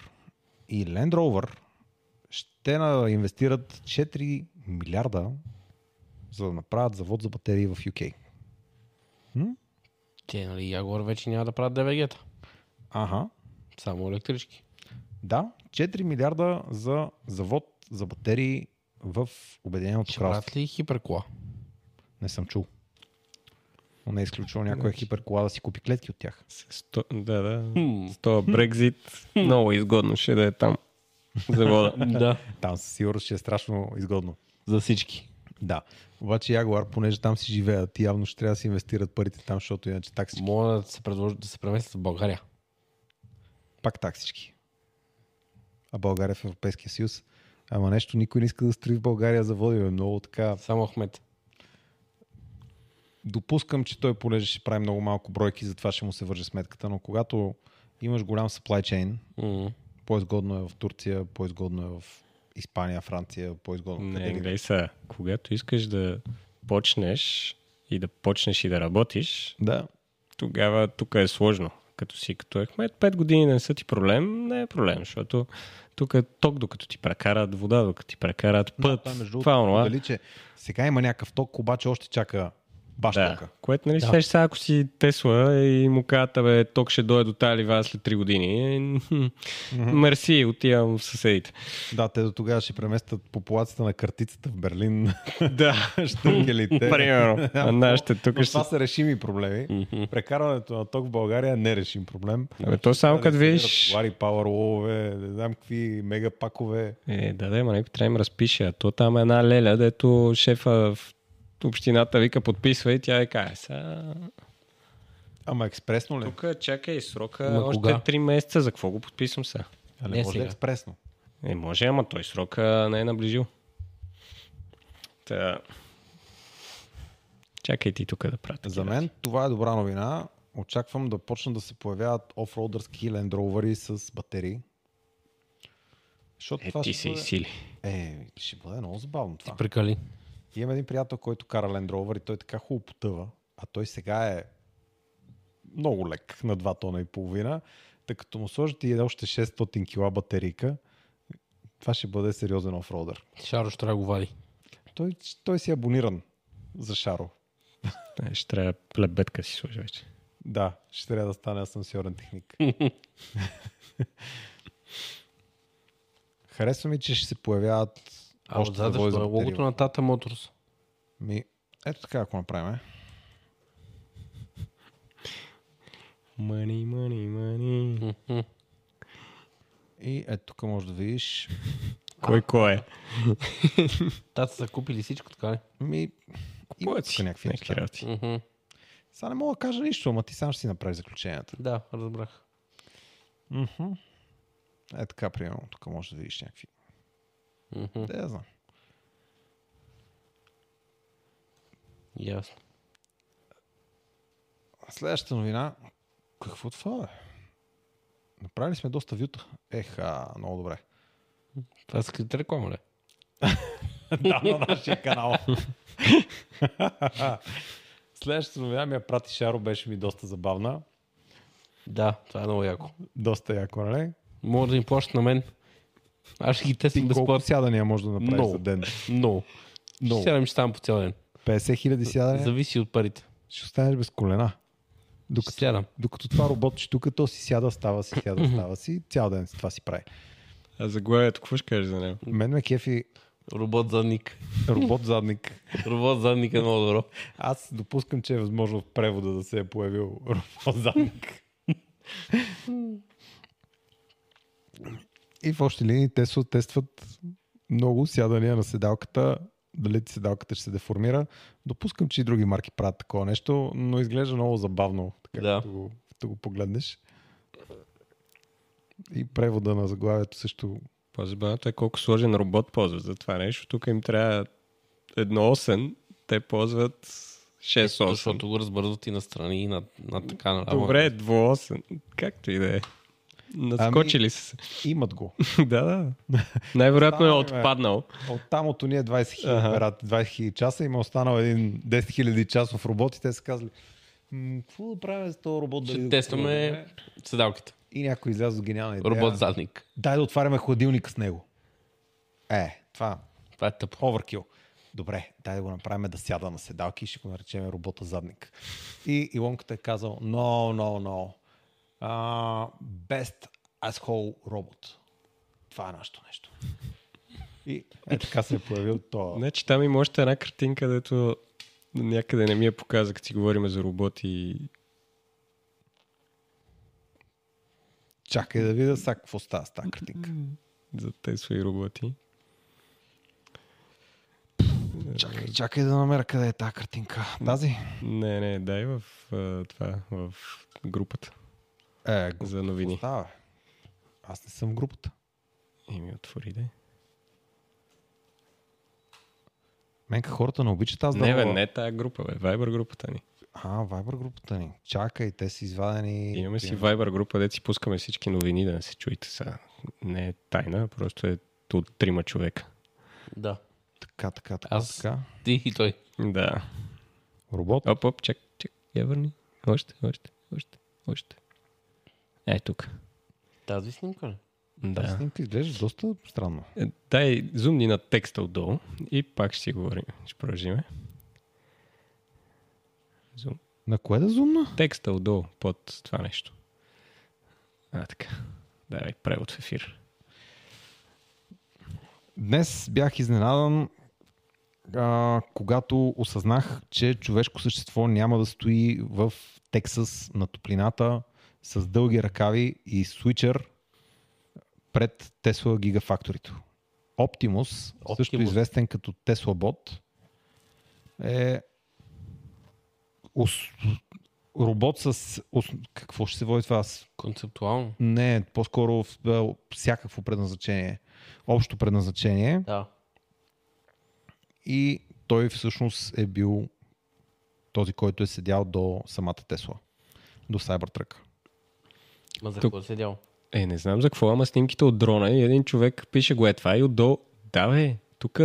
[SPEAKER 1] и Land Rover ще на- инвестират 4 милиарда за да направят завод за батерии в UK.
[SPEAKER 2] Те, нали, Ягуар вече няма да правят ДВГ-та.
[SPEAKER 1] Ага,
[SPEAKER 2] Само електрички.
[SPEAKER 1] да, 4 милиарда за завод за батерии в Обединеното
[SPEAKER 2] Ще
[SPEAKER 1] кралство.
[SPEAKER 2] правят ли хиперкола?
[SPEAKER 1] Не съм чул. Но не е изключил някоя
[SPEAKER 2] Значи.
[SPEAKER 1] хиперкола да си купи клетки от тях.
[SPEAKER 3] Сто... Да, да. С този Брекзит много изгодно ще да е там. Завода.
[SPEAKER 2] Да.
[SPEAKER 1] Там със сигурност ще е страшно изгодно.
[SPEAKER 2] За всички.
[SPEAKER 1] Да. Обаче Ягуар, понеже там си живеят, явно ще трябва да си инвестират парите там, защото иначе таксички.
[SPEAKER 2] Мога да се предложат да се преместят в България.
[SPEAKER 1] Пак таксички. А България е в Европейския съюз. Ама нещо, никой не иска да строи в България заводи. бе. Много така.
[SPEAKER 2] Само Ахмед.
[SPEAKER 1] Допускам, че той понеже ще прави много малко бройки, затова ще му се върже сметката, но когато имаш голям supply chain,
[SPEAKER 2] М.
[SPEAKER 1] по-изгодно е в Турция, по-изгодно е в Испания, Франция, по-изгодно.
[SPEAKER 3] Не,
[SPEAKER 1] къде ли да е.
[SPEAKER 3] гледай сега. Когато искаш да почнеш и да почнеш и да работиш,
[SPEAKER 1] Да.
[SPEAKER 3] тогава тук е сложно. Като си като Ахмед, 5 години не са ти проблем, не е проблем, защото тук е ток, докато ти прекарат вода, докато ти прекарат
[SPEAKER 1] Да,
[SPEAKER 3] път.
[SPEAKER 1] това е между
[SPEAKER 3] това,
[SPEAKER 1] другото,
[SPEAKER 3] онова.
[SPEAKER 1] дали, че сега има някакъв ток, обаче още чака баш
[SPEAKER 3] Да.
[SPEAKER 1] тока.
[SPEAKER 3] Което, нали,
[SPEAKER 2] Да.
[SPEAKER 3] да. сега, ако си Тесла и му кажат, бе, ток ще дойде до тази ливада след 3 години. Mm-hmm. Мерси, отивам в съседите.
[SPEAKER 1] Да, те до тогава ще преместят популацията на картицата в Берлин.
[SPEAKER 3] да,
[SPEAKER 1] Штунгелите.
[SPEAKER 3] примерно. А нашите тук
[SPEAKER 1] Но
[SPEAKER 3] ще...
[SPEAKER 1] това са решими проблеми. Прекарването на ток в България е нерешим проблем.
[SPEAKER 3] Абе, то само като видиш...
[SPEAKER 1] Товари, пауърлове, не знам какви мегапакове.
[SPEAKER 3] Е, да, да, ма някой трябва да им разпише. А то там е една леля, дето шефа в общината вика подписва и тя е кае. Сега...
[SPEAKER 1] Ама експресно ли?
[SPEAKER 3] Тук чакай срока
[SPEAKER 2] Ма
[SPEAKER 3] още
[SPEAKER 2] кога?
[SPEAKER 3] 3 месеца. За какво го подписвам сега?
[SPEAKER 1] а не
[SPEAKER 2] не
[SPEAKER 1] може
[SPEAKER 2] сега.
[SPEAKER 1] експресно.
[SPEAKER 3] Е, може, ама той срока не е наближил. Та... Чакай ти тук да пратя.
[SPEAKER 1] За мен това е добра новина. Очаквам да почнат да се появяват офроудърски лендровери с батерии. Защото
[SPEAKER 3] Е,
[SPEAKER 1] това
[SPEAKER 3] ти
[SPEAKER 1] ще
[SPEAKER 3] се
[SPEAKER 1] бъде-
[SPEAKER 3] изсили.
[SPEAKER 1] Е, ще бъде много забавно това.
[SPEAKER 2] Прикали.
[SPEAKER 1] И имам един приятел, който кара Land Rover и той така хубаво потъва, а той сега е много лек, на 2 тона и половина. Тъй като му сложат и още 600 кила батерийка, това ще бъде сериозен офродър.
[SPEAKER 2] Шаро ще трябва да го вади.
[SPEAKER 1] Той, той си е абониран за Шаро.
[SPEAKER 3] Е, Ще трябва плебетка си сложи вече.
[SPEAKER 1] Да, ще трябва да стане асансьорен техник. Харесва ми, че ще се появяват
[SPEAKER 2] А
[SPEAKER 1] още
[SPEAKER 2] отзад
[SPEAKER 1] завои
[SPEAKER 2] защо
[SPEAKER 1] за
[SPEAKER 2] е логото
[SPEAKER 1] батерии.
[SPEAKER 2] на Тата Моторс?
[SPEAKER 1] Ми, ето така, ако направим. е.
[SPEAKER 3] Мани, мани, мани.
[SPEAKER 2] Мгм.
[SPEAKER 1] И ето тук може да видиш
[SPEAKER 3] Кой кой е?
[SPEAKER 2] Тата са купили всичко, така ли?
[SPEAKER 1] Ми, има
[SPEAKER 3] Кой
[SPEAKER 1] тук
[SPEAKER 3] си?
[SPEAKER 1] някакви
[SPEAKER 3] Някакви
[SPEAKER 1] неща.
[SPEAKER 3] работи.
[SPEAKER 2] Мгм.
[SPEAKER 1] Сега не мога да кажа нищо, ама ти сам ще си направиш заключенията.
[SPEAKER 2] Да, разбрах.
[SPEAKER 1] Е така, примерно, тук може да видиш някакви.
[SPEAKER 2] Мгм.
[SPEAKER 1] Де да знам.
[SPEAKER 2] Ясно.
[SPEAKER 1] Следващата новина. Какво това е? Направили сме доста вюта. Еха, много добре.
[SPEAKER 2] Това е скрита реклама, ли?
[SPEAKER 1] да, на нашия канал. Следващата новина ми я прати Шаро, беше ми доста забавна.
[SPEAKER 2] Да, това е много яко.
[SPEAKER 1] Доста яко, нали?
[SPEAKER 2] Може да им плащат на мен. Аз ще ги
[SPEAKER 1] Ти
[SPEAKER 2] тествам
[SPEAKER 1] колко
[SPEAKER 2] безплатно.
[SPEAKER 1] сядания може да направиш
[SPEAKER 2] Много.
[SPEAKER 1] за ден?
[SPEAKER 2] Но.
[SPEAKER 1] Много.
[SPEAKER 2] Ще сядам, и ще ставам по цял ден.
[SPEAKER 1] 50 хиляди сядания?
[SPEAKER 2] Зависи от парите.
[SPEAKER 1] Ще останеш без колена.
[SPEAKER 2] Ще сядам.
[SPEAKER 1] Докато това роботче тук, то си сяда, става си, сяда, става си. Цял ден това си прави.
[SPEAKER 3] А заглавието, какво ще кажеш за него?
[SPEAKER 1] Мен ме кефи
[SPEAKER 2] Робот задник.
[SPEAKER 1] робот задник.
[SPEAKER 2] Робот задник е много добро.
[SPEAKER 1] Аз допускам, че е възможно в превода да се е появил робот задник. И в още линии те се тестват много сядания на седалката, дали ти седалката ще се деформира. Допускам, че и други марки правят такова нещо, но изглежда много забавно, така
[SPEAKER 2] Да.
[SPEAKER 1] като, го, като го погледнеш. И превода на заглавието също
[SPEAKER 3] По-забавното е колко сложен робот ползват за това нещо. Тук им трябва едно 8, те ползват 6-8.
[SPEAKER 2] Защото го разбързват и настрани, и на, на така на
[SPEAKER 3] Добре, двуосен. Както и да е. Наскочили са се.
[SPEAKER 1] имат го.
[SPEAKER 3] да, да. Най-вероятно е
[SPEAKER 1] Става ли, бе?
[SPEAKER 3] отпаднал.
[SPEAKER 1] От там от уния 20 хиляди
[SPEAKER 3] Ага.
[SPEAKER 1] апарат, 20 хиляди часа има останал един 10 хиляди часов робот и те са казали «М, какво да правим за този робот? дали
[SPEAKER 2] Ще
[SPEAKER 1] да
[SPEAKER 2] тестваме
[SPEAKER 1] отворим?»
[SPEAKER 2] седалките.
[SPEAKER 1] И някой изляза с гениална идея.
[SPEAKER 2] Робот задник.
[SPEAKER 1] Дай да отваряме хладилника с него. Е, това
[SPEAKER 2] Това е тъпо.
[SPEAKER 1] Overkill. Добре, дай да го направим да сяда на седалки и ще го наречем робота задник. И Илонката е казал, no, no, no. Uh, best asshole robot. Това е нашето нещо. И е, така се е появил то.
[SPEAKER 3] Значи там има още една картинка, дето някъде не ми я показа, като си говорим за роботи.
[SPEAKER 1] Чакай да видя сега какво става с тази картинка.
[SPEAKER 3] За Тесла и роботи.
[SPEAKER 1] Чакай, чакай да намеря къде е тази картинка. Тази?
[SPEAKER 3] Не, не, дай в а, това, в групата
[SPEAKER 1] Е,
[SPEAKER 3] за новини.
[SPEAKER 1] става? бе? Аз не съм в групата.
[SPEAKER 3] И ми отвори, да.
[SPEAKER 1] Менка хората не обичат аз да
[SPEAKER 3] Не, бе,
[SPEAKER 1] мога-
[SPEAKER 3] не тая група, бе. Viber групата ни.
[SPEAKER 1] А, Viber групата ни. Чакай, те са извадени.
[SPEAKER 3] Имаме си Viber група, де си пускаме всички новини, да не се чуете сега. Не е тайна, просто е от трима човека.
[SPEAKER 2] Да.
[SPEAKER 1] Така, така, така,
[SPEAKER 2] Аз-
[SPEAKER 1] така.
[SPEAKER 2] Ти и той.
[SPEAKER 3] Да.
[SPEAKER 1] Робот.
[SPEAKER 3] Оп, оп, чак, чак, я върни. Още, още, още, още. Е, тук.
[SPEAKER 2] Тази снимка ли?
[SPEAKER 1] Да.
[SPEAKER 3] Да.
[SPEAKER 1] Снимка изглежда доста странно.
[SPEAKER 3] Е, Дай зумни на текста отдолу и пак ще си говорим. Ще продължиме. Зум.
[SPEAKER 1] На кое да зумна?
[SPEAKER 3] Текста отдолу под това нещо. А, така. Давай, превод в ефир.
[SPEAKER 1] Днес бях изненадан, а, когато осъзнах, че човешко същество няма да стои в Тексас на топлината с дълги ръкави и свичер пред Тесла гигафакторито. Оптимус, Optimus, също
[SPEAKER 2] Optimus.
[SPEAKER 1] известен като Тесла Бот, е ос... робот с... Ос... Какво ще се води това? С
[SPEAKER 2] Концептуално.
[SPEAKER 1] Не, по-скоро в- а, всякакво предназначение. Общо предназначение.
[SPEAKER 2] Да.
[SPEAKER 1] И той всъщност е бил този, който е седял до самата Тесла. До Cybertruck.
[SPEAKER 2] Ма за
[SPEAKER 3] Тук.
[SPEAKER 2] какво е седял?
[SPEAKER 3] Е, не знам за какво, ама снимките от дрона и един човек пише го е това и отдолу. Да, бе, тук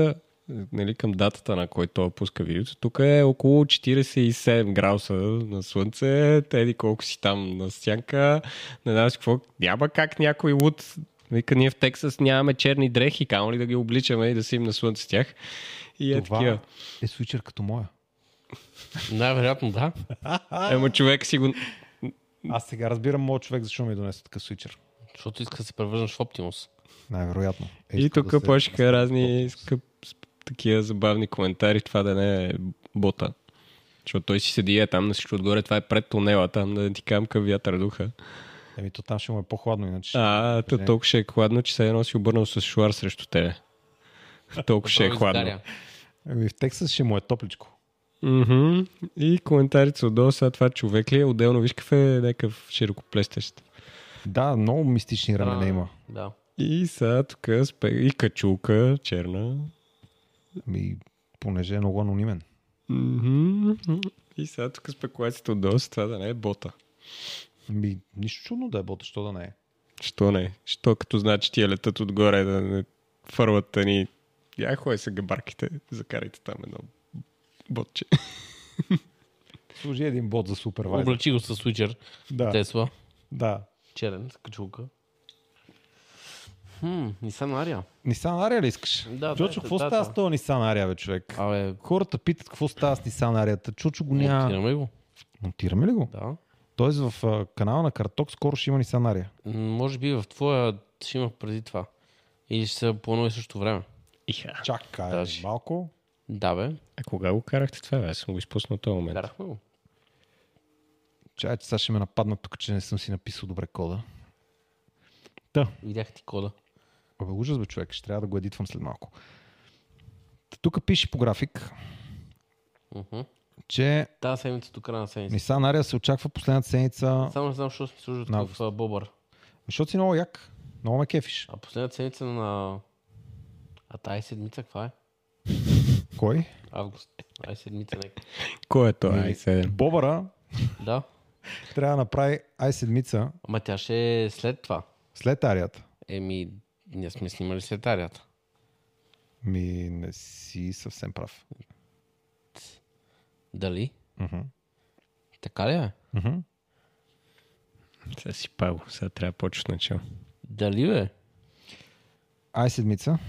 [SPEAKER 3] нали, към датата, на който той пуска видеото, тук е около 47 градуса на слънце, теди колко си там на сянка, не знам си какво, няма как някой луд, вика ние в Тексас нямаме черни дрехи, камо ли да ги обличаме и да сим на слънце с тях. И е такива.
[SPEAKER 1] Това е свичер като моя.
[SPEAKER 2] Най-вероятно да.
[SPEAKER 3] Ема човек си го...
[SPEAKER 1] Аз сега разбирам моят човек, защо ми донесе такъв свичер.
[SPEAKER 2] Защото иска да се превърнеш в Оптимус.
[SPEAKER 1] Най-вероятно. Е,
[SPEAKER 3] И
[SPEAKER 1] искал
[SPEAKER 3] тук
[SPEAKER 1] да се-
[SPEAKER 3] почнаха разни скъп, сп- такива забавни коментари, това да не е бота. Защото той си седи е там на всичко отгоре, това е пред тунела, там да ти кам към вятър духа.
[SPEAKER 1] Еми, то там ще му е по-хладно, иначе.
[SPEAKER 3] А, то толкова ще е хладно, че се едно си обърнал с шуар срещу тебе. Толкова ще е
[SPEAKER 2] Той
[SPEAKER 3] хладно.
[SPEAKER 2] изгаря.
[SPEAKER 1] Еми, в Тексас ще му е топличко.
[SPEAKER 3] Мгм. И коментарите са отдолу, сега това човек ли е, отделно виж какъв е някакъв широкоплестещ.
[SPEAKER 1] Да, много мистични рамене
[SPEAKER 2] А,
[SPEAKER 1] има.
[SPEAKER 2] Да.
[SPEAKER 3] И сега тук спе... и качулка черна.
[SPEAKER 1] Ами, понеже е много анонимен.
[SPEAKER 3] Мгм. И сега тук спекулацията отдолу с това да не е бота.
[SPEAKER 1] Ами, нищо чудно да е бот, що да не е.
[SPEAKER 3] Що не? Що като значи тия летат отгоре да не фърват ни... Я хой са габарките, закарайте там едно ботче.
[SPEAKER 1] Служи един бот за супервайзър.
[SPEAKER 2] Облачи го с свичер.
[SPEAKER 1] Да,
[SPEAKER 2] Тесла.
[SPEAKER 1] да.
[SPEAKER 2] Черен, с качулка. Хм, Nissan Ария.
[SPEAKER 1] Нисан Ария ли искаш?
[SPEAKER 2] Да,
[SPEAKER 1] Чочо,
[SPEAKER 2] да,
[SPEAKER 1] какво
[SPEAKER 2] да,
[SPEAKER 1] става
[SPEAKER 2] да.
[SPEAKER 1] с този Нисан Ария, бе, човек?
[SPEAKER 2] Абе,
[SPEAKER 1] Хората питат какво става с Нисан Арията. Чучо го няма.
[SPEAKER 2] Монтираме го.
[SPEAKER 1] Монтираме ли го?
[SPEAKER 2] Да.
[SPEAKER 1] Тоест в а, канала на Карток скоро ще има Нисан Ария.
[SPEAKER 2] М, Може би в твоя ще има преди това. Или ще се планува и също време.
[SPEAKER 3] Иха.
[SPEAKER 1] Чакай,
[SPEAKER 2] Даже.
[SPEAKER 1] малко.
[SPEAKER 2] Да, бе.
[SPEAKER 3] А кога го карахте това? бе? Аз съм го изпуснал този момент.
[SPEAKER 2] Карахме го.
[SPEAKER 1] Чакай, че сега ще ме нападна тук, че не съм си написал добре кода. Та,
[SPEAKER 2] Видях ти кода.
[SPEAKER 1] Абе, ужас бе, човек, ще трябва да го едитвам след малко. Та, Тук пише по график,
[SPEAKER 2] Мгм.
[SPEAKER 1] че
[SPEAKER 2] Та седмица до края на седмица.
[SPEAKER 1] Нисан Ария се очаква последната седмица,
[SPEAKER 2] Само не знам, защо си служат
[SPEAKER 1] На
[SPEAKER 2] в Бобър.
[SPEAKER 1] защото си много як. Много ме кефиш.
[SPEAKER 2] А последната седмица на... А тази седмица каква е?
[SPEAKER 1] Кой?
[SPEAKER 2] Август. Тази седмица нека.
[SPEAKER 3] Кой е той?
[SPEAKER 1] Ми,
[SPEAKER 3] Ай, седем.
[SPEAKER 1] Бобара
[SPEAKER 2] Да.
[SPEAKER 1] трябва да направи ай седмица
[SPEAKER 2] Ама тя ще е след това.
[SPEAKER 1] след Арията.
[SPEAKER 2] Еми, ние сме снимали след арията.
[SPEAKER 1] Ми, не си съвсем прав.
[SPEAKER 2] Дали?
[SPEAKER 1] Мгм.
[SPEAKER 2] Така ли е?
[SPEAKER 1] Мгм.
[SPEAKER 3] Сега си пал. Сега трябва да почваш начало.
[SPEAKER 2] Дали бе?
[SPEAKER 1] Ай седмица,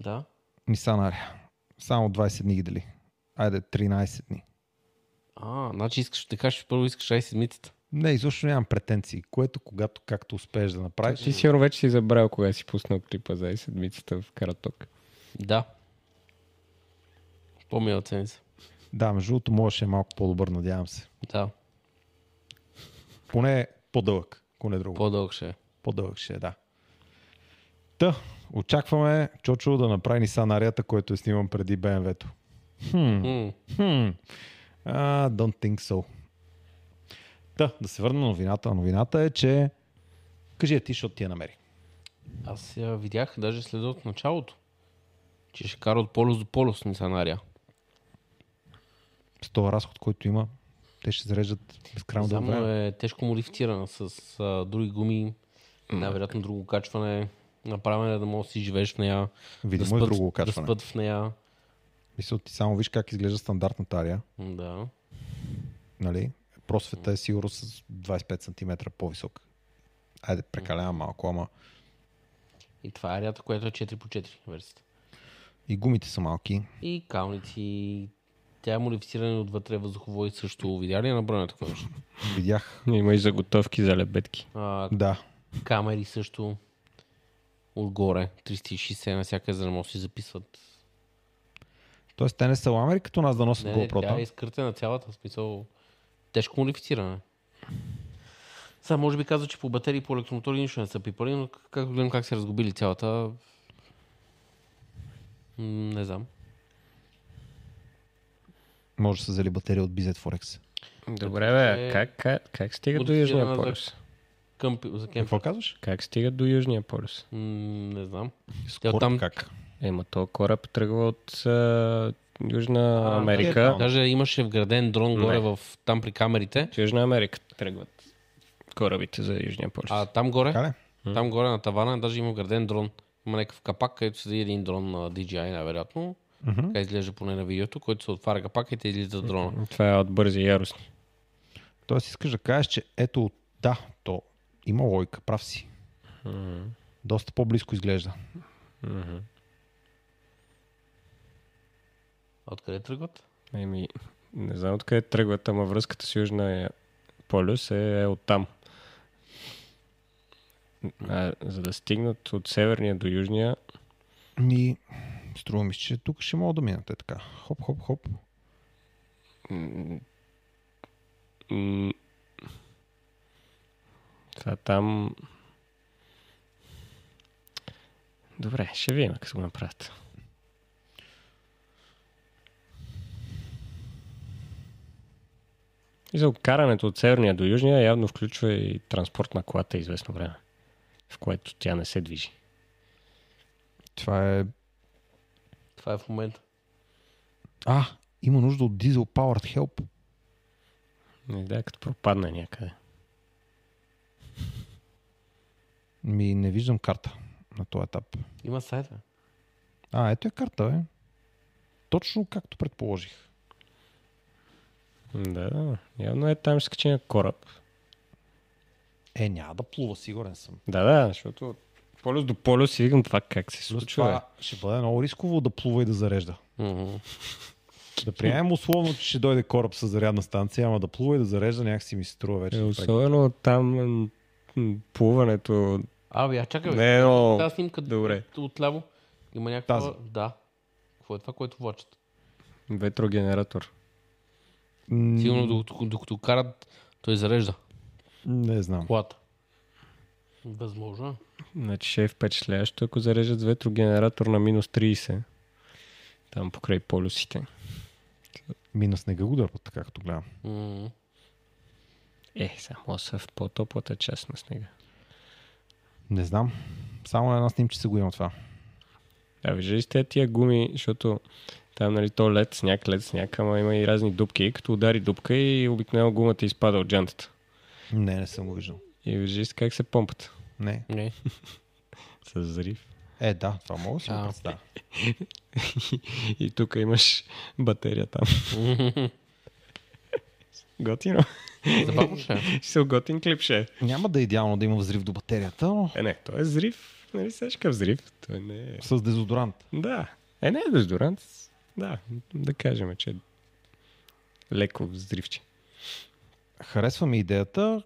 [SPEAKER 2] Да.
[SPEAKER 1] Нисан Ария. Само 20 дни ги дали. Айде, 13 дни.
[SPEAKER 2] А, значи искаш да кажеш, че първо искаш ай седмицата.
[SPEAKER 1] Не, изобщо нямам претенции. Което, когато, както успееш да направиш.
[SPEAKER 3] Ти сигурно вече си забрал кога си пуснал клипа за и седмицата в Караток.
[SPEAKER 2] Да. По-мила ценица.
[SPEAKER 1] Да, между другото, можеше е малко по-добър, надявам се.
[SPEAKER 2] Да.
[SPEAKER 1] Поне по-дълъг, ако не друго.
[SPEAKER 2] По-дълъг ще е.
[SPEAKER 1] По-дълъг ще е, да. Та, очакваме Чочо да направи Нисан Арията, който е сниман преди БМВ-то.
[SPEAKER 2] М,
[SPEAKER 1] Хм. А, don't think so. Та, да се върна на новината. Новината е, че... Кажи я ти, защото ти я намери.
[SPEAKER 2] Аз я видях даже след от началото. Че ще кара от полюс до полюс Нисанария.
[SPEAKER 1] С този разход, който има, те ще зареждат безкрайно дълго
[SPEAKER 2] Само
[SPEAKER 1] време.
[SPEAKER 2] е тежко модифицирана с а, други гуми. Най-вероятно друго качване. Направена е да можеш да си живееш в нея.
[SPEAKER 1] Видимо
[SPEAKER 2] да
[SPEAKER 1] е
[SPEAKER 2] спът,
[SPEAKER 1] друго
[SPEAKER 2] Да
[SPEAKER 1] качване.
[SPEAKER 2] спът в нея.
[SPEAKER 1] Мисля, ти само виж как изглежда стандартната ария,
[SPEAKER 2] Да.
[SPEAKER 1] нали? просвета е сигурно с 25 см по-висок. Айде, прекалявам малко, ама
[SPEAKER 2] И това е рята, която е 4 по 4 версията.
[SPEAKER 1] и гумите са малки.
[SPEAKER 2] И калници. Тя е модифицирана отвътре въздухово и също видя ли на броня такова нещо?
[SPEAKER 1] Видях.
[SPEAKER 3] Има и заготовки за лебедки.
[SPEAKER 2] А,
[SPEAKER 1] Да.
[SPEAKER 2] камери също отгоре, 360 навсякъде, за да може да си записват.
[SPEAKER 1] Тоест, те не са ламери, като нас да носят
[SPEAKER 2] Не, не, тя е
[SPEAKER 1] GoPro.
[SPEAKER 2] изкъртена цялата, в смисъл тежко модифицирана. е. Сега може би казва, че по батерии и по електромотори нищо не са пипали, но к- както гледам как се разгубили цялата, м, не знам.
[SPEAKER 1] Може да се взели батерия от BZ Forex.
[SPEAKER 3] Добре, бе,
[SPEAKER 2] Е,
[SPEAKER 3] как, как, как стига до
[SPEAKER 2] модифицирана
[SPEAKER 3] Южния
[SPEAKER 2] за-
[SPEAKER 3] полюс?
[SPEAKER 2] Към, за кемп,
[SPEAKER 1] Какво казваш?
[SPEAKER 3] Как стига до Южния полюс?
[SPEAKER 2] м, не знам.
[SPEAKER 1] Скоро
[SPEAKER 2] там-
[SPEAKER 1] как?
[SPEAKER 3] Ема то кораб тръгва от а, Южна
[SPEAKER 2] А,
[SPEAKER 1] Кейптаун.
[SPEAKER 3] Америка.
[SPEAKER 2] Даже имаше вграден дрон
[SPEAKER 3] Не.
[SPEAKER 2] горе в, там при камерите,
[SPEAKER 3] От Южна Америка тръгват корабите за Южния полюс.
[SPEAKER 2] а там горе,
[SPEAKER 1] Така ли?
[SPEAKER 2] Там горе на тавана даже има граден дрон. Има някакъв капак, където седи един дрон на DJI, най-вероятно.
[SPEAKER 1] Мгм.
[SPEAKER 2] Така изглежда поне на видеото, който се отваря капака и те излиза дрона.
[SPEAKER 3] Това е от бързи и яростни.
[SPEAKER 1] Тоест искаш да кажеш, че ето да, то има логика, прав си. Доста по-близко изглежда.
[SPEAKER 2] А Откъде тръгват?
[SPEAKER 3] Еми, не знам откъде тръгват, ама връзката с Южния полюс е, е от там. А, за да стигнат от северния до южния,
[SPEAKER 1] И струва ми, се, че тук ще мога да минат е така. Хоп, хоп, хоп.
[SPEAKER 3] м, това там... Добре, ще видим как се го направят. И за карането от северния до южния явно включва и транспорт на колата известно време, в което тя не се движи.
[SPEAKER 1] Това е...
[SPEAKER 2] Това е в момента.
[SPEAKER 1] А, има нужда от Diesel Powered Help.
[SPEAKER 3] Не да, като пропадне някъде.
[SPEAKER 1] Ми не виждам карта на този етап.
[SPEAKER 2] Има сайт, бе.
[SPEAKER 1] А, ето е карта, бе. Точно както предположих.
[SPEAKER 3] Да, явно е там ще скачи на кораб.
[SPEAKER 1] Е, няма да плува, сигурен съм.
[SPEAKER 3] Да, да, защото от полюс до полюс си викам това как се
[SPEAKER 1] Плюс
[SPEAKER 3] случва. бе.
[SPEAKER 1] това ще бъде много рисково да плува и да зарежда.
[SPEAKER 2] Мгм.
[SPEAKER 1] Да приемем условно, че ще дойде кораб с зарядна станция, ама да плува и да зарежда някакси ми се струва вече.
[SPEAKER 3] Е,
[SPEAKER 1] напред.
[SPEAKER 3] особено там м, м, плуването
[SPEAKER 2] А, бе, а чакай, бе.
[SPEAKER 3] не е много...
[SPEAKER 2] Тази снимка
[SPEAKER 3] Добре.
[SPEAKER 2] от- отляво има някаква...
[SPEAKER 1] Тази.
[SPEAKER 2] Да. Какво е това, което влачат?
[SPEAKER 3] Ветрогенератор.
[SPEAKER 1] М,
[SPEAKER 2] Сигурно докато, докато карат, той зарежда
[SPEAKER 1] Не знам.
[SPEAKER 2] колата. Възможно. е.
[SPEAKER 3] Значи ще е впечатляващо, ако зарежат ветрогенератор на минус 30. Там покрай полюсите.
[SPEAKER 1] Ми на снега го дърпат, така като гледам.
[SPEAKER 2] Мгм.
[SPEAKER 3] Е, само са в по-топлата част на снега.
[SPEAKER 1] Не знам. Само на една снимчица го има това.
[SPEAKER 3] А виждали сте тия гуми, защото там нали то лед, сняг, лед, сняг, ама има и разни дупки. Като удари дупка и обикновено гумата изпада от джантата.
[SPEAKER 1] Не, не съм го виждал.
[SPEAKER 3] И виждали сте как се помпат.
[SPEAKER 1] Не.
[SPEAKER 2] Не.
[SPEAKER 3] С зарив.
[SPEAKER 1] Е, да, това мога да си го
[SPEAKER 2] А.
[SPEAKER 1] представя.
[SPEAKER 3] И тук имаш батерия там. Готино.
[SPEAKER 2] Забавно ще е.
[SPEAKER 3] Ще се готин клип ще. е.
[SPEAKER 1] Няма да е идеално да има взрив до батерията, но
[SPEAKER 3] Е, не, то е взрив. Нали сешка взрив? Той не е...
[SPEAKER 1] с дезодорант.
[SPEAKER 3] Да. Е, не е дезодорант. Да, да кажем, че е леко взривче.
[SPEAKER 1] Харесва ми идеята.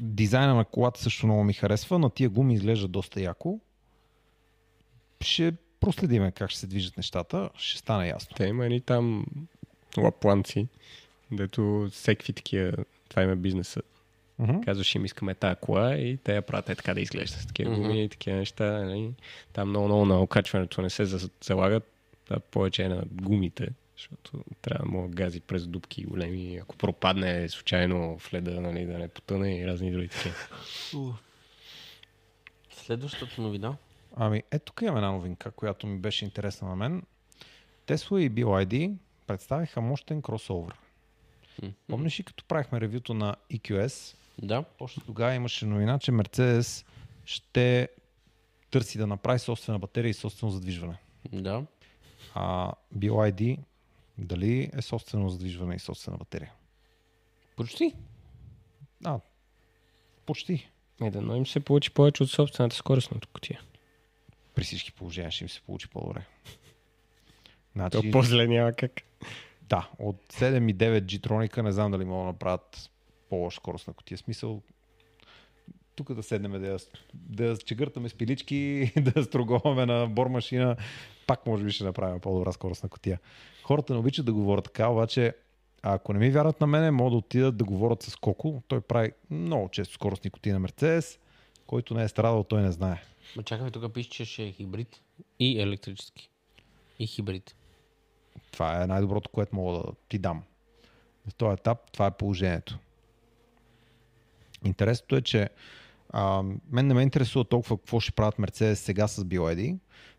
[SPEAKER 1] Дизайна на колата също много ми харесва. На тия гуми изглежда доста яко. Ще проследиме как ще се движат нещата. Ще стане ясно.
[SPEAKER 3] Те има ни там лапланци, дето всеки такива, това има бизнеса.
[SPEAKER 1] Мгм.
[SPEAKER 3] Казваш им искаме тая кола и те я правят е така да изглежда. С такива
[SPEAKER 2] Мгм.
[SPEAKER 3] гуми и такива неща. Нали? Там много, много на окачването не се за- залагат, а повече е на гумите, защото трябва да могат гази през дупки големи. Ако пропадне случайно в леда, нали, да не потъне и разни други такива.
[SPEAKER 2] Следващата новина.
[SPEAKER 1] Ами, е тук имаме една новинка, която ми беше интересна на мен. Tesla и BYD представиха мощен кросовър.
[SPEAKER 2] Мгм.
[SPEAKER 1] Помниш ли като правихме ревюто на E EQS?
[SPEAKER 2] Да.
[SPEAKER 1] Точно тогава имаше новина, че Mercedes ще търси да направи собствена батерия и собствено задвижване.
[SPEAKER 2] Да.
[SPEAKER 1] А BYD дали е собствено задвижване и собствена батерия?
[SPEAKER 2] Почти.
[SPEAKER 1] А, почти.
[SPEAKER 3] Е, да, но им се получи повече от собствената скорост на кутия.
[SPEAKER 1] При всички положения ще им се получи по-добре.
[SPEAKER 3] То
[SPEAKER 1] Значи,
[SPEAKER 3] после няма как.
[SPEAKER 1] да, от 7 и 9 G-троника не знам дали могат да направят по-лоша скорост на котия. Смисъл, тук да седнем да, я- да чегъртаме с пилички, да строговаме на бормашина, пак може би ще направим по-добра скорост на котия. Хората не обичат да говорят така, обаче а ако не ми вярват на мене, могат да отидат да говорят с Коко. Той прави много често скоростни коти на Мерцедес. Който не е страдал, той не знае.
[SPEAKER 2] Ма чакай, тук пише, че ще е хибрид и електрически. И хибрид.
[SPEAKER 1] Това е най-доброто, което мога да ти дам. В този етап това е положението. Интересното е, че а, мен не ме интересува толкова какво ще правят Мерцедес сега с BioED,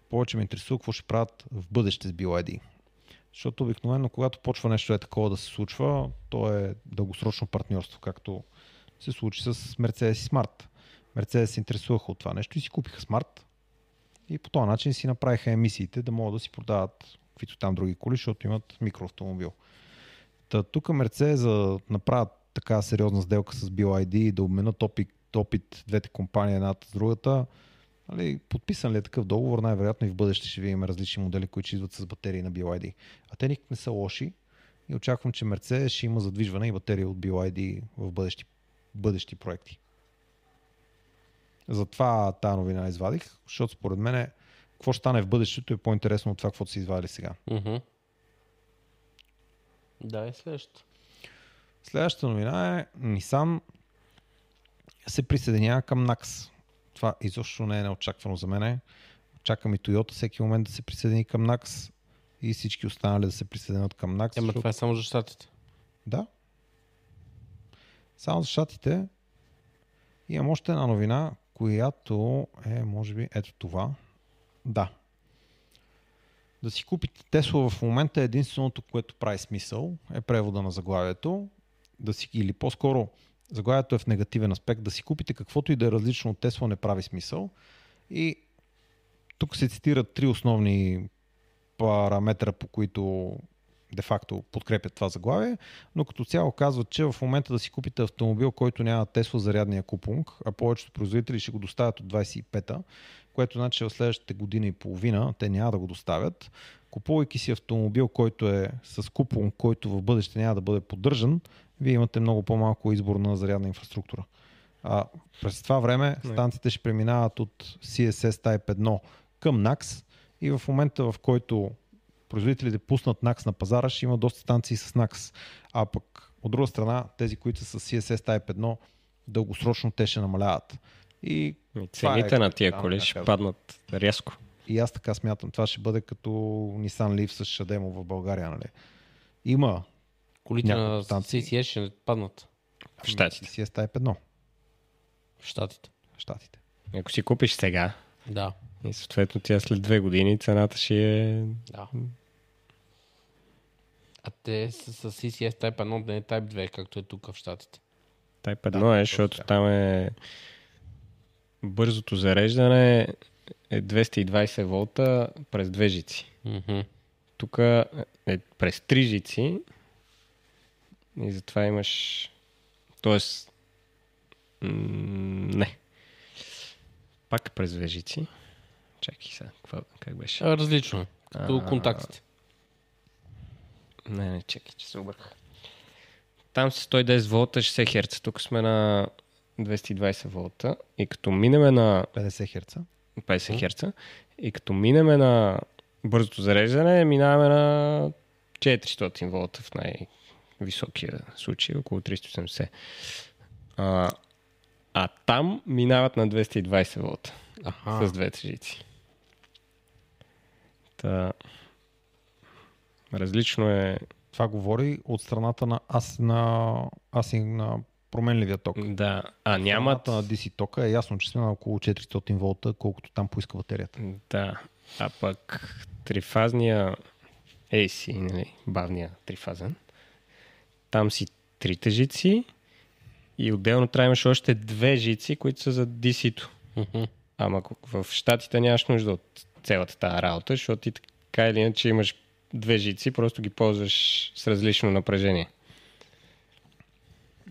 [SPEAKER 1] повече ме интересува какво ще правят в бъдеще с BioED. Защото обикновено, когато почва нещо е такова да се случва, то е дългосрочно партньорство, както се случи с Mercedes и Smart. Mercedes се интересуваха от това нещо и си купиха Smart, и по този начин си направиха емисиите да могат да си продават каквито там други коли, защото имат микроавтомобил. Та, тук Мерце за да направят така сериозна сделка с BYD и да обменят опит, опит двете компании едната с другата, нали, подписан ли е такъв договор, най-вероятно и в бъдеще ще видим различни модели, които ще идват с батерии на BYD. А те никак не са лоши и очаквам, че Мерце ще има задвижване и батерии от BYD в бъдещи, бъдещи проекти. Затова тази новина извадих, защото според мен какво ще стане в бъдещето е по-интересно от това, каквото са извадили сега.
[SPEAKER 2] Мгм. Да, е следващото.
[SPEAKER 1] Следващата новина е Nissan се присъединява към NAX. Това изобщо не е неочаквано за мене. Чакам и Toyota всеки момент да се присъедини към NAX и всички останали да се присъединят към NAX.
[SPEAKER 2] Ема
[SPEAKER 1] защото-
[SPEAKER 2] това е само за щатите.
[SPEAKER 1] Да. Само за щатите имам още една новина, която е, може би, ето това. Да. Да си купите Тесла в момента е единственото, което прави смисъл, е превода на заглавието. Да си, или по-скоро заглавието е в негативен аспект. Да си купите каквото и да е различно от Тесла не прави смисъл. И тук се цитират три основни параметра, по които де-факто подкрепят това заглавие, но като цяло казват, че в момента да си купите автомобил, който няма Тесла зарядния купунг, а повечето производители ще го доставят от 25-та, което значи, че в следващите година и половина те няма да го доставят. Купувайки си автомобил, който е с купунг, който в бъдеще няма да бъде поддържан, вие имате много по-малко избор на зарядна инфраструктура. А, през това време станциите ще преминават от CSS Type 1 към NAX и в момента, в който производителите пуснат NAX на пазара, ще има доста станции с NAX. А пък, от друга страна, тези, които са с CSS Type 1, дългосрочно те ще намаляват. И
[SPEAKER 3] И
[SPEAKER 1] това е
[SPEAKER 3] Цените на тия
[SPEAKER 1] капитално,
[SPEAKER 3] коли
[SPEAKER 1] така
[SPEAKER 3] ще
[SPEAKER 1] казвам.
[SPEAKER 3] паднат рязко.
[SPEAKER 1] и аз така смятам. Това ще бъде като Nissan Leaf с Шадемо в България, нали? Има
[SPEAKER 2] Колите
[SPEAKER 1] Няколко
[SPEAKER 2] на
[SPEAKER 1] станции.
[SPEAKER 2] CCS ще не паднат
[SPEAKER 3] В щатите.
[SPEAKER 1] CSS Type 1
[SPEAKER 2] в щатите.
[SPEAKER 1] в Штатите.
[SPEAKER 3] Ако си купиш сега,
[SPEAKER 2] Да,
[SPEAKER 3] и съответно тя след две години цената ще е...
[SPEAKER 2] да. А те с, с CCS Type 1, не е Type 2, както е тук в щатите.
[SPEAKER 3] Type 1 е, защото там е... Бързото зареждане е 220 волта през две жици.
[SPEAKER 2] Мгм.
[SPEAKER 3] Тук е през три жици и затова имаш... Тоест... м, Не. Пак през две жици. Чакай сега, каква, как беше?
[SPEAKER 2] А, Различно е, като контактите.
[SPEAKER 3] Не, не, чакай, че се обърках. Там са 110 волта, 60 херца. Тук сме на 220 волта. И като минеме на
[SPEAKER 1] 50 Hz.
[SPEAKER 3] 50 херца, и като минеме на бързото зареждане, минаваме на 400 волта в най-високия случай, около 380. А, а там минават на 220 волта
[SPEAKER 2] Аха.
[SPEAKER 3] с двете жици. Та... Различно е
[SPEAKER 1] Това говори от страната на аз на, аз и на променливия ток.
[SPEAKER 3] Да, а
[SPEAKER 1] Нямат
[SPEAKER 3] нямат...
[SPEAKER 1] на DC тока е ясно, че сме на около 400 волта, колкото там поиска батерията.
[SPEAKER 3] Да, а пък трифазния AC, нали, бавния трифазен, там си трите жици и отделно трябва имаш още две жици, които са за DC-то.
[SPEAKER 2] Мгм.
[SPEAKER 3] Ама ако в Штатите нямаш нужда от цялата тази работа, защото ти така или иначе имаш две жици, просто ги ползваш с различно напрежение.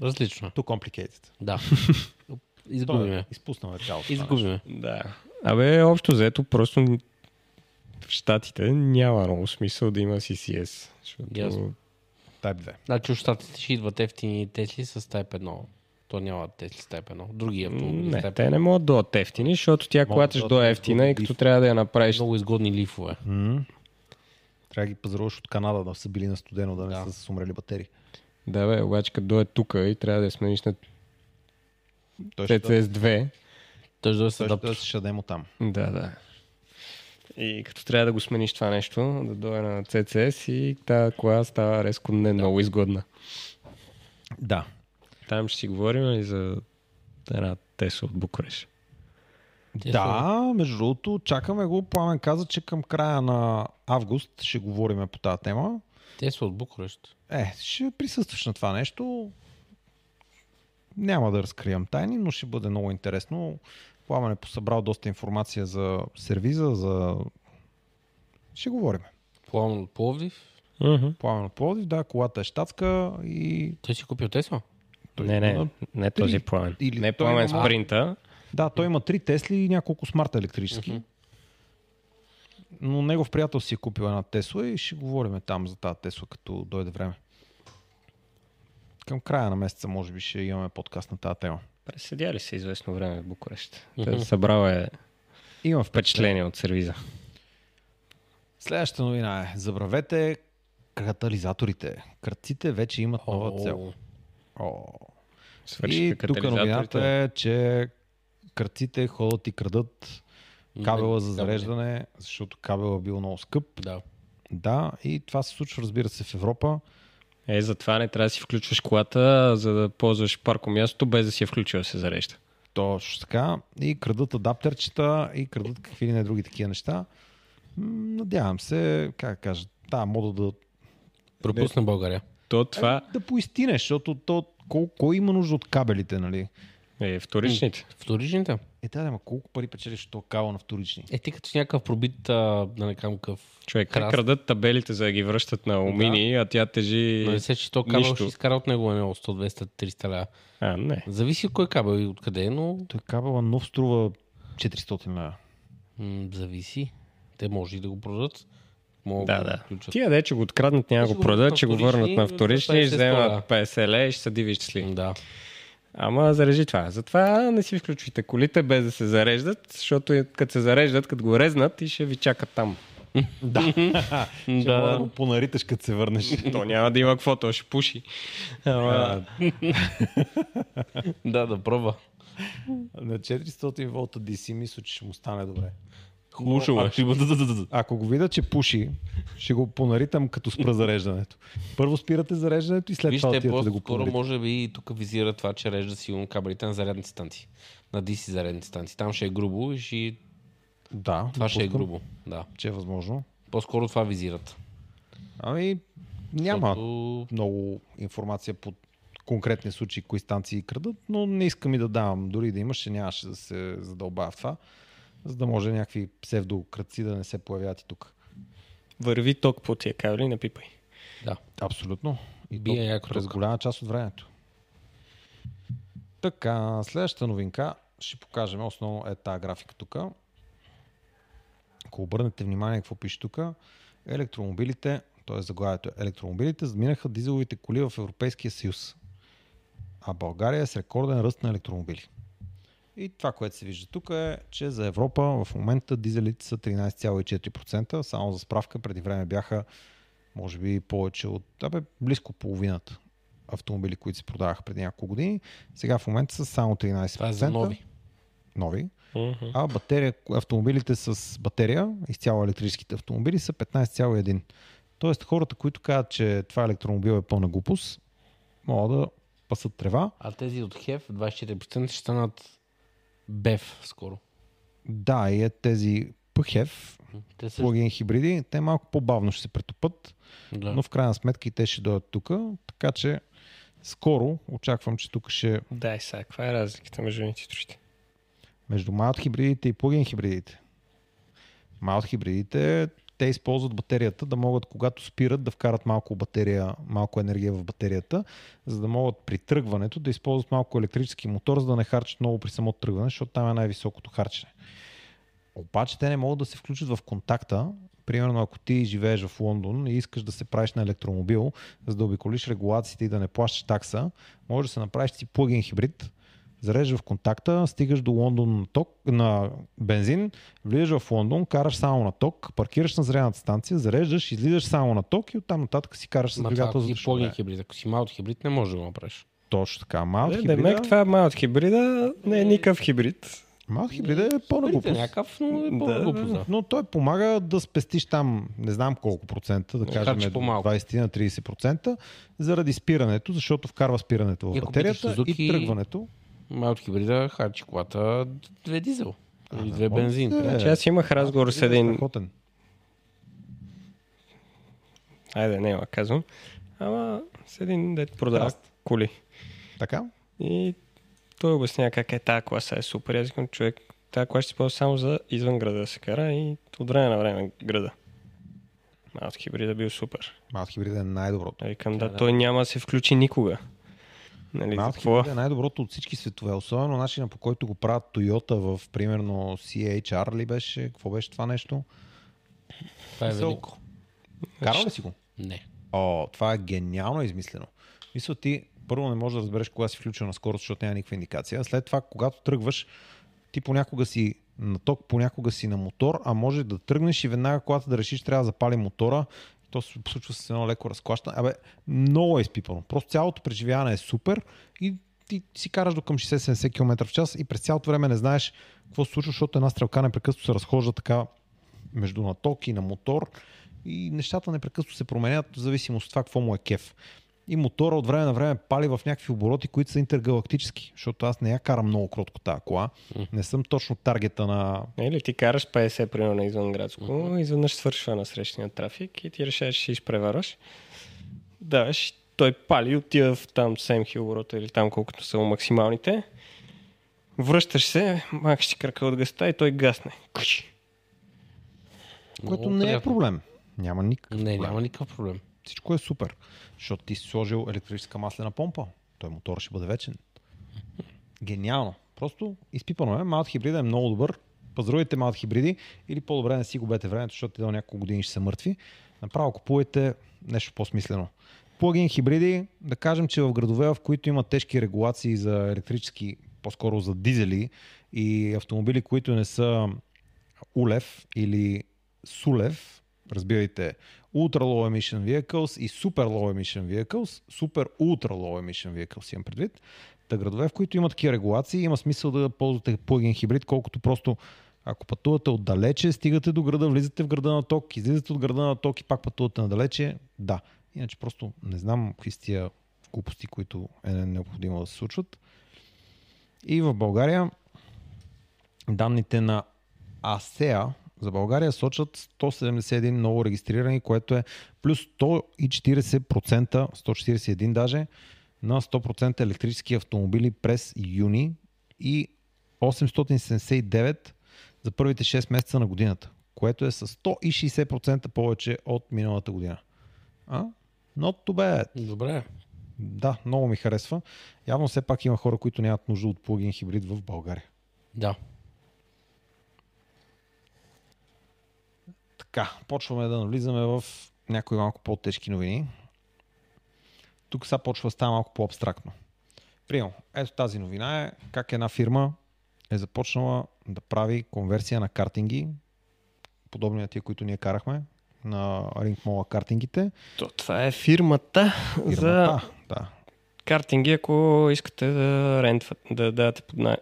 [SPEAKER 2] Различно. е.
[SPEAKER 1] Too complicated.
[SPEAKER 2] Да.
[SPEAKER 1] Той
[SPEAKER 2] Изгубиме.
[SPEAKER 1] е изпуснал началото. това нещо.
[SPEAKER 2] Изгубиме.
[SPEAKER 3] Да.
[SPEAKER 4] Абе,
[SPEAKER 3] Общо взето, просто н- в Штатите няма много смисъл да има CCS. Защото...
[SPEAKER 2] Ясно.
[SPEAKER 1] Type 2.
[SPEAKER 2] Значи от щатите ще идват ефтини Тесли с Type 1. То няма Тесли с Type 1. Други автомобили с
[SPEAKER 3] Не,
[SPEAKER 2] Type
[SPEAKER 3] те не могат да дойдат ефтини, защото тя
[SPEAKER 1] Могат
[SPEAKER 3] клатиш
[SPEAKER 1] да
[SPEAKER 3] до
[SPEAKER 1] дойдат
[SPEAKER 3] ефтина и
[SPEAKER 1] изгодни
[SPEAKER 3] като трябва да я направиш
[SPEAKER 2] 1. Много изгодни лифове.
[SPEAKER 1] М. Трябва да ги пазаруваш от Канада, да са били на студено, да не
[SPEAKER 2] Да.
[SPEAKER 1] са с умрели батерии.
[SPEAKER 3] Да, бе, обаче като дойде тук и трябва да я смениш на
[SPEAKER 1] Той ще, той
[SPEAKER 3] TCS2.
[SPEAKER 2] Той ще дойде с
[SPEAKER 1] ще,
[SPEAKER 2] адаптер.
[SPEAKER 1] да се шадем от там.
[SPEAKER 3] Да, да. И като трябва да го смениш това нещо, да дойде на CCS и тази кола става резко не много изгодна.
[SPEAKER 1] Да.
[SPEAKER 3] Там ще си говорим и за една Тесла от Букуреш.
[SPEAKER 2] Те са-
[SPEAKER 1] Да, между другото, чакаме го. Пламен каза, че към края на август ще говорим по тази тема.
[SPEAKER 2] Те са от Букурещ.
[SPEAKER 1] Е, ще присъстваш на това нещо. Няма да разкрием тайни, но ще бъде много интересно. Пламен е посъбрал доста информация за сервиза, за... Ще говорим.
[SPEAKER 2] Пламен от Пловдив.
[SPEAKER 3] Uh-huh.
[SPEAKER 1] Пламен от Пловдив, да, колата е щатска и...
[SPEAKER 2] Той си е купил Тесла.
[SPEAKER 1] Той
[SPEAKER 3] не,
[SPEAKER 1] има-
[SPEAKER 3] не, не този пламен.
[SPEAKER 1] или
[SPEAKER 3] не
[SPEAKER 1] той
[SPEAKER 3] пламен
[SPEAKER 1] има малко-
[SPEAKER 3] спринта.
[SPEAKER 1] Да, той има три Тесли и няколко смарта електрически. Но негов приятел си е купил една Тесла и ще говорим там за тази Тесла, като дойде време. Към края на месеца, може би, ще имаме подкаст на тази тема.
[SPEAKER 3] Преседяли се известно време в Букурещ.
[SPEAKER 2] Мгм.
[SPEAKER 3] Те Събрал е
[SPEAKER 1] Имам впечатление.
[SPEAKER 3] впечатление от сервиза.
[SPEAKER 1] Следващата новина е. Забравете катализаторите. Кръците вече имат нова цел. О. И
[SPEAKER 3] Свършиха
[SPEAKER 1] тук новината е, че кръците ходят и крадат кабела за
[SPEAKER 2] Кабели.
[SPEAKER 1] зареждане, защото кабела е бил много скъп.
[SPEAKER 2] Да.
[SPEAKER 1] Да, и това се случва, разбира се, в Европа.
[SPEAKER 3] Е, затова не трябва да си включваш колата, за да ползваш паркомястото, без да си я включил да се зарежда.
[SPEAKER 1] Точно така. И крадат адаптерчета, и крадат какви ли не други такива неща. М, Надявам се, как да кажа, та мода да, е,
[SPEAKER 2] Пропусна България.
[SPEAKER 3] То това
[SPEAKER 1] да поистине, защото то, кол, кой има нужда от кабелите, нали?
[SPEAKER 3] е вторичните.
[SPEAKER 2] Вторичните?
[SPEAKER 1] Е, да, да, ма колко пари печелиш от този кабел на вторични?
[SPEAKER 2] Е, ти като си някакъв пробит, а, да не кам къв.
[SPEAKER 3] Човек, те
[SPEAKER 2] Крас.
[SPEAKER 3] крадат табелите, за да ги връщат на умини, а тя тежи...
[SPEAKER 2] Но не се, че то кабел
[SPEAKER 3] нищо.
[SPEAKER 2] ще изкара от него едно 100, 200, 300 ля.
[SPEAKER 3] А, не.
[SPEAKER 2] Зависи кой кабел и откъде, е, но
[SPEAKER 1] Той кабела нов струва 400 лева.
[SPEAKER 2] м- зависи. Те може и да го продадат. Могат
[SPEAKER 3] Да,
[SPEAKER 2] го
[SPEAKER 3] да.
[SPEAKER 2] включат.
[SPEAKER 3] Тия де, че го откраднат, няма
[SPEAKER 2] Те ще
[SPEAKER 3] го
[SPEAKER 2] го
[SPEAKER 3] продадат,
[SPEAKER 2] върнат
[SPEAKER 3] че го
[SPEAKER 2] на вторични,
[SPEAKER 3] върнат на вторични,
[SPEAKER 2] за
[SPEAKER 3] ще
[SPEAKER 2] 100 лева.
[SPEAKER 3] вземат 50 лея и ще се дивиш сли.
[SPEAKER 2] Да.
[SPEAKER 3] Ама зарежи това. Затова не си включвайте колите без да се зареждат, защото е- като се зареждат, като го резнат и ще ви чакат там.
[SPEAKER 1] Ще мога да го понариташ, като се върнеш.
[SPEAKER 3] То няма да има какво, то ще пуши. Ама,
[SPEAKER 2] да, да пробва.
[SPEAKER 1] на 400 волта DC мисля, че ще му стане добре.
[SPEAKER 2] Хлушо,
[SPEAKER 1] Ако го видя, че пуши, ще го понаритам като спра зареждането. Първо спирате зареждането и след това
[SPEAKER 2] Вижте,
[SPEAKER 1] отивате да го
[SPEAKER 2] по-скоро
[SPEAKER 1] понаритате.
[SPEAKER 2] може би и тук визира това, че режда силно кабелите на зарядните станции. На DC зарядните станции. Там ще е грубо и ще...
[SPEAKER 1] Да,
[SPEAKER 2] това ще е
[SPEAKER 1] допускам,
[SPEAKER 2] грубо. Да.
[SPEAKER 1] Че е възможно.
[SPEAKER 2] По-скоро това визират.
[SPEAKER 1] Ами, няма
[SPEAKER 2] Защото-
[SPEAKER 1] много информация по конкретни случаи, кои станции крадат, но не искам и да давам. Дори да имаше, нямаше да се задълбава в това, за да може някакви псевдокраци да не се появяват и тук.
[SPEAKER 4] върви ток по тия кабели, не пипай.
[SPEAKER 2] Да.
[SPEAKER 1] Абсолютно. И
[SPEAKER 2] Бие
[SPEAKER 1] то
[SPEAKER 2] яко
[SPEAKER 1] през
[SPEAKER 2] тук.
[SPEAKER 1] голяма част от времето. Така, следващата новинка ще покажем. Основно е тази графика тук. Ако обърнете внимание какво пише тук, електромобилите, т.е. заглавието е електромобилите, заминаха дизеловите коли в Европейския съюз. А България е с рекорден ръст на електромобили. И това, което се вижда тук е, че за Европа в момента дизелите са 13,4%. Само за справка, преди време бяха може би повече от, абе, близко половината автомобили, които се продаваха преди няколко години. Сега в момента са само 13%.
[SPEAKER 2] Това е за нови.
[SPEAKER 1] нови. А батерия, автомобилите с батерия, изцяло електрическите автомобили, са 15,1. Тоест хората, които казват, че това електромобил е пълна глупост, могат да пасат трева.
[SPEAKER 2] А тези от ХЕВ 24% ще станат БЕВ скоро.
[SPEAKER 1] Да, и е тези пъхев,
[SPEAKER 2] Те са...
[SPEAKER 1] плагин хибриди, те малко по-бавно ще се претопат,
[SPEAKER 2] Да.
[SPEAKER 1] но в крайна сметка и те ще дойдат тук, така че скоро очаквам, че тук ще
[SPEAKER 4] Дай сега, каква е разликата между едните и другите?
[SPEAKER 1] Между mild хибридите и plug-in хибридите. Mild хибридите те използват батерията, да могат, когато спират, да вкарат малко, батерия, малко енергия в батерията, за да могат при тръгването да използват малко електрически мотор, за да не харчат много при самото тръгване, защото там е най-високото харчене. Обаче те не могат да се включат в контакта. Примерно, ако ти живееш в Лондон и искаш да се правиш на електромобил, за да обиколиш регулациите и да не плащаш такса, може да се направиш си плагин хибрид, зареждаш в контакта, стигаш до Лондон на, ток, на бензин, влизаш в Лондон, караш само на ток, паркираш на зрената станция, зареждаш, излизаш само на ток и оттам нататък си караш с
[SPEAKER 2] Ма това,
[SPEAKER 1] двигател
[SPEAKER 2] ако
[SPEAKER 1] за
[SPEAKER 2] си
[SPEAKER 1] дъжд.
[SPEAKER 2] пълен хибрид, ако си малко хибрид, не може да го направиш.
[SPEAKER 1] Точно така. Малът
[SPEAKER 3] Е, Демек,
[SPEAKER 1] хибрида,
[SPEAKER 3] това е малък хибрида, не е никакъв хибрид.
[SPEAKER 1] малът хибрида е пълна
[SPEAKER 2] Хибрид е
[SPEAKER 1] глупост.
[SPEAKER 2] някакъв, но е
[SPEAKER 3] Да,
[SPEAKER 2] пълна глупост. Да.
[SPEAKER 1] Но той помага да спестиш там, не знам колко процента, да
[SPEAKER 2] Да
[SPEAKER 1] кажем
[SPEAKER 2] харчиш по-малко.
[SPEAKER 1] 20 на 30 процента, заради спирането, защото вкарва спирането в
[SPEAKER 2] И ако
[SPEAKER 1] батерията
[SPEAKER 2] питаш Сузуки,
[SPEAKER 1] и тръгването.
[SPEAKER 2] Малко хибрида харчи колата две дизел. Или две
[SPEAKER 1] може
[SPEAKER 2] бензин.
[SPEAKER 1] да е.
[SPEAKER 2] примерно.
[SPEAKER 3] Значи аз имах разговор с един
[SPEAKER 1] Страхотен.
[SPEAKER 3] Айде, не, ма казвам. Ама с един дет продава коли.
[SPEAKER 1] Така?
[SPEAKER 3] И той обяснява как е тази класа е супер. Аз казвам, човек, тази класа ще се ползва само за извън града да се кара и от време на време града. Малък хибрида бил супер.
[SPEAKER 1] Малът хибрида е най-доброто.
[SPEAKER 3] Аз Викам, да, той няма да се включи никога. Нали, за
[SPEAKER 1] Малът
[SPEAKER 3] какво?
[SPEAKER 1] хибрид е най-доброто от всички светове, особено начина по който го правят Toyota в примерно CHR ли беше, какво беше това нещо?
[SPEAKER 2] Това е
[SPEAKER 1] Мисъл-
[SPEAKER 2] велико.
[SPEAKER 1] Карал ли си го?
[SPEAKER 2] Не.
[SPEAKER 1] О, това е гениално измислено. Мисля ти, първо не можеш да разбереш кога си включил на скорост, защото няма никаква индикация. След това, когато тръгваш, ти понякога си на ток, понякога си на мотор, а може да тръгнеш и веднага, когато да решиш, трябва да запали мотора. То се случва с едно леко разклащане. Абе, много е изпипано. Просто цялото преживяване е супер и ти си караш до към 60-70 км в час и през цялото време не знаеш какво се случва, защото една стрелка непрекъснато се разхожда така между на ток и на мотор и нещата непрекъснато се променят в зависимост от това какво му е кеф. И мотора от време на време пали в някакви обороти, които са интергалактически, защото аз не я карам много кротко тази кола. Не съм точно таргета на...
[SPEAKER 3] Или Нали, ти караш 50 примерно на извънградско, изведнъж свършва на срещния трафик и ти решаваш, че ще изпреварваш. Да, ще- той пали и отива в там 7000 оборота или там колкото са му максималните. Връщаш се, махаш си крака от гъста и той гасне. Кш.
[SPEAKER 1] Което
[SPEAKER 2] Много
[SPEAKER 1] не е
[SPEAKER 2] приятно.
[SPEAKER 1] проблем. Няма никакъв
[SPEAKER 2] Не,
[SPEAKER 1] проблем.
[SPEAKER 2] няма никакъв проблем.
[SPEAKER 1] Всичко е супер, защото ти си сложил електрическа маслена помпа. Той мотор ще бъде вечен. Гениално. Просто изпипано е. Малът хибрида е много добър. Пазарувайте малът хибриди или по-добре не си губете времето, защото до няколко години ще са мъртви. Направо купувайте нещо по-смислено. Плагин хибриди, да кажем, че в градове, в които има тежки регулации за електрически, по-скоро за дизели и автомобили, които не са Улев или Сулев, разбирайте, Ultra Low Emission Vehicles и Super Low Emission Vehicles, Super Ultra Low Emission Vehicles имам предвид, та градове, в които има такива регулации, има смисъл да ползвате плагин хибрид, колкото просто ако пътувате отдалече, стигате до града, влизате в града на ток, излизате от града на ток и пак пътувате надалече, да. Иначе просто не знам какви са тия глупости, които е необходимо да се случват. И в България данните на АСЕА за България сочат 171 ново регистрирани, което е плюс 140%, 141 даже, на 100% електрически автомобили през юни и 879 за първите 6 месеца на годината, което е с 160% повече от миналата година. А? Not too bad.
[SPEAKER 2] Добре.
[SPEAKER 1] Да, много ми харесва. Явно все пак има хора, които нямат нужда от плагин хибрид в България.
[SPEAKER 2] Да.
[SPEAKER 1] Така, почваме да навлизаме в някои малко по-тежки новини. Тук сега почва да става малко по-абстрактно. Прием, ето тази новина е как една фирма е започнала да прави конверсия на картинги, подобни на тия, които ние карахме, на Ринг Мола картингите.
[SPEAKER 3] То това е фирмата, за
[SPEAKER 1] Фирмата, да.
[SPEAKER 3] картинги, ако искате да рентват, да давате под найем.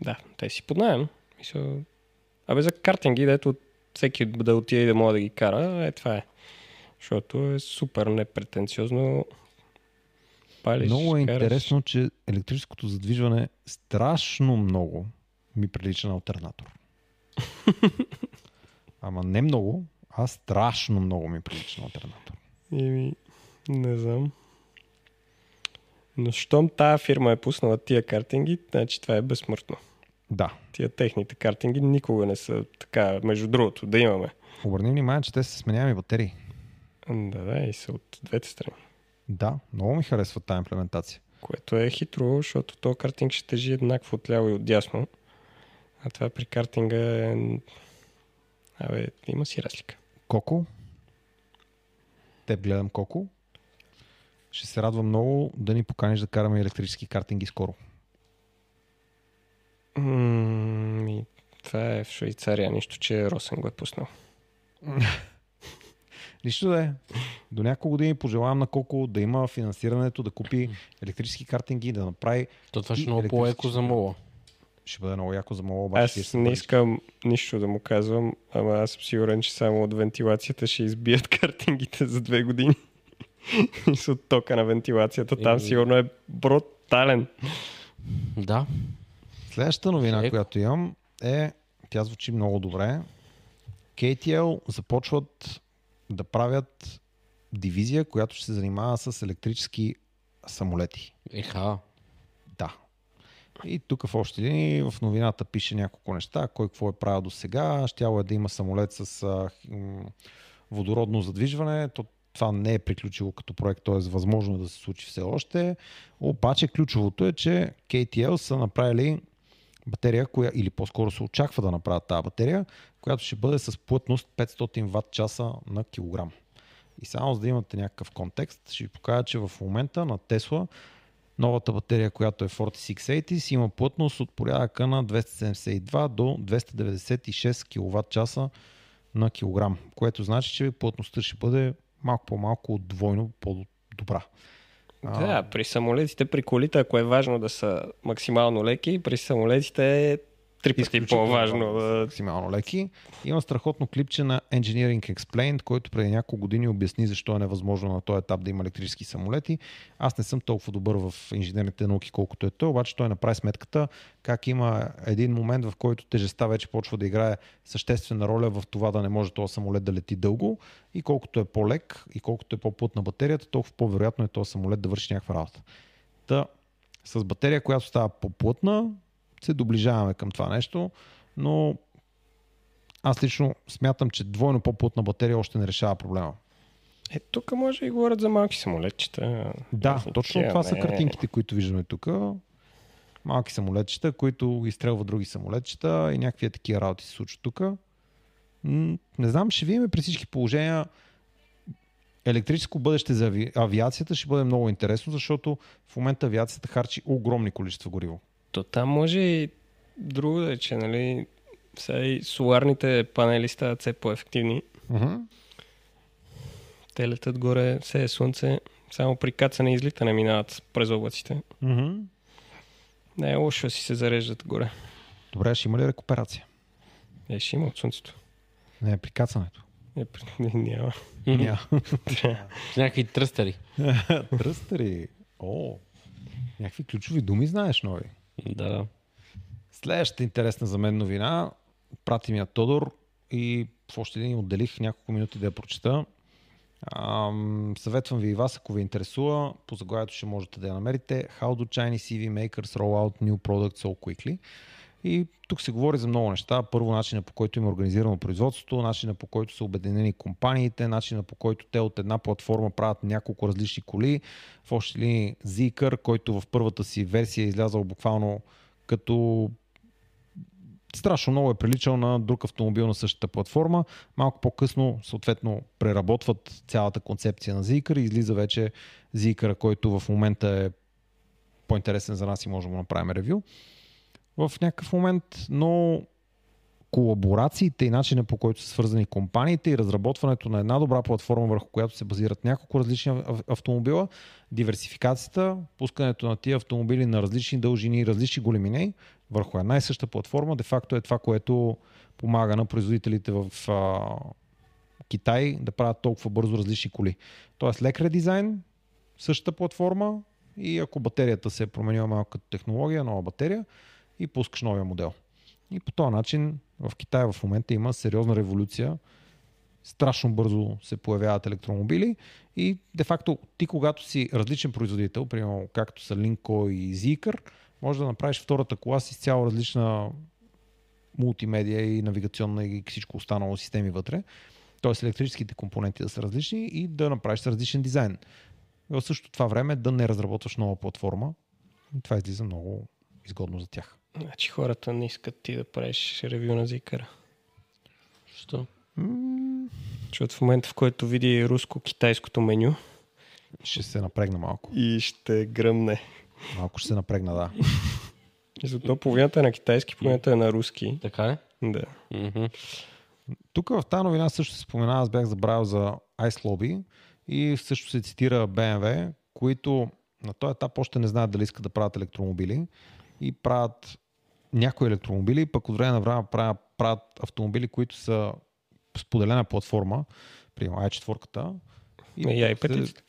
[SPEAKER 3] Да, те си под найем. Мисъл... Абе за картинги, дето всеки да отиде и да мога да ги кара, е това е. Защото е супер непретенциозно. Палиш,
[SPEAKER 1] Много е
[SPEAKER 3] караш.
[SPEAKER 1] интересно, че електрическото задвижване страшно много ми прилича на альтернатор. Ама не много, а страшно много ми прилича на альтернатор.
[SPEAKER 3] Еми, не знам. Но щом тая фирма е пуснала тия картинги, значи това е безсмъртно.
[SPEAKER 1] Да.
[SPEAKER 3] Тия техните картинги никога не са така, между другото, да имаме.
[SPEAKER 1] Обърни внимание, че те са сменяеми батерии.
[SPEAKER 3] Да, да, и са от двете страни.
[SPEAKER 1] Да, много ми харесва тази имплементация.
[SPEAKER 3] Което е хитро, защото то картинг ще тежи еднакво отляво и отдясно. А това при картинга е... Абе, има си разлика.
[SPEAKER 1] Коко, теб гледам Коко. Ще се радвам много да ни поканиш да караме електрически картинги скоро.
[SPEAKER 3] М, и това е в Швейцария, нищо, че Росен го е пуснал.
[SPEAKER 1] Нищо да е. До няколко години пожелавам на Коко да има финансирането, да купи електрически картинги, да направи.
[SPEAKER 2] То това
[SPEAKER 1] И
[SPEAKER 2] ще е много
[SPEAKER 1] електрически
[SPEAKER 2] по-еко за мола.
[SPEAKER 1] Ще бъде много яко за мало обаче. ще
[SPEAKER 3] Аз
[SPEAKER 1] се
[SPEAKER 3] не
[SPEAKER 1] бъдеш.
[SPEAKER 3] искам нищо да му казвам, ама аз съм сигурен, че само от вентилацията ще избият картингите за две години. И с от тока на вентилацията. Там
[SPEAKER 2] Еми.
[SPEAKER 3] сигурно е брутален.
[SPEAKER 2] Да.
[SPEAKER 1] Следващата новина,
[SPEAKER 2] Еко.
[SPEAKER 1] която имам е, тя звучи много добре. KTL започват да правят дивизия, която ще се занимава с електрически самолети.
[SPEAKER 2] Еха.
[SPEAKER 1] Да. И тук в още един в новината пише няколко неща. Кой какво е правил до сега. Щяло е да има самолет с а, м, водородно задвижване. То, това не е приключило като проект, т.е. възможно е да се случи все още. Обаче ключовото е, че KTL са направили батерия, коя, или по-скоро се очаква да направят тази батерия, която ще бъде с плътност 500 ватт часа на килограм. И само за да имате някакъв контекст, ще ви покажа, че в момента на Тесла новата батерия, която е 4680, си има плътност от порядъка на 272 до 296 кВт часа на килограм, което значи, че плътността ще бъде малко по-малко от двойно по-добра. А.
[SPEAKER 3] Да, при самолетите, при колите, ако е важно да са максимално леки, при самолетите е три пъти
[SPEAKER 1] Изключително
[SPEAKER 3] по-важно. да-
[SPEAKER 1] максимално леки. Има страхотно клипче на Engineering Explained, който преди няколко години обясни защо е невъзможно на този етап да има електрически самолети. Аз не съм толкова добър в инженерните науки, колкото е той, обаче той направи сметката как има един момент, в който тежестта вече почва да играе съществена роля в това да не може този самолет да лети дълго и колкото е по-лек и колкото е по-плътна батерията, толкова по-вероятно е този самолет да върши някаква работа. Та, с батерия, която става по-плътна, се доближаваме към това нещо, но аз лично смятам, че двойно по-плътна батерия още не решава проблема.
[SPEAKER 3] Е, тук може и говорят за малки самолетчета. Значи, е,
[SPEAKER 1] Да,
[SPEAKER 3] Разни
[SPEAKER 1] точно
[SPEAKER 3] такива,
[SPEAKER 1] това са
[SPEAKER 3] не.
[SPEAKER 1] картинките, които виждаме тук. Малки самолетчета, които изстрелват други самолетчета и някакви такива работи се случват тук. М, Не знам, ще видим при всички положения електрическо бъдеще за ави- авиацията ще бъде много интересно, защото в момента авиацията харчи огромни количества гориво.
[SPEAKER 3] То там може и друго да е, че нали, сега и соларните панели стават все по-ефективни.
[SPEAKER 1] Uh-huh.
[SPEAKER 3] Те летят горе, все е слънце, само при кацане и излитане минават през облаците.
[SPEAKER 1] Uh-huh.
[SPEAKER 3] Не е лошо да си се зареждат горе.
[SPEAKER 1] Добре, ще има ли рекуперация?
[SPEAKER 3] Е, ще има от слънцето.
[SPEAKER 1] Не, при кацането.
[SPEAKER 3] Е, при- не, няма.
[SPEAKER 1] Няма.
[SPEAKER 2] С някакви тръстери.
[SPEAKER 1] Тръстери. О, някакви ключови думи знаеш нови.
[SPEAKER 2] Да.
[SPEAKER 1] Следващата интересна за мен новина прати ми я Тодор и в още един отделих няколко минути да я прочета. Ам, съветвам ви и вас, ако ви интересува, по заглавието ще можете да я намерите. How do Chinese EV makers roll out new products so quickly? И тук се говори за много неща. Първо, начина по който им е организирано производството, начина по който са обединени компаниите, начина по който те от една платформа правят няколко различни коли. В още ли Zeekr, който в първата си версия е излязал буквално като страшно много е приличал на друг автомобил на същата платформа. Малко по-късно, съответно, преработват цялата концепция на Zeekr и излиза вече Zeekr, който в момента е по-интересен за нас и може да му направим ревю. В някакъв момент, но колаборациите и начина по който са свързани компаниите и разработването на една добра платформа, върху която се базират няколко различни ав- автомобила, диверсификацията, пускането на тия автомобили на различни дължини и различни големини върху една и съща платформа, де-факто е това, което помага на производителите в а, Китай да правят толкова бързо различни коли. Тоест лек редизайн, същата платформа и ако батерията се е променила малко като технология, нова батерия и пускаш новия модел. И по този начин в Китай в момента има сериозна революция. Страшно бързо се появяват електромобили и де факто ти когато си различен производител, примерно както са Linko и Zeekr, може да направиш втората кола с изцяло различна мултимедия и навигационна и всичко останало системи вътре. Тоест електрическите компоненти да са различни и да направиш с различен дизайн. В същото това време да не разработваш нова платформа. Това излиза много изгодно за тях.
[SPEAKER 3] Значи хората не искат ти да правиш ревю на Зикъра.
[SPEAKER 2] Що?
[SPEAKER 1] М,
[SPEAKER 3] Защото в момента, в който види руско-китайското меню
[SPEAKER 1] Ще се напрегна малко.
[SPEAKER 3] и ще гръмне.
[SPEAKER 1] Малко ще се напрегна, да.
[SPEAKER 3] И Зато половината е на китайски, половината е на руски.
[SPEAKER 2] Така е?
[SPEAKER 3] Да.
[SPEAKER 2] Мгм.
[SPEAKER 1] Тук в тази новина също се спомена, аз бях забравил за Ice Lobby и също се цитира BMW, които на този етап още не знаят дали искат да правят електромобили и правят някои електромобили, пък от време на време правят, правят автомобили, които са споделена платформа, примерно i4-ката.
[SPEAKER 3] Ами И ай петицата.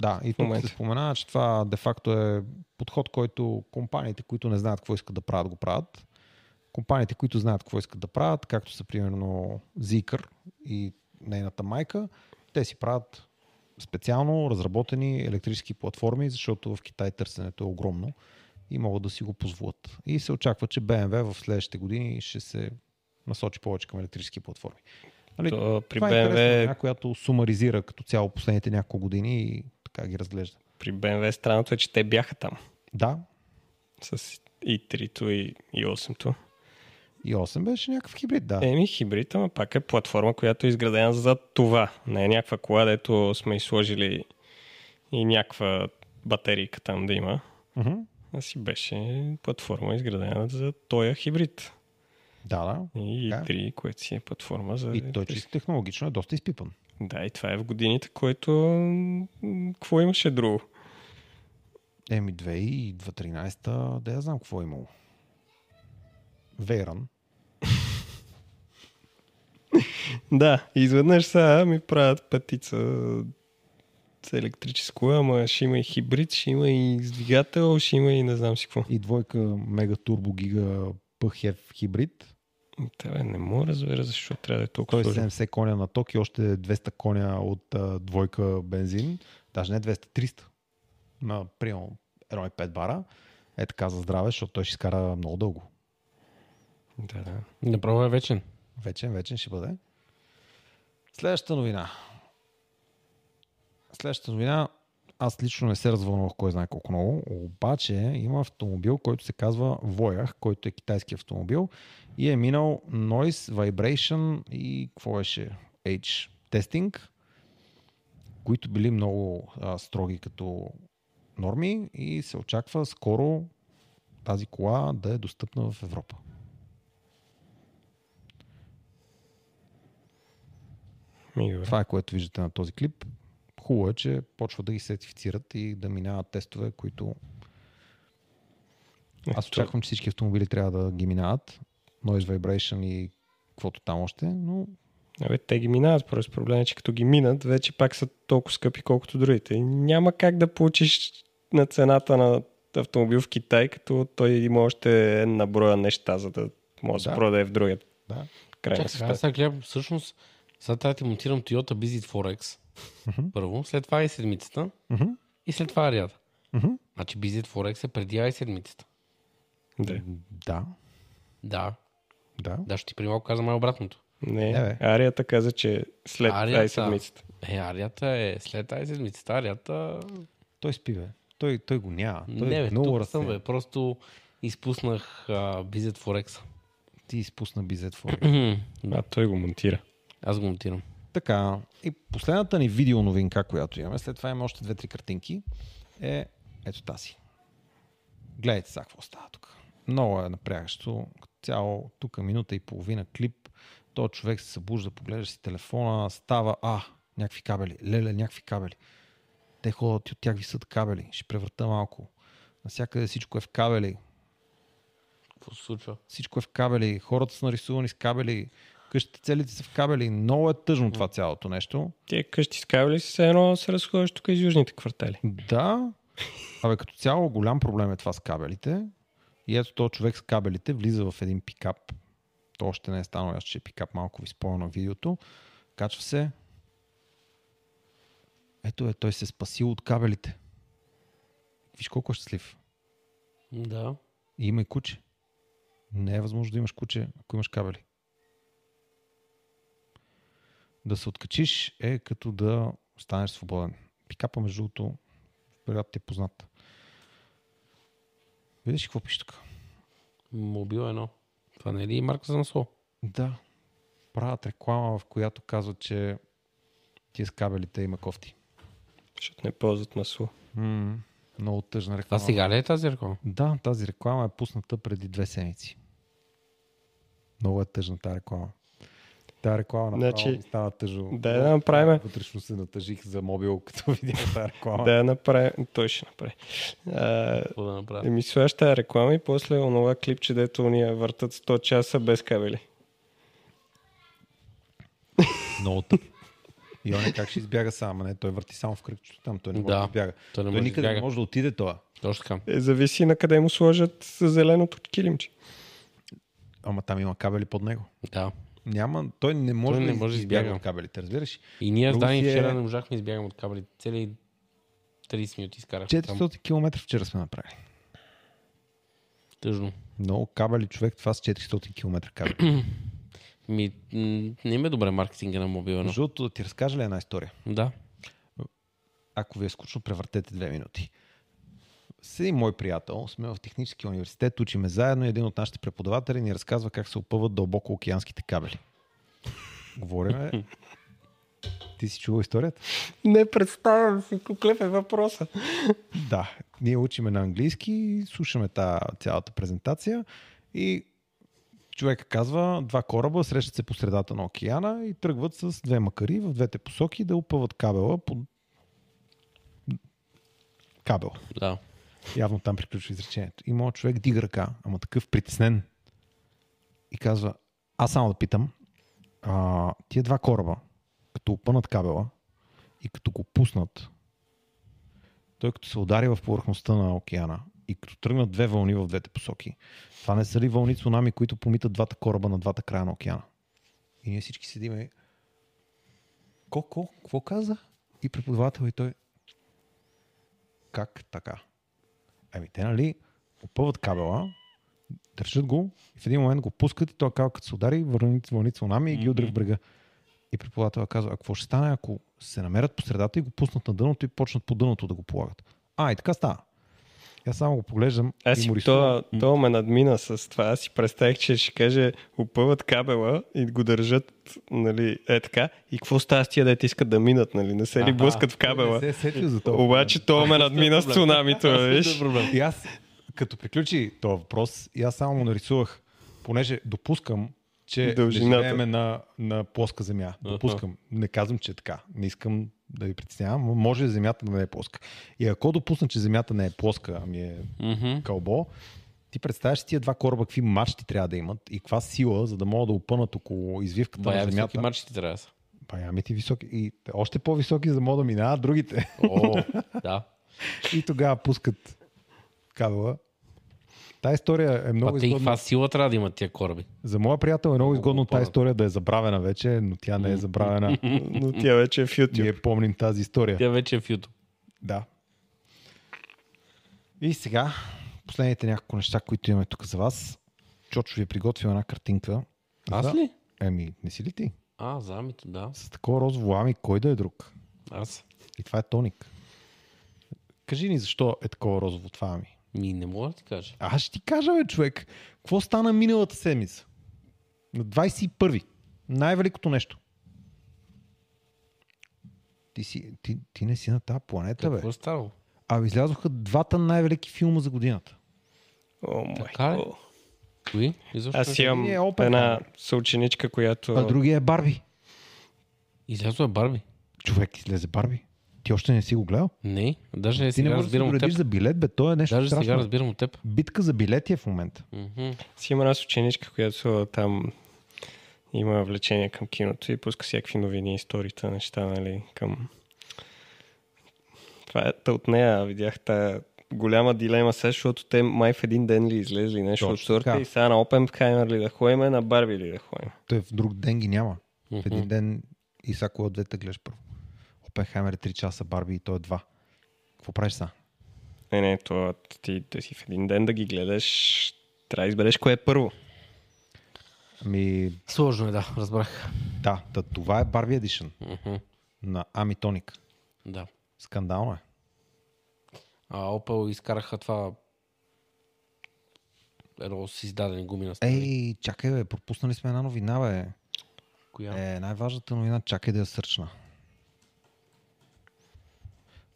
[SPEAKER 1] Да, и тук
[SPEAKER 3] момента.
[SPEAKER 1] се спомена, че това де-факто е подход, който компаниите, които не знаят какво искат да правят, го правят. Компаниите, които знаят какво искат да правят, както са примерно Zikr и нейната майка, те си правят специално разработени електрически платформи, защото в Китай търсенето е огромно и могат да си го позволят. И се очаква, че BMW в следващите години ще се насочи повече към електрически платформи. Нали,
[SPEAKER 3] То при
[SPEAKER 1] това е интересна
[SPEAKER 3] BMW,
[SPEAKER 1] новина, която сумаризира като цяло последните няколко години и така ги разглежда.
[SPEAKER 3] при BMW странното е, че те бяха там.
[SPEAKER 1] Да,
[SPEAKER 3] С и 3-то и, и 8-то.
[SPEAKER 1] и 8 беше някакъв хибрид, да.
[SPEAKER 3] Еми, хибрид, ама пак е платформа, която е изградена за това. Не е някаква кола, дето сме изложили и някаква батерийка там да има.
[SPEAKER 1] Мгм.
[SPEAKER 3] А си беше платформа изградена за този хибрид.
[SPEAKER 1] Да, да.
[SPEAKER 3] И
[SPEAKER 1] Така.
[SPEAKER 3] i3, което си е платформа за...
[SPEAKER 1] И той чисто технологично е доста изпипан.
[SPEAKER 3] Да, и това е в годините, което... м, Какво имаше друго?
[SPEAKER 1] Еми 2013, да я знам какво е имало. Вейран.
[SPEAKER 3] Да, и изведнъж сега ми правят петица с електрическо, ама ще има и хибрид, ще има и с двигател, ще има и не знам си какво.
[SPEAKER 1] И двойка мега турбо гига пъхев хибрид.
[SPEAKER 3] Тебе не мога да разбера защо трябва да е толкова
[SPEAKER 1] Той
[SPEAKER 3] сложно.
[SPEAKER 1] 70 коня на ток и още 200 коня от а, двойка бензин. Даже не 200, 300. На, примерно, 1,5 бара. Е така за здраве, защото той ще изкара много дълго.
[SPEAKER 3] Да, да.
[SPEAKER 2] Направо е вечен.
[SPEAKER 1] Вечен, вечен ще бъде. Следващата новина. Следващата новина, аз лично не се развълнувах кой знае колко много, обаче има автомобил, който се казва Voyah, който е китайски автомобил и е минал Noise, Vibration и какво беше? H Testing, които били много а, строги като норми и се очаква скоро тази кола да е достъпна в Европа.
[SPEAKER 3] Ми, добре.
[SPEAKER 1] Това е което виждате на този клип. Хубаво е, че почва да ги сертифицират и да минават тестове, които
[SPEAKER 2] Е,
[SPEAKER 1] аз очаквам, че всички автомобили трябва да ги минават. Noise Vibration и каквото там още, но
[SPEAKER 3] Абе, те ги минават, просто проблем е, че като ги минат, вече пак са толкова скъпи, колкото другите. И Няма как да получиш на цената на автомобил в Китай, като той има още една броя неща, за да може да,
[SPEAKER 1] Да.
[SPEAKER 3] се продае в другия
[SPEAKER 1] да.
[SPEAKER 3] край на
[SPEAKER 2] Чакай,
[SPEAKER 3] света.
[SPEAKER 2] аз сега гледам, всъщност, сега трябва да ти монтирам Toyota Visit Forex. Първо, след това е седмицата
[SPEAKER 1] Мгм.
[SPEAKER 2] и след това Ариада.
[SPEAKER 1] Мгм.
[SPEAKER 2] Значи Visit Forex е преди ай седмицата.
[SPEAKER 3] Да.
[SPEAKER 1] Да,
[SPEAKER 2] Да,
[SPEAKER 1] да.
[SPEAKER 2] да, ще ти при малко казвам обратното.
[SPEAKER 3] Не,
[SPEAKER 1] Не, бе.
[SPEAKER 3] Арията каза, че след
[SPEAKER 2] Арията.
[SPEAKER 3] тази седмицата.
[SPEAKER 2] Е, Арията е след ай седмицата, Арията...
[SPEAKER 1] Той спиве. Той, той го няма. Той
[SPEAKER 2] не,
[SPEAKER 1] е
[SPEAKER 2] бе,
[SPEAKER 1] много
[SPEAKER 2] тук съм,
[SPEAKER 1] разсеян.
[SPEAKER 2] бе, просто изпуснах а, Visit Forex.
[SPEAKER 1] Ти изпусна бизет for
[SPEAKER 3] А той го монтира.
[SPEAKER 2] Аз го монтирам.
[SPEAKER 1] Така, и последната ни видео новинка, която имаме, след това имаме още две-три картинки, е ето тази. Гледайте сега какво става тук. Много е напрягащо. Като Цяло, тук минута и половина клип. То човек се събужда, поглежда си телефона, става, а, някакви кабели, леле, някакви кабели. Те ходят и от тях висят кабели. Ще превърта малко. Насякъде всичко е в кабели
[SPEAKER 2] Какво се случва?
[SPEAKER 1] всичко е в кабели, хората са нарисувани с кабели, къщите целите са в кабели. Много е тъжно това цялото нещо.
[SPEAKER 3] Тия къщи с кабели са все едно се разхождаш тук из южните квартали.
[SPEAKER 1] Да, абе като цяло голям проблем е това с кабелите. И ето този човек с кабелите влиза в един пикап. То още не е станало, аз ще е пикап малко ви спомня на видеото. Качва се. Ето е, той се е спасил от кабелите. Виж колко е щастлив.
[SPEAKER 2] Да.
[SPEAKER 1] И има и куче. Не е възможно да имаш куче, ако имаш кабели. Да се откачиш е като да станеш свободен. Пикапа, между другото, вероятно ти е познат. Видиш какво пише тук?
[SPEAKER 2] Мобил едно. Това не е ли марка за масло?
[SPEAKER 1] Да. Правят реклама, в която казват, че тия с кабелите има кофти.
[SPEAKER 3] защото не ползват масло.
[SPEAKER 1] м Много тъжна
[SPEAKER 2] Това
[SPEAKER 1] реклама.
[SPEAKER 2] сега ли е тази реклама?
[SPEAKER 1] Да, тази реклама е пусната преди две седмици. Много е тъжна тази реклама. Тази реклама направо
[SPEAKER 3] Значи,
[SPEAKER 1] ми стана тъжно.
[SPEAKER 3] да я направим.
[SPEAKER 1] Вътрешно се натъжих за мобил, като видя тази реклама.
[SPEAKER 3] Да я направи, той ще направи. А, ами
[SPEAKER 2] Какво да направя?
[SPEAKER 3] Еми, слаш тази реклама и после онова клипче, дето уния въртат 100 часа без кабели.
[SPEAKER 1] Много тъп. И он е как ще избяга сам, а не, той върти само в кръгчето там, той не може да,
[SPEAKER 2] Да,
[SPEAKER 1] избяга.
[SPEAKER 2] той не
[SPEAKER 1] той
[SPEAKER 2] може да
[SPEAKER 1] никъде не
[SPEAKER 2] избяга.
[SPEAKER 1] може да отиде това.
[SPEAKER 2] Точно така.
[SPEAKER 3] Е, зависи на къде му сложат с зеленото килимче.
[SPEAKER 1] Ама там има кабели под него.
[SPEAKER 2] Да.
[SPEAKER 1] Няма, той не може,
[SPEAKER 2] Той
[SPEAKER 1] да
[SPEAKER 2] не може да избяга.
[SPEAKER 1] от кабелите, разбираш?
[SPEAKER 2] И ние с
[SPEAKER 1] Друго
[SPEAKER 2] Дани
[SPEAKER 1] си е-
[SPEAKER 2] вчера не можахме да избягаме от кабели. Цели 30 минути изкарах. Там.
[SPEAKER 1] 400 км вчера сме направили.
[SPEAKER 2] Тъжно.
[SPEAKER 1] Много кабели, човек, това с 400 км кабели.
[SPEAKER 2] Ми, м, не им е добре маркетинга на мобила. Но...
[SPEAKER 1] Между другото, да ти разкажа ли една история?
[SPEAKER 2] Да.
[SPEAKER 1] Ако ви е скучно, превъртете две минути. С един мой приятел сме в техническия университет, учиме заедно и един от нашите преподаватели ни разказва как се опъват дълбоко океанските кабели. Говориме. Ти си чувал историята?
[SPEAKER 3] Не представям си какъв е въпроса.
[SPEAKER 1] Да, ние учиме на английски, слушаме та, цялата презентация и човек казва, два кораба срещат се по средата на океана и тръгват с две макари в двете посоки да опъват кабела под кабел.
[SPEAKER 2] Да.
[SPEAKER 1] Явно там приключва изречението. И моят човек дига ръка, ама такъв притеснен. И казва, аз само да питам, а, тия два кораба, като опънат кабела и като го пуснат, той като се удари в повърхността на океана и като тръгнат две вълни в двете посоки, това не са ли вълни цунами, които помитат двата кораба на двата края на океана? И ние всички седиме. Ко-ко? Какво каза? И преподавател и той. Как така? Ами те, нали, опъват кабела, държат го и в един момент го пускат и той кабел като се удари, върни вълни цунами и ги удря в брега. И преподавателя казва, а какво ще стане, ако се намерят по средата и го пуснат на дъното и почнат по дъното да го полагат? А, и така става. Аз само го поглеждам
[SPEAKER 3] Аз
[SPEAKER 1] и
[SPEAKER 3] си,
[SPEAKER 1] му рисувам.
[SPEAKER 3] то, то ме надмина с това. Аз си представих, че ще каже, опъват кабела и го държат, нали, е така. И какво става с тия дете искат да минат, нали? Не се ли
[SPEAKER 2] Аха.
[SPEAKER 3] блъскат в кабела?
[SPEAKER 1] Не се е сетил за това.
[SPEAKER 3] Обаче то ме надмина с цунамито, бе, виж.
[SPEAKER 1] И аз, като приключи този въпрос, и аз само му нарисувах, понеже допускам, че
[SPEAKER 3] Дължината.
[SPEAKER 1] Дължината. живееме на, на плоска земя. Допускам. Не казвам, че е така. Не искам да ви притеснявам. но Може земята да не е плоска. И ако допусна, че земята не е плоска, ами е
[SPEAKER 2] Мгм.
[SPEAKER 1] кълбо, ти представяш си тия два кораба какви мачти трябва да имат и каква сила, за да могат да опънат около извивката
[SPEAKER 2] Бая
[SPEAKER 1] на
[SPEAKER 2] високи
[SPEAKER 1] е земята.
[SPEAKER 2] мачите трябва да са.
[SPEAKER 1] Бая ми ти високи. И още по-високи, за да могат да минават другите.
[SPEAKER 2] О, да.
[SPEAKER 1] И тогава пускат кабела. Тая история е много
[SPEAKER 2] Много а те и
[SPEAKER 1] изгодна.
[SPEAKER 2] каква сила трябва да имат тия кораби?
[SPEAKER 1] За моя приятел е много изгодно тази
[SPEAKER 2] опорът.
[SPEAKER 1] история да е забравена вече, но тя не е забравена.
[SPEAKER 3] Но тя вече е в YouTube.
[SPEAKER 1] Ние помним тази история.
[SPEAKER 2] Тя вече е в YouTube.
[SPEAKER 1] Да. И сега, последните няколко неща, които имаме тук за вас. Чочо ви е приготвил една картинка.
[SPEAKER 2] Аз
[SPEAKER 1] За-
[SPEAKER 2] ли?
[SPEAKER 1] Еми, не си ли ти?
[SPEAKER 2] А, замите, да.
[SPEAKER 1] С такова розово ами, кой да е друг?
[SPEAKER 2] Аз.
[SPEAKER 1] И това е тоник. Кажи ни защо е такова розово това ами.
[SPEAKER 2] Ми не мога да ти кажа.
[SPEAKER 1] Аз ще ти кажа, бе, човек. Какво стана миналата седмица? На 21-ви. Най-великото нещо. Ти, си, ти, ти не си на тази планета, бе.
[SPEAKER 2] Какво е ставало?
[SPEAKER 1] А излязоха двата най-велики филма за годината.
[SPEAKER 3] О, май.
[SPEAKER 2] Така ли?
[SPEAKER 3] О.
[SPEAKER 2] Кои? Изобщо не
[SPEAKER 3] Аз
[SPEAKER 2] знам.
[SPEAKER 1] Един е
[SPEAKER 3] имам
[SPEAKER 1] Опенхаймер.
[SPEAKER 3] една съученичка, която...
[SPEAKER 1] А другия е Барби.
[SPEAKER 2] Излязла е Барби.
[SPEAKER 1] Човек излезе Барби. Ти още не си го гледал?
[SPEAKER 2] Не, даже
[SPEAKER 1] Ти не
[SPEAKER 2] сега
[SPEAKER 1] можеш да се
[SPEAKER 2] разбирам от теб.
[SPEAKER 1] доредиш за билет, бе. То е нещо
[SPEAKER 2] Даже
[SPEAKER 1] страшно.
[SPEAKER 2] сега разбирам от теб.
[SPEAKER 1] Битка за билети е в момента.
[SPEAKER 2] Мгм.
[SPEAKER 3] Си има една съученичка, която там има влечение към киното и пуска всякакви новини, историта, неща, нали, към... Това е, та от нея видях та голяма дилема сега, защото те май в един ден ли излезли нещо
[SPEAKER 1] Точно
[SPEAKER 3] от сорта
[SPEAKER 1] така.
[SPEAKER 3] и сега на Опенхаймер ли да ходим, на Барби ли да ходим.
[SPEAKER 1] Той в друг ден ги няма. В
[SPEAKER 2] Мгм.
[SPEAKER 1] един ден и сега кое от двете гледаш първо. Опенхаймер е 3 часа, Барби и той е 2. Какво правиш сега?
[SPEAKER 3] Не, не, това ти да си в един ден да ги гледаш, трябва да избереш кое е първо.
[SPEAKER 1] Ами,
[SPEAKER 2] Сложно е, да, разбрах.
[SPEAKER 1] да, да, това е Barbie Edition на Amitonic.
[SPEAKER 2] Да.
[SPEAKER 1] Скандално е.
[SPEAKER 2] А Opel изкараха това едно с издадени гуми на стена.
[SPEAKER 1] Ей, чакай бе, пропуснали сме една новина бе.
[SPEAKER 2] коя?
[SPEAKER 1] Е, най-важната новина, чакай да я сърчна.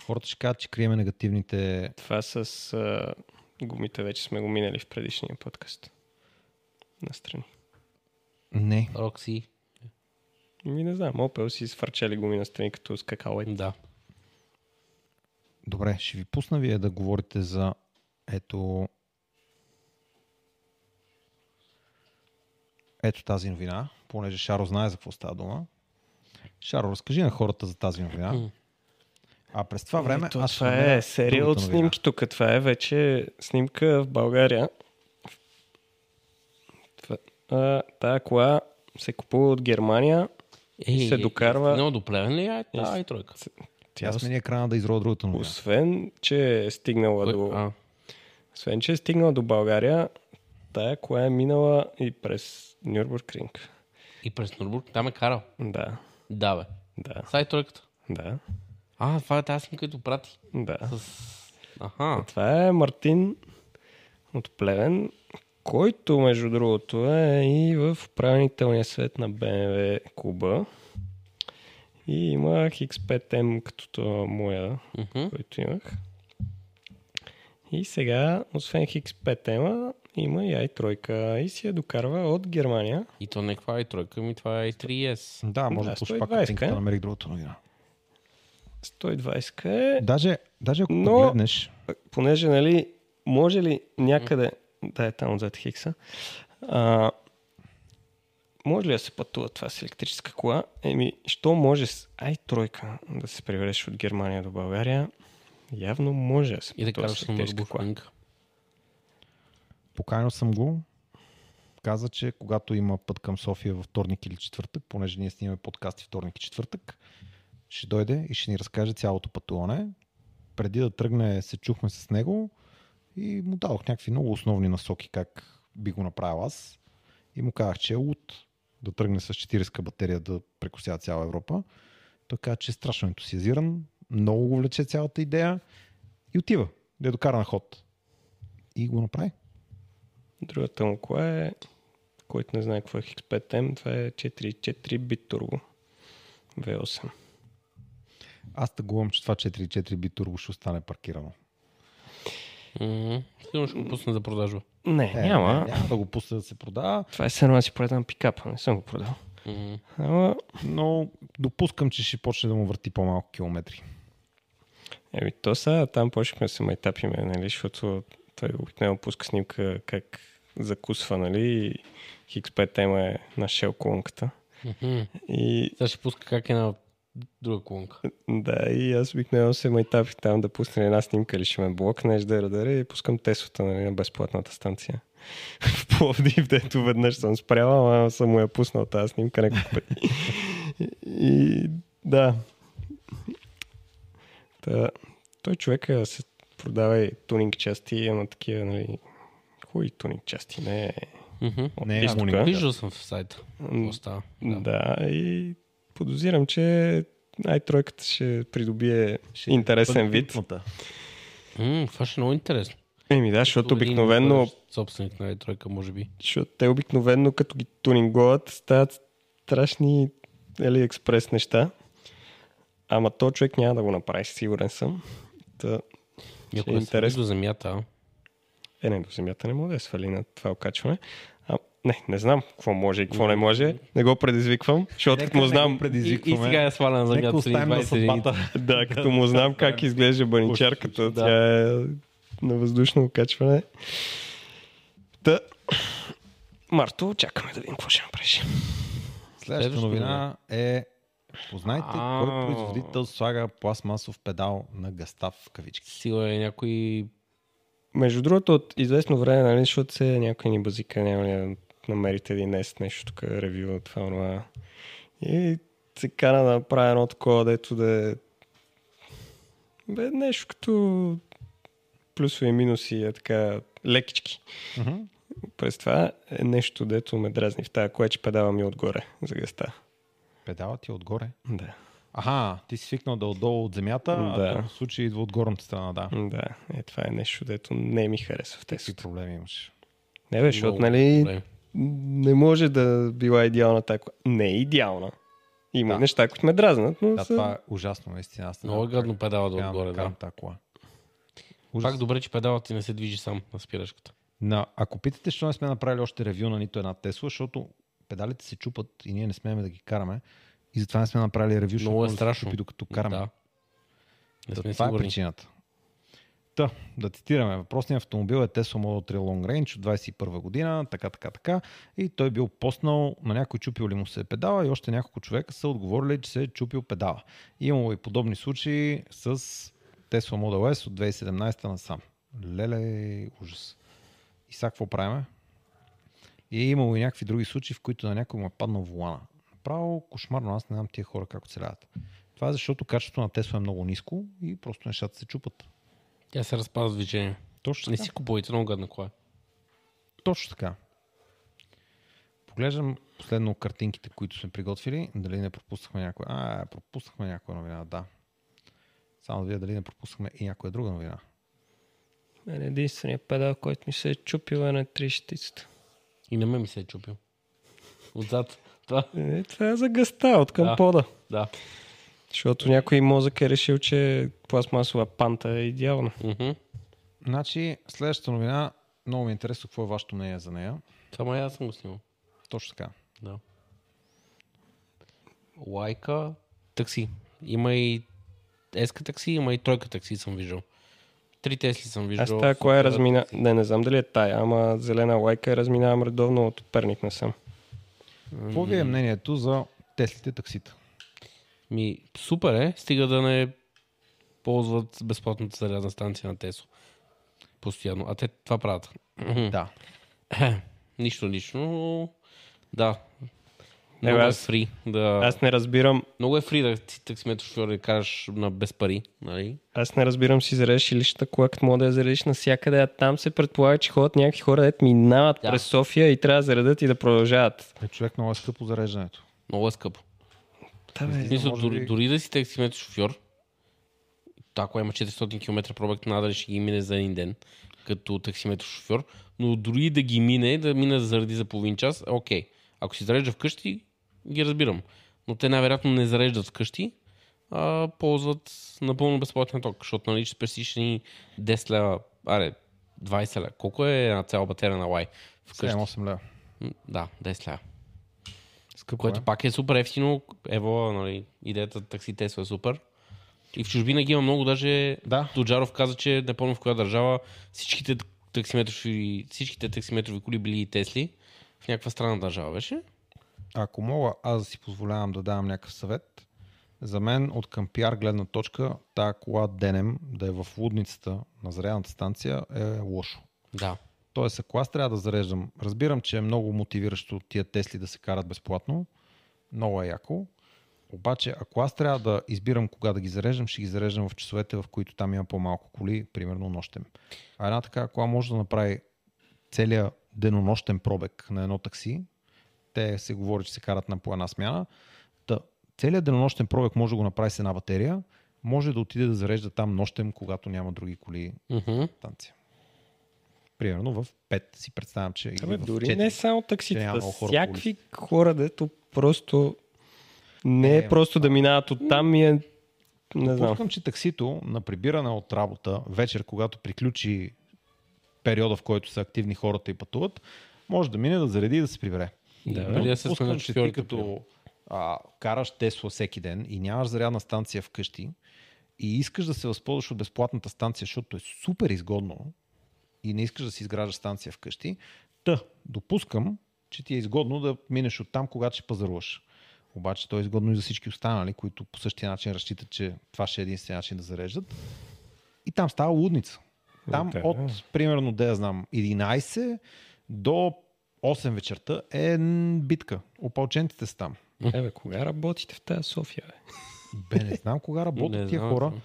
[SPEAKER 1] Хората ще кажат, че криеме негативните.
[SPEAKER 3] Това с а, гумите вече сме го минали в предишния подкаст. Настрани.
[SPEAKER 1] Не,
[SPEAKER 2] Рокси,
[SPEAKER 3] Ми не знам, Opel си свърчали гуми настрани като скакалайт.
[SPEAKER 2] да.
[SPEAKER 1] добре, ще ви пусна вие да говорите за ето ето тази новина, понеже Шаро знае за какво става дума. Шаро, разкажи на хората за тази новина. А през това време
[SPEAKER 3] Ето,
[SPEAKER 1] аз ще
[SPEAKER 3] това
[SPEAKER 1] намеря
[SPEAKER 3] е серия от
[SPEAKER 1] другата новина.
[SPEAKER 3] снимки тук. Това е вече снимка в България. Това, а, тая кола се купува от Германия.
[SPEAKER 2] Ей,
[SPEAKER 3] се
[SPEAKER 2] е,
[SPEAKER 3] докарва-
[SPEAKER 2] Не до Плевен ли? Ай, да, и тройка.
[SPEAKER 1] Тя смени екрана да изродя другата новина.
[SPEAKER 3] Освен, че е стигнала до...
[SPEAKER 2] А,
[SPEAKER 3] Освен, че е стигнала до България, тая кола е минала и през Нюрбургринг.
[SPEAKER 2] и през Нурбург. Там е карал.
[SPEAKER 3] Да,
[SPEAKER 2] Да, бе.
[SPEAKER 3] да,
[SPEAKER 2] Сай тройката.
[SPEAKER 3] да,
[SPEAKER 2] А, това е тази снимка, като прати.
[SPEAKER 3] да.
[SPEAKER 2] С... Аха.
[SPEAKER 3] Това е Мартин от Плевен, който, между другото, е и в управителния съвет на БМВ Куба. И имах X5M като това моя,
[SPEAKER 2] Мгм.
[SPEAKER 3] който имах. И сега, освен X5M, има и i3 и си я докарва от Германия.
[SPEAKER 2] И то не е каква е тройка, ми това е 3S.
[SPEAKER 1] Да, може
[SPEAKER 3] Да,
[SPEAKER 1] да, да пуша
[SPEAKER 3] 120,
[SPEAKER 1] пак картинката,
[SPEAKER 3] е.
[SPEAKER 1] намерих другата новина.
[SPEAKER 3] 120 е,
[SPEAKER 1] Даже, даже ако
[SPEAKER 3] Но-
[SPEAKER 1] Но... погледнеш,
[SPEAKER 3] понеже, нали, може ли някъде, да е там зад Хикса, а, може ли да се пътува това с електрическа кола? Еми, що може с i3 да се преведеш от Германия до България? Явно може да се
[SPEAKER 2] И да
[SPEAKER 3] пътува
[SPEAKER 2] караш
[SPEAKER 3] с
[SPEAKER 2] на
[SPEAKER 3] електрическа кола.
[SPEAKER 2] Нурбург.
[SPEAKER 1] поканил съм го, каза, че когато има път към София във вторник или четвъртък, понеже ние снимаме подкасти вторник и четвъртък, ще дойде и ще ни разкаже цялото пътуване. Преди да тръгне, се чухме с него и му дадох някакви много основни насоки как би го направил аз. И му казах, че е луд да тръгне с 40 батерия да прекося цяла Европа. Той каза, че е страшно ентусиазиран, много го влече цялата идея и отива да я докара на ход. И го направи.
[SPEAKER 3] Другата му кола е, който не знае какво е X5M, това е 4.4 бит турбо. V8.
[SPEAKER 1] Аз тъгувам, че това 4.4 би турбо ще остане паркирано.
[SPEAKER 2] Мгм. Сигурно ще го пусна за продажба.
[SPEAKER 3] Не,
[SPEAKER 1] Е,
[SPEAKER 3] няма.
[SPEAKER 1] Не, няма да го пусна да се продава,
[SPEAKER 3] Това е все едно да си продам пикапа, не съм го продал.
[SPEAKER 2] Мгм.
[SPEAKER 3] Ама
[SPEAKER 1] но допускам, че ще почне да му върти по-малко километри.
[SPEAKER 3] Еми, Ами, то са, там почнахме да се майтапиме, нали, защото той обикновено пуска снимка как закусва, нали, и X5 тема е на шел колонката.
[SPEAKER 2] Мгм.
[SPEAKER 3] И
[SPEAKER 2] Сега ще пуска как една друга колонка.
[SPEAKER 3] да, и аз обикновено се майтапих там да пусна една снимка или ще ме блокнеш, да радаре и пускам Теслата нали, на безплатната станция. в Пловдив, дето веднъж съм спрял, ама съм му я пуснал тази снимка няколко пъти. и да. Та, той човека се продава и тунинг части, ама такива, нали, хубави тунинг части, не е
[SPEAKER 2] Мгм.
[SPEAKER 3] от
[SPEAKER 1] Не е
[SPEAKER 3] изтока.
[SPEAKER 1] тунинг.
[SPEAKER 2] Виждал съм в сайта.
[SPEAKER 3] М,
[SPEAKER 2] Какво става? Да.
[SPEAKER 3] Да, и подозирам, че най-тройката ще придобие ще интересен вид.
[SPEAKER 2] М, Това ще е много интересно.
[SPEAKER 3] Еми да, защото
[SPEAKER 2] Като един
[SPEAKER 3] обикновено,
[SPEAKER 2] бъдещ Собственик на тройка, може би.
[SPEAKER 3] защото те обикновено като ги тунинговат стават страшни AliExpress неща. Ама то човек няма да го направи, сигурен съм. Та,
[SPEAKER 2] И Ако
[SPEAKER 3] е
[SPEAKER 2] е
[SPEAKER 3] интересно.
[SPEAKER 2] интересно. до земята, а?
[SPEAKER 3] е, не, до земята не може да я свали на това окачване. А, не, не знам какво може и какво не може. Не го предизвиквам, защото като му знам,
[SPEAKER 2] и, и сега я сваля на
[SPEAKER 1] Нека
[SPEAKER 2] земята. с
[SPEAKER 1] оставим на
[SPEAKER 2] 20 единици.
[SPEAKER 1] съдбата.
[SPEAKER 3] да, като му знам как изглежда баничарката,
[SPEAKER 2] Да.
[SPEAKER 3] тя е на въздушно окачване. Та, Марто, чакаме да видим какво ще направиш.
[SPEAKER 1] Следващата новина е Познайте кой
[SPEAKER 2] А.
[SPEAKER 1] производител слага пластмасов педал на гъстав в кавички.
[SPEAKER 2] Сила е някой...
[SPEAKER 3] Между другото, от известно време, нали, защото се някой ни базика, няма ли да намерите един днес нещо тук, ревю от това, това. И се кара да направя едно такова, дето да е... Бе, нещо като плюсове и минуси е така лекички.
[SPEAKER 1] Мгм.
[SPEAKER 3] През това е нещо, дето ме дразни в тази кола, че педала ми е отгоре за гъста.
[SPEAKER 1] Педалът ти е отгоре.
[SPEAKER 3] Да.
[SPEAKER 1] Аха, ти си свикнал да е отдолу от земята,
[SPEAKER 3] Да.
[SPEAKER 1] а тук в случай идва от горната страна, да.
[SPEAKER 3] Да, е, това е нещо, дето не ми харесва в
[SPEAKER 1] Какви
[SPEAKER 3] тесто.
[SPEAKER 1] проблеми имаш?
[SPEAKER 3] Не бе, защото,
[SPEAKER 2] Много
[SPEAKER 3] нали,
[SPEAKER 2] добре.
[SPEAKER 3] не може да била идеална така. Не е идеална. Има
[SPEAKER 1] Да.
[SPEAKER 3] да. неща, които ме дразнат, но
[SPEAKER 1] Да,
[SPEAKER 3] са...
[SPEAKER 1] това е ужасно, наистина. Аз не
[SPEAKER 2] Много е
[SPEAKER 1] знам
[SPEAKER 2] гадно
[SPEAKER 1] как-
[SPEAKER 2] педала да
[SPEAKER 1] няма
[SPEAKER 2] отгоре, да.
[SPEAKER 1] карам тая кола.
[SPEAKER 2] Пак
[SPEAKER 1] Ужас.
[SPEAKER 2] добре, че педалът ти не се движи сам на спирачката.
[SPEAKER 1] На, ако питате, защо не сме направили още ревю на нито една Тесла, защото педалите се чупат и ние не смеем да ги караме. И затова не сме направили ревю, защото
[SPEAKER 2] Много е
[SPEAKER 1] може да се
[SPEAKER 2] страшно.
[SPEAKER 1] чупи, докато караме.
[SPEAKER 2] Да. Не
[SPEAKER 1] Та
[SPEAKER 2] сме
[SPEAKER 1] това е
[SPEAKER 2] сигурни.
[SPEAKER 1] причината. Та, да цитираме. Въпросният автомобил е Tesla Model 3 Long Range от 21 година, така, така, така. И той бил поснал, на някой чупил ли му се е педала и още няколко човека са отговорили, че се е чупил педала. Имало и подобни случаи с Tesla Model S от 2017 насам. Леле, ужас. И сега какво правиме? И е имало и някакви други случаи, в които на някой му е паднал волана. Направо кошмарно, аз не знам тия хора как оцеляват. Това е защото качеството на Тесла е много ниско и просто нещата се чупат.
[SPEAKER 2] Тя се разпада с движение.
[SPEAKER 1] Точно
[SPEAKER 2] Не
[SPEAKER 1] така.
[SPEAKER 2] си купувайте много гадна кола.
[SPEAKER 1] Точно така. Поглеждам последно картинките, които сме приготвили. Дали не пропуснахме някоя? А, пропуснахме някоя новина, да. Само да видя дали не пропуснахме и някоя друга новина.
[SPEAKER 3] Мен единственият педал, който ми се е чупил е на 360-та.
[SPEAKER 2] И на мен ми се е чупил. Отзад. Това.
[SPEAKER 3] Е, това е за гъста, от към
[SPEAKER 2] Да.
[SPEAKER 3] да. пода.
[SPEAKER 2] Да.
[SPEAKER 3] Защото някой мозък е решил, че пластмасова панта е идеална.
[SPEAKER 2] Мгм.
[SPEAKER 1] Значи, следващата новина, много ми е интересно какво е вашето мнение за нея.
[SPEAKER 2] Само и аз съм го снимал.
[SPEAKER 1] Точно така.
[SPEAKER 2] Да. Лайка. Такси. Има и еска такси, има и тройка такси съм виждал. Три Тесли съм виждал.
[SPEAKER 3] Аз тая коя е
[SPEAKER 2] Супер.
[SPEAKER 3] размина... Не, не знам дали е тая, ама зелена лайка я разминавам редовно от Перник насам.
[SPEAKER 1] Какво ви е мнението за Теслите таксита?
[SPEAKER 2] Ми, супер е, стига да не ползват безплатната зарядна станция на Тесло. Постоянно. А те това правят.
[SPEAKER 1] Да.
[SPEAKER 2] Нищо лично, но да.
[SPEAKER 3] Не,
[SPEAKER 2] Много е
[SPEAKER 3] аз-
[SPEAKER 2] фри. Да.
[SPEAKER 3] Аз не разбирам,
[SPEAKER 2] Много е фри да си таксиметр шофьор да кажеш на без пари. Нали?
[SPEAKER 3] аз не разбирам си зарежеш ли личната кола, като мога да я зарежеш навсякъде, а там се предполага, че ходят някакви хора, дето минават
[SPEAKER 2] Да.
[SPEAKER 3] през София и трябва да заредат и да продължават.
[SPEAKER 1] Е, човек много е скъпо зареждането.
[SPEAKER 2] Много е скъпо.
[SPEAKER 3] Та, бе,
[SPEAKER 2] В смисъл,
[SPEAKER 1] може
[SPEAKER 2] дори,
[SPEAKER 1] би-
[SPEAKER 2] дори да си таксиметр шофьор, то ако има 400 км пробег, надали ще ги мине за един ден като таксиметр шофьор, но дори да ги мине, да мине заради за половин час, е окей. Ако си зарежда вкъщи, ги разбирам. Но те най-вероятно не зареждат вкъщи, а ползват напълно безплатен ток, защото нали ще спестиш ни 10 лева, аре, 20 лева. Колко е една цяла батерия на лай вкъщи?
[SPEAKER 1] 7-8 лева.
[SPEAKER 2] М, Да, 10 лева.
[SPEAKER 1] Скъпо
[SPEAKER 2] Което
[SPEAKER 1] е.
[SPEAKER 2] пак е супер ефтино. Ево, нали, идеята такси Тесла е супер. И в чужбина ги има много, даже
[SPEAKER 1] Да.
[SPEAKER 2] Доджаров каза, че не помня в коя държава всичките таксиметрови, всичките таксиметрови коли били и Тесли. В някаква странна държава беше.
[SPEAKER 1] ако мога аз да си позволявам да давам някакъв съвет, за мен от към пиар гледна точка, тая кола денем да е в лудницата на зарядната станция е лошо.
[SPEAKER 2] Да.
[SPEAKER 1] Тоест, ако аз трябва да зареждам, разбирам, че е много мотивиращо тия Тесли да се карат безплатно, много е яко, обаче ако аз трябва да избирам кога да ги зареждам, ще ги зареждам в часовете, в които там има по-малко коли, примерно нощем. А една така кола може да направи целият денонощен пробег на едно такси, те се говори, че се карат на по една смяна, Та, целият денонощен пробег може да го направи с една батерия, може да отиде да зарежда там нощем, когато няма други коли
[SPEAKER 2] Мгм.
[SPEAKER 1] станция. Примерно в 5 си представям, че или
[SPEAKER 3] Абе,
[SPEAKER 1] в
[SPEAKER 3] дори
[SPEAKER 1] 4.
[SPEAKER 3] не само
[SPEAKER 1] Ами, Няма
[SPEAKER 3] такситата,
[SPEAKER 1] много хора по
[SPEAKER 3] всякакви хора, дето просто не е просто да минават оттам и е... Не знам.
[SPEAKER 1] Пускам, че таксито на прибиране от работа вечер, когато приключи периода, в който са активни хората и пътуват, може да мине да зареди и да се прибере.
[SPEAKER 2] Да,
[SPEAKER 1] Но
[SPEAKER 2] преди да се
[SPEAKER 1] допускам,
[SPEAKER 2] сменят
[SPEAKER 1] че ти
[SPEAKER 2] шофьорите,
[SPEAKER 1] като
[SPEAKER 2] примерно.
[SPEAKER 1] а, караш Тесла всеки ден и нямаш зарядна станция вкъщи и искаш да се възползваш от безплатната станция, защото е супер изгодно и не искаш да си изграждаш станция вкъщи, та допускам, че ти е изгодно да минеш от там, когато ще пазаруваш. Обаче то е изгодно и за всички останали, които по същия начин разчитат, че това ще е единствения начин да зареждат. И там става лудница. Там
[SPEAKER 2] е.
[SPEAKER 5] Да.
[SPEAKER 1] от, примерно, да я знам, 11 до 8 вечерта е н- битка. Опалченците са там.
[SPEAKER 3] Ебе, Е, кога работите в тази София, бе?
[SPEAKER 1] Бе, не знам кога работят
[SPEAKER 2] Не
[SPEAKER 1] тия
[SPEAKER 2] знам,
[SPEAKER 1] хора.
[SPEAKER 2] знам.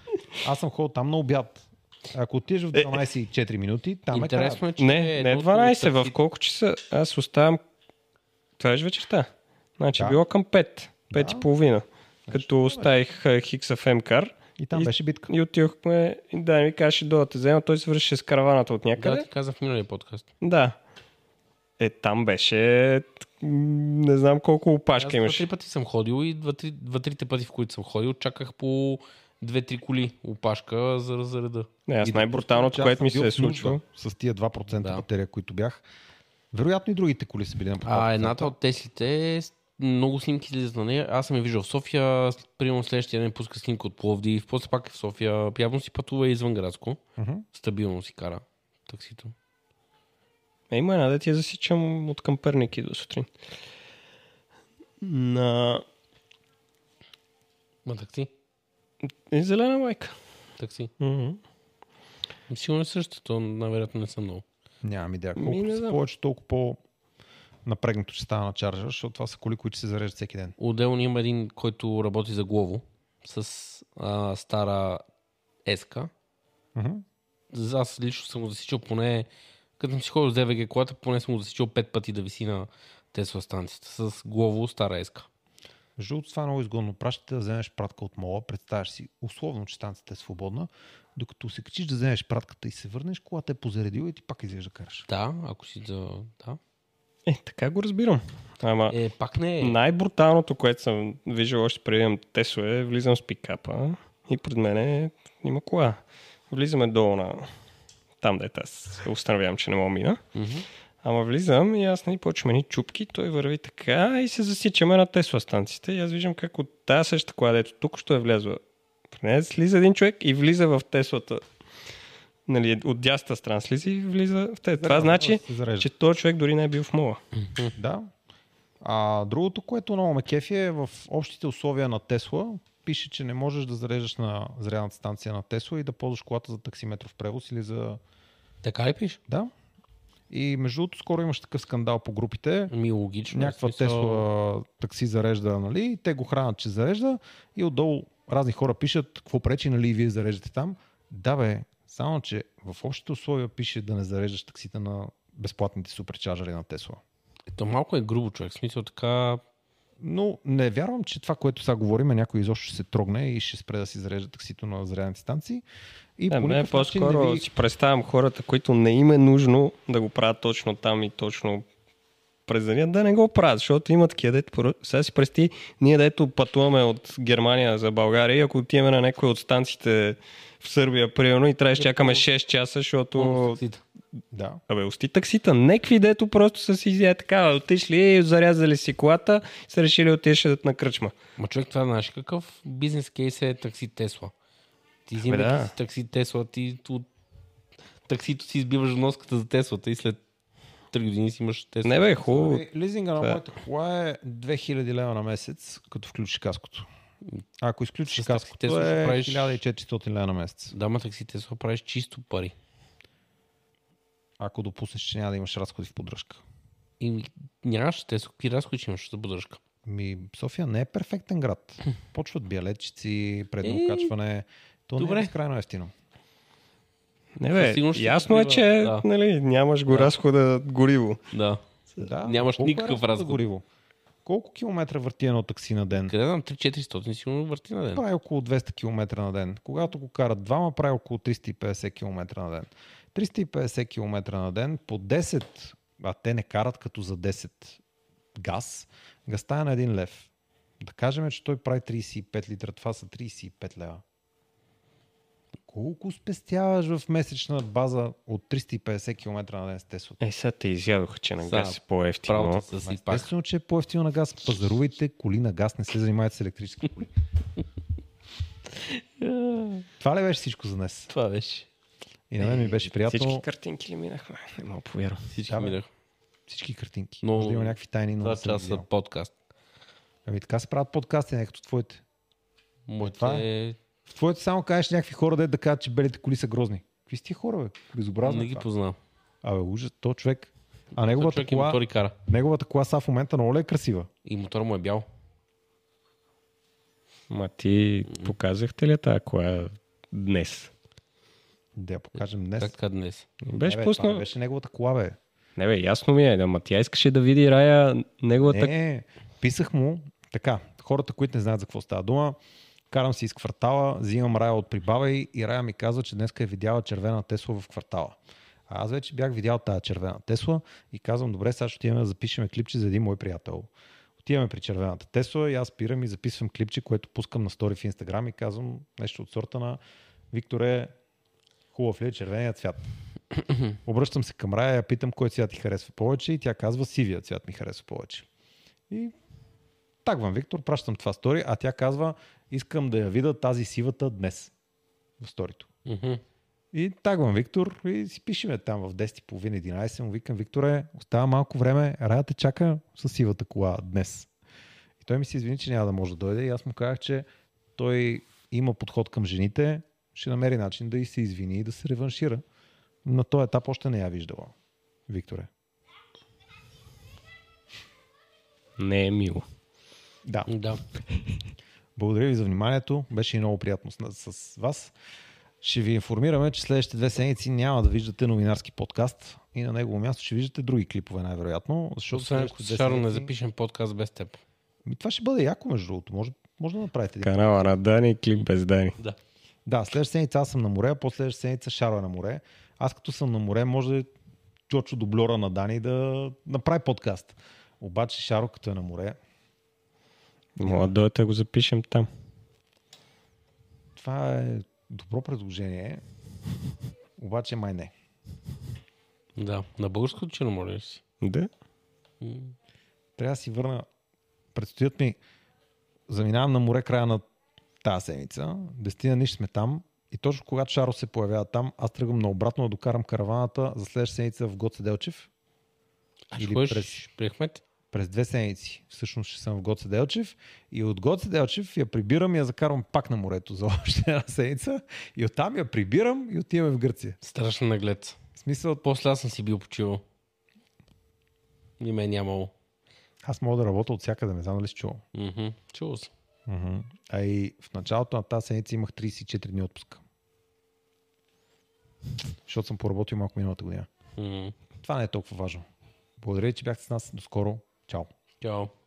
[SPEAKER 1] Аз съм ходил там на обяд. Ако отидеш в 12,4 минути, там е
[SPEAKER 2] Интересно е, че
[SPEAKER 3] Не, не
[SPEAKER 2] едно от
[SPEAKER 3] 12, в
[SPEAKER 2] университетите.
[SPEAKER 3] колко часа? Аз оставам... Това е вечерта. Значи
[SPEAKER 1] Да.
[SPEAKER 3] да. било към 5, 5 и половина. Като оставих а, Хикса в М-кар
[SPEAKER 1] И там
[SPEAKER 3] И-
[SPEAKER 1] беше битка.
[SPEAKER 3] и отидохме, и да, ми каже, да те взема, той се връщаше с караваната от някъде.
[SPEAKER 2] Да, ти казах в миналия подкаст.
[SPEAKER 3] Да. Е, там беше... т- м, Не знам колко опашка
[SPEAKER 2] Аз
[SPEAKER 3] имаше.
[SPEAKER 2] два-три пъти съм ходил и два-три- два-трите пъти, в които съм ходил, чаках по две-три коли опашка за, за реда.
[SPEAKER 3] Не, аз
[SPEAKER 1] И
[SPEAKER 3] най-бруталното,
[SPEAKER 1] просто, че аз
[SPEAKER 3] което
[SPEAKER 1] съм
[SPEAKER 3] ми се
[SPEAKER 1] бил
[SPEAKER 3] е
[SPEAKER 1] в нужда
[SPEAKER 3] случило.
[SPEAKER 1] С тия 2%
[SPEAKER 2] Да.
[SPEAKER 1] батерия, които бях. Вероятно и другите коли са били на подпадка.
[SPEAKER 2] А едната от Теслите, с- много снимки излизат на нея. Аз съм я виждал в София, с- примерно следващия ден пуска снимка от Пловдив, после пак е в София. Явно си пътува извън градско.
[SPEAKER 1] Мгм.
[SPEAKER 2] Стабилно си кара таксито.
[SPEAKER 3] Е, има една да ти я засичам от към Перник и до сутрин. На...
[SPEAKER 2] Ма такси?
[SPEAKER 3] Е, зелена майка.
[SPEAKER 2] Такси.
[SPEAKER 3] Мгм.
[SPEAKER 2] Сигурно е същото, най-вероятно не съм много.
[SPEAKER 1] Нямам идея.
[SPEAKER 3] Ми,
[SPEAKER 1] Колкото
[SPEAKER 3] не
[SPEAKER 1] са
[SPEAKER 3] знам.
[SPEAKER 1] повече, толкова по напрегнато ще става на чарджер, защото това са коли, които се зареждат всеки ден.
[SPEAKER 2] Отделно има един, който работи за Глово с а, стара еска.
[SPEAKER 1] Мгм.
[SPEAKER 2] За- Аз лично съм го засичал поне, като съм си ходил с ДВГ колата, поне съм го засичал пет пъти да виси на Тесла станцията с Глово стара еска.
[SPEAKER 1] Между другото, това е много изгодно. Пращате да вземеш пратка от мола, представяш си условно, че станцията е свободна, докато се качиш да вземеш пратката и се върнеш, колата е позаредила и ти пак излизаш да караш.
[SPEAKER 2] Да, ако си за... Да.
[SPEAKER 3] Е, така го разбирам. Ама
[SPEAKER 2] Е, пак не е.
[SPEAKER 3] най-бруталното, което съм виждал още преди да имам Тесо е, влизам с пикапа и пред мене има кола. Влизаме долу на там, дете аз се установявам, че не мога мина.
[SPEAKER 2] Мгм.
[SPEAKER 3] Ама влизам и аз нали, почваме ни чупки, той върви така и се засичаме на Тесла станцията и аз виждам как от тази същата кола, дето тук що е влязла. При нея слиза един човек и влиза в Теслата. Нали, от дясната страна слиза и влиза в Тесла. Това значи,
[SPEAKER 1] се зарежда.
[SPEAKER 3] че този човек дори не е бил в мола.
[SPEAKER 1] Да. А другото, което много ме кефи е в общите условия на Тесла, пише, че не можеш да зареждаш на зарядната станция на Тесла и да ползваш колата за таксиметров превоз или за...
[SPEAKER 2] Така ли пиш?
[SPEAKER 1] Да. И между другото, скоро имаш такъв скандал по групите.
[SPEAKER 2] Ми е логично.
[SPEAKER 1] някаква
[SPEAKER 2] в смисъл-
[SPEAKER 1] Тесла такси зарежда, нали? и Те го хранят, че зарежда и отдолу разни хора пишат, какво пречи, нали, и вие зареждате там. Да, бе, само че в общите условия пише да не зареждаш таксите на безплатните суперчарджери на Тесла.
[SPEAKER 2] Ето малко е грубо човек. В смисъл така...
[SPEAKER 1] Но не вярвам, че това, което сега говорим, е някой изобщо ще се трогне и ще спре да си зарежда таксито на зарядните станции. И
[SPEAKER 3] Да,
[SPEAKER 1] по
[SPEAKER 3] Е, не,
[SPEAKER 1] никакъв начин
[SPEAKER 3] по-скоро
[SPEAKER 1] не ви...
[SPEAKER 3] си представям хората, които не им е нужно да го правят точно там и точно през деня, да не го правят, защото има такива дето. пора- Сега си прести, ние дето пътуваме от Германия за България, и ако отиваме на някои от станциите в Сърбия, примерно, и трябва да чакаме 6 часа, защото...
[SPEAKER 2] Таксита.
[SPEAKER 1] Да.
[SPEAKER 3] Абе, усти таксита. Некви дето просто са си изяя така, бе, отишли, зарязали си колата, са решили отиш на кръчма.
[SPEAKER 2] Ма човек това знаеш ли какъв бизнес кейс е такси Тесла. Ти взимайки
[SPEAKER 3] Ами да.
[SPEAKER 2] си такси Тесла, ти от таксито си избиваш вноската за Теслата и след 3 години си имаш Тесла.
[SPEAKER 3] Не бе, хубаво.
[SPEAKER 2] Ами,
[SPEAKER 1] Е, Лизинга на
[SPEAKER 3] Това е.
[SPEAKER 1] моята кола е 2000 лева на месец, като включиш каското. Ако изключиш
[SPEAKER 2] С таксите
[SPEAKER 1] каското
[SPEAKER 2] също
[SPEAKER 1] е
[SPEAKER 2] правиш-
[SPEAKER 1] 1400 лева на месец.
[SPEAKER 2] Да, ма такси Тесла правиш чисто пари.
[SPEAKER 1] Ако допуснеш, че няма да имаш разходи в поддръжка.
[SPEAKER 2] И нямаш Тесла, какви разходи ще имаш за поддръжка.
[SPEAKER 1] Ми, София не е перфектен град. Почват биалетчици,
[SPEAKER 2] Е,
[SPEAKER 1] предно качване. То не
[SPEAKER 2] добре.
[SPEAKER 1] е крайно ефтино.
[SPEAKER 3] Не
[SPEAKER 2] Със
[SPEAKER 3] бе,
[SPEAKER 2] сигурност ще
[SPEAKER 3] ясно е,
[SPEAKER 2] покрива,
[SPEAKER 3] че
[SPEAKER 2] да.
[SPEAKER 3] нали, нямаш го разхода гориво.
[SPEAKER 2] Да.
[SPEAKER 1] Да,
[SPEAKER 2] Нямаш
[SPEAKER 1] колко е
[SPEAKER 2] никакъв
[SPEAKER 1] разходът
[SPEAKER 2] разход.
[SPEAKER 1] за Гориво? Колко километра върти едно такси на ден?
[SPEAKER 2] Къде знам, 3-400 сигурно върти на ден.
[SPEAKER 1] Прави около 200 км на ден. Когато го карат двама, прави около 350 км на ден. 350 км на ден по 10, а те не карат като за 10 газ, газта е на 1 лев. Да кажем, че той прави 35 литра, това са 35 лева. Колко спестяваш в месечна база от 350 км на ден с Тесла?
[SPEAKER 3] Е, сега те изядоха, че на
[SPEAKER 2] Сега,
[SPEAKER 3] газ е по-ефтино.
[SPEAKER 2] Правото са си пак.
[SPEAKER 1] Естествено, че е по-ефтино на газ. Пазарувайте коли на газ, не се занимайте с електрически коли. Това ли беше всичко за днес?
[SPEAKER 2] Това беше.
[SPEAKER 1] И на мен ми беше
[SPEAKER 3] Всички
[SPEAKER 1] приятно.
[SPEAKER 3] картинки ли минахме? Не мога повярвам.
[SPEAKER 2] Всички
[SPEAKER 1] Да, бе.
[SPEAKER 2] минах.
[SPEAKER 1] Всички картинки.
[SPEAKER 2] Но-
[SPEAKER 1] Може да има някакви тайни, но
[SPEAKER 2] Два
[SPEAKER 1] не съм
[SPEAKER 2] часа
[SPEAKER 1] видял.
[SPEAKER 2] подкаст.
[SPEAKER 1] Ами така се правят подкасти, не като твоите. Това
[SPEAKER 2] Моята е...
[SPEAKER 1] В твоите само кажеш някакви хора да, да кажат, че белите коли са грозни. Какви сте хора, бе? Безобразно.
[SPEAKER 2] Не
[SPEAKER 1] е
[SPEAKER 2] ги
[SPEAKER 1] това.
[SPEAKER 2] познавам.
[SPEAKER 1] Абе, ужас, то човек. А
[SPEAKER 2] Той
[SPEAKER 1] неговата
[SPEAKER 2] човек и
[SPEAKER 1] кола,
[SPEAKER 2] мотори кара.
[SPEAKER 1] неговата кола са в момента много ли е красива.
[SPEAKER 2] И мотора му е бял.
[SPEAKER 5] Ма ти показахте ли я тая кола е днес?
[SPEAKER 1] Да я покажем днес.
[SPEAKER 2] Как така днес?
[SPEAKER 5] Беше
[SPEAKER 1] не, бе, това
[SPEAKER 5] пуснал.
[SPEAKER 1] не беше неговата кола, бе.
[SPEAKER 5] Не бе, ясно ми е, ама тя искаше да види Рая неговата...
[SPEAKER 1] Не, писах му така. Хората, които не знаят за какво става дума, карам си из квартала, взимам Рая от прибава и, и Рая ми казва, че днеска е видяла червена Тесла в квартала. А аз вече бях видял тази червена Тесла и казвам, добре, сега ще отиваме да запишем клипче за един мой приятел. Отиваме при червената Тесла и аз спирам и записвам клипче, което пускам на стори в Инстаграм и казвам нещо от сорта на Викторе, хубав ли е червения цвят? Обръщам се към Рая, я питам кой цвят ти харесва повече и тя казва сивия цвят ми харесва повече. И тагвам Виктор, пращам това стори, а тя казва искам да я видя тази сивата днес в сторито.
[SPEAKER 2] Мгм.
[SPEAKER 1] И тагвам Виктор и си пишеме там в 10.30-11. Му викам, Викторе, остава малко време, Рая те чака с сивата кола днес. И той ми се извини, че няма да може да дойде. И аз му казах, че той има подход към жените, ще намери начин да и се извини и да се реваншира. На този етап още не я виждала. Викторе.
[SPEAKER 5] Не е мило.
[SPEAKER 1] Да.
[SPEAKER 2] Да.
[SPEAKER 1] Благодаря ви за вниманието. Беше и много приятно с, с вас. Ще ви информираме, че следващите две седмици няма да виждате новинарски подкаст и на негово място ще виждате други клипове, най-вероятно. Защото
[SPEAKER 2] Освен ако
[SPEAKER 1] следващите
[SPEAKER 2] с
[SPEAKER 1] две
[SPEAKER 2] Шаро не
[SPEAKER 1] седмици-
[SPEAKER 2] запишем подкаст без теб.
[SPEAKER 1] Ми, това ще бъде яко, между другото. Може, може да направите. един.
[SPEAKER 5] Канала на Дани, клип без Дани.
[SPEAKER 2] Да.
[SPEAKER 1] Да, следващата седмица аз съм на море, а после следващата седмица Шаро е на море. Аз като съм на море, може Чочо дублера на Дани да направи подкаст. Обаче Шаро като е на море,
[SPEAKER 5] Мога да дойдете да го запишем там.
[SPEAKER 1] това е добро предложение. Обаче май не.
[SPEAKER 2] Да. На българското черноморие ли си?
[SPEAKER 5] Да.
[SPEAKER 1] трябва да си върна. Предстоят ми. Заминавам на море края на тази седмица. Дестина ниш сме там. И точно когато Шаро се появява там, аз тръгвам наобратно да докарам караваната за следващата седмица в Гоце Делчев.
[SPEAKER 2] А
[SPEAKER 1] Или
[SPEAKER 2] ще ходиш
[SPEAKER 1] през-
[SPEAKER 2] при Ахмет?
[SPEAKER 1] През две седмици всъщност ще съм в Гоце Делчев. И от Гоце Делчев я прибирам и я закарвам пак на морето за още една седмица. И оттам я прибирам и отиваме в Гърция.
[SPEAKER 2] Страшен наглед.
[SPEAKER 1] В смисъл,
[SPEAKER 2] После аз съм си бил почивал. И ме е нямало.
[SPEAKER 1] аз мога да работя от всякъде, не знам дали си чувал.
[SPEAKER 2] Мгм. Чувал съм.
[SPEAKER 1] Мгм. А и в началото на тази седмица имах 34 дни отпуска. Защото съм поработил малко миналата година.
[SPEAKER 2] Мгм.
[SPEAKER 1] Това не е толкова важно. Благодаря, че бяхте с нас. До скоро. Чао.
[SPEAKER 2] Чао.